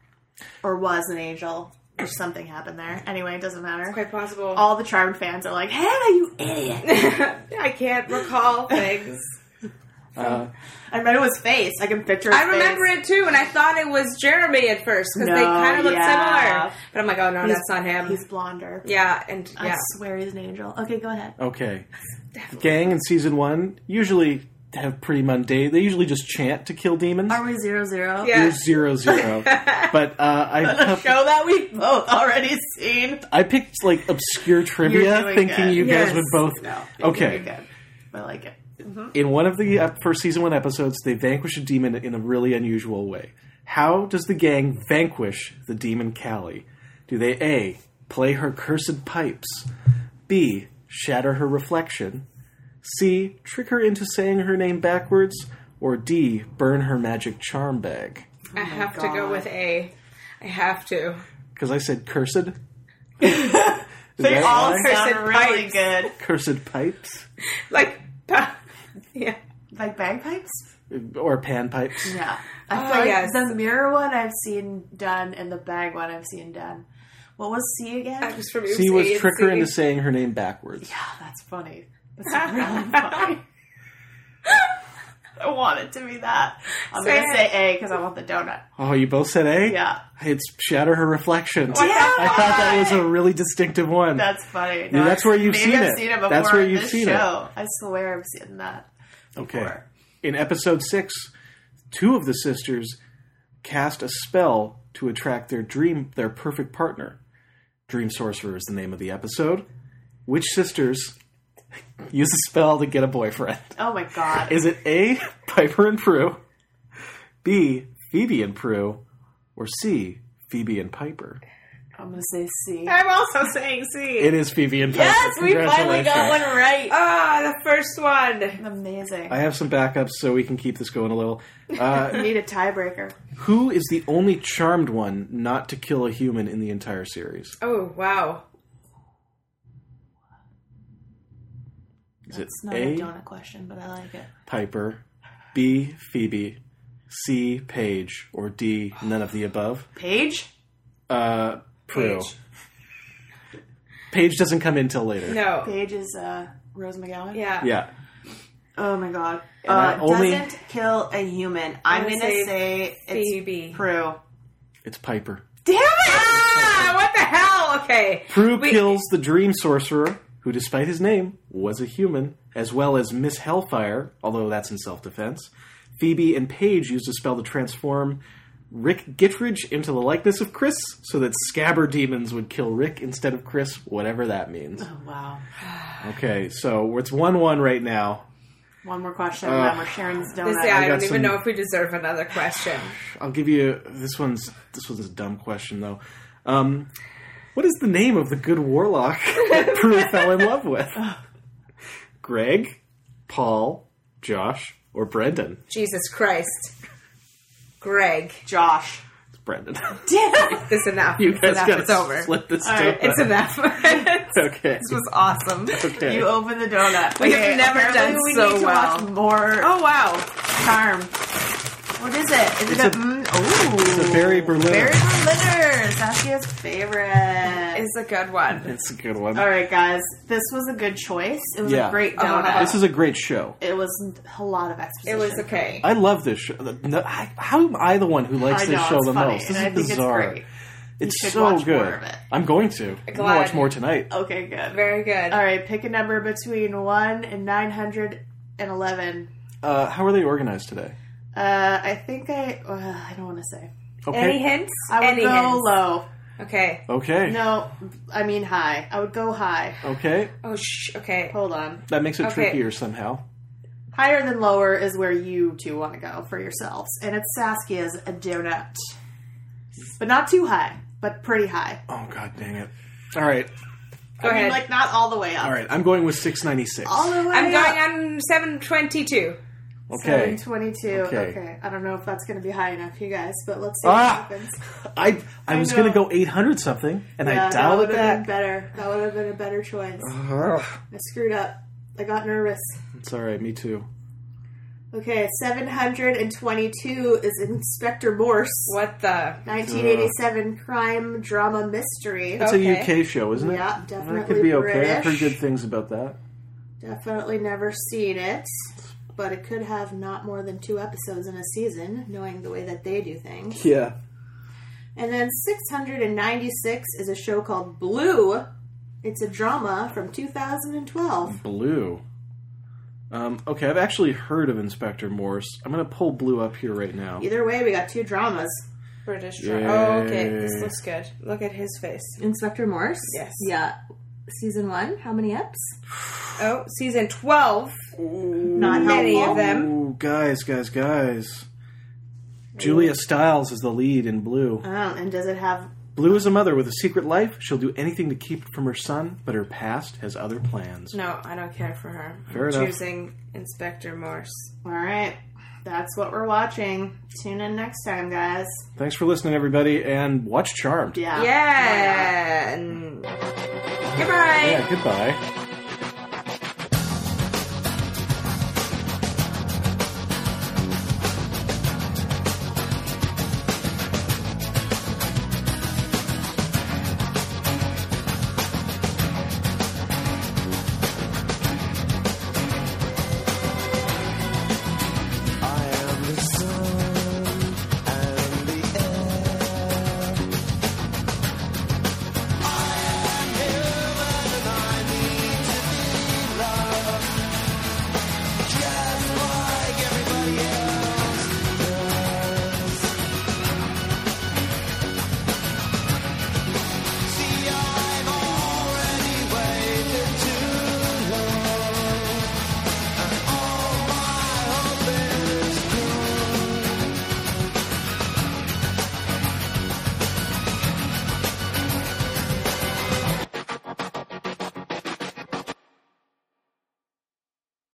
[SPEAKER 3] Or was an angel. Or something happened there. Anyway, it doesn't matter.
[SPEAKER 2] Quite possible.
[SPEAKER 3] All the Charmed fans are like, Hannah, you idiot.
[SPEAKER 2] I can't recall things.
[SPEAKER 3] I remember his face. I can picture his
[SPEAKER 2] I remember it too, and I thought it was Jeremy at first because they
[SPEAKER 3] No,
[SPEAKER 2] kind of look
[SPEAKER 3] yeah.
[SPEAKER 2] similar. But I'm like, oh no,
[SPEAKER 3] He's-
[SPEAKER 2] that's not him.
[SPEAKER 3] He's blonder.
[SPEAKER 2] yeah, and
[SPEAKER 3] I
[SPEAKER 2] yeah,
[SPEAKER 3] swear he's an angel. Okay, go ahead.
[SPEAKER 1] Okay. The gang in season one usually have pretty mundane. They usually just chant to kill demons.
[SPEAKER 3] Are we zero zero?
[SPEAKER 2] Yeah.
[SPEAKER 1] You're zero zero. but uh, I
[SPEAKER 3] Show that we've both already seen.
[SPEAKER 1] I picked like obscure
[SPEAKER 3] You're
[SPEAKER 1] trivia,
[SPEAKER 3] doing
[SPEAKER 1] thinking
[SPEAKER 3] good.
[SPEAKER 1] you
[SPEAKER 2] Yes.
[SPEAKER 1] guys would both.
[SPEAKER 3] No.
[SPEAKER 1] Okay.
[SPEAKER 3] You're good. I like it.
[SPEAKER 1] In one of the uh, first season one episodes, they vanquish a demon in a really unusual way. How does the gang vanquish the demon Callie? Do they A. Play her cursed pipes, B. Shatter her reflection, C. Trick her into saying her name backwards, or D. Burn her magic charm bag?
[SPEAKER 2] I have to go with A. I have to.
[SPEAKER 1] Because I said cursed. Is
[SPEAKER 3] They
[SPEAKER 1] that
[SPEAKER 3] all
[SPEAKER 1] why?
[SPEAKER 3] sound
[SPEAKER 2] Cursed
[SPEAKER 3] really
[SPEAKER 2] pipes.
[SPEAKER 3] good.
[SPEAKER 1] cursed pipes
[SPEAKER 2] Like, yeah,
[SPEAKER 3] Like bagpipes?
[SPEAKER 1] or panpipes.
[SPEAKER 3] Yeah. I
[SPEAKER 2] Oh,
[SPEAKER 3] feel like
[SPEAKER 2] yes.
[SPEAKER 3] the mirror one I've seen done and the bag one I've seen done. What was C again?
[SPEAKER 2] that was from Oops,
[SPEAKER 1] C was
[SPEAKER 2] A and
[SPEAKER 1] trick her
[SPEAKER 2] C.
[SPEAKER 1] into saying her name backwards.
[SPEAKER 3] Oh, that's funny. That's really funny. I want it to be that. I'm
[SPEAKER 2] Say
[SPEAKER 3] gonna
[SPEAKER 2] it.
[SPEAKER 3] say A because I want the donut.
[SPEAKER 1] Oh, you both said A?
[SPEAKER 3] Yeah.
[SPEAKER 1] It's Shatter Her Reflection.
[SPEAKER 2] the
[SPEAKER 1] I thought that was a really distinctive one.
[SPEAKER 3] That's funny.
[SPEAKER 1] Yeah, that's where you've
[SPEAKER 3] maybe
[SPEAKER 1] seen
[SPEAKER 3] I've
[SPEAKER 1] it.
[SPEAKER 3] Seen it before
[SPEAKER 1] That's where
[SPEAKER 3] in
[SPEAKER 1] you've
[SPEAKER 3] this
[SPEAKER 1] seen it.
[SPEAKER 3] show. I swear I've seen that.
[SPEAKER 1] okay.
[SPEAKER 3] before.
[SPEAKER 1] In episode six, two of the sisters cast a spell to attract their dream, their perfect partner. Dream Sorcerer is the name of the episode. Which sisters use a spell to get a boyfriend?
[SPEAKER 3] Oh my god.
[SPEAKER 1] Is it A, Piper and Prue, B, Phoebe and Prue, or C, Phoebe and Piper?
[SPEAKER 3] I'm gonna say C.
[SPEAKER 2] I'm also saying C.
[SPEAKER 1] It is Phoebe and Piper. Congratulations.
[SPEAKER 3] right.
[SPEAKER 2] Ah, the first one.
[SPEAKER 3] Amazing.
[SPEAKER 1] I have some backups so we can keep this going a little.
[SPEAKER 3] I need a tiebreaker.
[SPEAKER 1] Who is the only charmed one not to kill a human in the entire series?
[SPEAKER 2] Oh wow.
[SPEAKER 1] Is it
[SPEAKER 3] It's not a
[SPEAKER 1] A.
[SPEAKER 3] donut question, but I like it.
[SPEAKER 1] Piper, B. Phoebe, C. Paige, or D. None of the above?
[SPEAKER 3] Paige?
[SPEAKER 1] Uh, Prue.
[SPEAKER 2] Paige.
[SPEAKER 1] Paige. doesn't come in till later.
[SPEAKER 2] No.
[SPEAKER 3] Paige is uh, Rose McGowan.
[SPEAKER 2] Yeah.
[SPEAKER 1] Yeah,
[SPEAKER 3] Oh my god. Uh,
[SPEAKER 1] I only-
[SPEAKER 3] doesn't kill a human. I'm,
[SPEAKER 2] gonna
[SPEAKER 3] gonna
[SPEAKER 2] say
[SPEAKER 3] say,
[SPEAKER 2] Phoebe.
[SPEAKER 3] it's Prue.
[SPEAKER 1] it's Piper.
[SPEAKER 3] Damn it!
[SPEAKER 2] Ah, what the hell? Okay.
[SPEAKER 1] Prue
[SPEAKER 2] We-
[SPEAKER 1] kills the dream sorcerer, who, despite his name, was a human, as well as Miss Hellfire, although that's in self defense. Phoebe and Paige used a spell to transform Rick Gittridge into the likeness of Chris so that Scabber demons would kill Rick instead of Chris, whatever that means.
[SPEAKER 3] Oh, wow.
[SPEAKER 1] Okay, so it's 1 1 right now.
[SPEAKER 3] One more question, and
[SPEAKER 1] Uh,
[SPEAKER 3] then we're sharing this donut.
[SPEAKER 2] This, yeah, I,
[SPEAKER 1] got
[SPEAKER 2] don't even
[SPEAKER 1] some-
[SPEAKER 2] know if we deserve another question.
[SPEAKER 1] I'll give you this one's this one's a dumb question though. Um, what is the name of the good warlock that Prue fell in love with? Greg, Paul, Josh, or Brendan?
[SPEAKER 2] Jesus Christ. Greg.
[SPEAKER 3] Josh.
[SPEAKER 1] It's Brendan.
[SPEAKER 3] Damn.
[SPEAKER 2] This is enough.
[SPEAKER 1] you
[SPEAKER 2] It's
[SPEAKER 1] guys
[SPEAKER 2] enough.
[SPEAKER 1] gotta
[SPEAKER 2] It's over.
[SPEAKER 1] split this
[SPEAKER 3] All
[SPEAKER 1] stuff
[SPEAKER 3] right,
[SPEAKER 2] It's
[SPEAKER 1] up.
[SPEAKER 2] enough. this
[SPEAKER 1] Okay.
[SPEAKER 2] was awesome.
[SPEAKER 1] okay.
[SPEAKER 3] You open the donut.
[SPEAKER 2] We have never
[SPEAKER 3] apparently
[SPEAKER 2] done
[SPEAKER 3] we
[SPEAKER 2] so
[SPEAKER 3] need to
[SPEAKER 2] well.
[SPEAKER 3] Watch more
[SPEAKER 2] Oh wow.
[SPEAKER 3] charm. What is it? Is
[SPEAKER 1] It's
[SPEAKER 3] it a,
[SPEAKER 1] a-
[SPEAKER 3] mm, ooh,
[SPEAKER 1] it's a Barry Berliner.
[SPEAKER 3] Barry Berliner, Saskia's favorite.
[SPEAKER 2] It's a good one.
[SPEAKER 1] It's a good one.
[SPEAKER 3] All right, guys, this was a good choice. It was
[SPEAKER 1] Yeah.
[SPEAKER 3] a great
[SPEAKER 2] Oh,
[SPEAKER 3] donut.
[SPEAKER 2] wow.
[SPEAKER 1] This is a great show.
[SPEAKER 3] it was a lot of
[SPEAKER 2] It
[SPEAKER 3] exposition.
[SPEAKER 2] was okay.
[SPEAKER 1] I love this show. No, I- how am I the one who likes
[SPEAKER 3] I know,
[SPEAKER 1] this show
[SPEAKER 3] it's
[SPEAKER 1] the
[SPEAKER 3] funny,
[SPEAKER 1] most? This
[SPEAKER 3] and I
[SPEAKER 1] is
[SPEAKER 3] think it's
[SPEAKER 1] bizarre.
[SPEAKER 3] great.
[SPEAKER 1] It's
[SPEAKER 3] should
[SPEAKER 1] so
[SPEAKER 3] watch
[SPEAKER 1] good.
[SPEAKER 3] more of it.
[SPEAKER 1] I'm going to. I'm gonna
[SPEAKER 2] Glad.
[SPEAKER 1] watch more tonight.
[SPEAKER 3] Okay, good.
[SPEAKER 2] Very good.
[SPEAKER 3] All right, pick a number between one and nine hundred and eleven.
[SPEAKER 1] Uh, how are they organized today?
[SPEAKER 3] Uh, I think I. Uh, I don't want to say.
[SPEAKER 1] Okay.
[SPEAKER 2] Any hints?
[SPEAKER 3] I would
[SPEAKER 2] Any
[SPEAKER 3] go
[SPEAKER 2] hints?
[SPEAKER 3] low.
[SPEAKER 2] Okay.
[SPEAKER 1] Okay.
[SPEAKER 3] No, I mean high. I would go high.
[SPEAKER 1] Okay.
[SPEAKER 2] Oh, shh. Okay.
[SPEAKER 3] Hold on.
[SPEAKER 1] That makes it
[SPEAKER 2] Okay.
[SPEAKER 1] trickier somehow.
[SPEAKER 3] Higher than lower is where you two want to go for yourselves, and it's Saskia's a donut, but not too high, but pretty high.
[SPEAKER 1] Oh god, dang it! All right,
[SPEAKER 2] Go
[SPEAKER 3] I mean,
[SPEAKER 2] ahead.
[SPEAKER 3] like not all the way up.
[SPEAKER 1] all right. I'm going with 696.
[SPEAKER 3] All the way
[SPEAKER 2] I'm
[SPEAKER 3] up.
[SPEAKER 2] going on 722.
[SPEAKER 1] Okay.
[SPEAKER 3] 722.
[SPEAKER 1] Okay.
[SPEAKER 3] Okay. I don't know if that's going to be high enough, you guys, but let's see
[SPEAKER 1] Ah!
[SPEAKER 3] what happens.
[SPEAKER 1] I I was gonna
[SPEAKER 3] know.
[SPEAKER 1] go 800 something, and
[SPEAKER 3] Yeah,
[SPEAKER 1] I
[SPEAKER 3] that
[SPEAKER 1] dialed
[SPEAKER 3] would
[SPEAKER 1] it
[SPEAKER 3] have been
[SPEAKER 1] back.
[SPEAKER 3] better. That would have been a better choice.
[SPEAKER 1] Ugh.
[SPEAKER 3] I screwed up. I got nervous.
[SPEAKER 1] It's all right. Me too.
[SPEAKER 3] Okay, 722 is Inspector Morse.
[SPEAKER 2] What the?
[SPEAKER 3] 1987 crime drama mystery.
[SPEAKER 1] It's
[SPEAKER 2] Okay.
[SPEAKER 1] a UK show, isn't it?
[SPEAKER 3] Yeah,
[SPEAKER 1] That
[SPEAKER 3] definitely
[SPEAKER 1] could be okay. I've heard
[SPEAKER 3] British.
[SPEAKER 1] good things about that.
[SPEAKER 3] Definitely never seen it, but it could have not more than two episodes in a season, knowing the way that they do things.
[SPEAKER 1] Yeah.
[SPEAKER 3] And then 696 is a show called Blue. It's a drama from 2012.
[SPEAKER 1] Blue. Um, okay, I've actually heard of Inspector Morse. I'm gonna pull Blue up here right now.
[SPEAKER 3] Either way, we got two dramas.
[SPEAKER 2] British drama. Oh, okay. This looks good. Look at his face.
[SPEAKER 3] Inspector Morse.
[SPEAKER 2] Yes.
[SPEAKER 3] Yeah. Season one. How many eps?
[SPEAKER 2] Oh, season 12.
[SPEAKER 3] Not
[SPEAKER 2] Many
[SPEAKER 3] helpful.
[SPEAKER 2] of them.
[SPEAKER 1] Ooh, guys, guys, guys. Julia Stiles is the lead in Blue.
[SPEAKER 3] Oh, and does it have?
[SPEAKER 1] Blue is a mother with a secret life. She'll do anything to keep it from her son, but her past has other plans.
[SPEAKER 2] No, I don't care for her.
[SPEAKER 1] Fair
[SPEAKER 2] I'm
[SPEAKER 1] enough.
[SPEAKER 2] choosing Inspector Morse.
[SPEAKER 3] All right. That's what we're watching. Tune in next time, guys.
[SPEAKER 1] Thanks for listening, everybody, and watch Charmed.
[SPEAKER 3] Yeah.
[SPEAKER 2] Yeah. and- Goodbye.
[SPEAKER 1] Yeah, goodbye.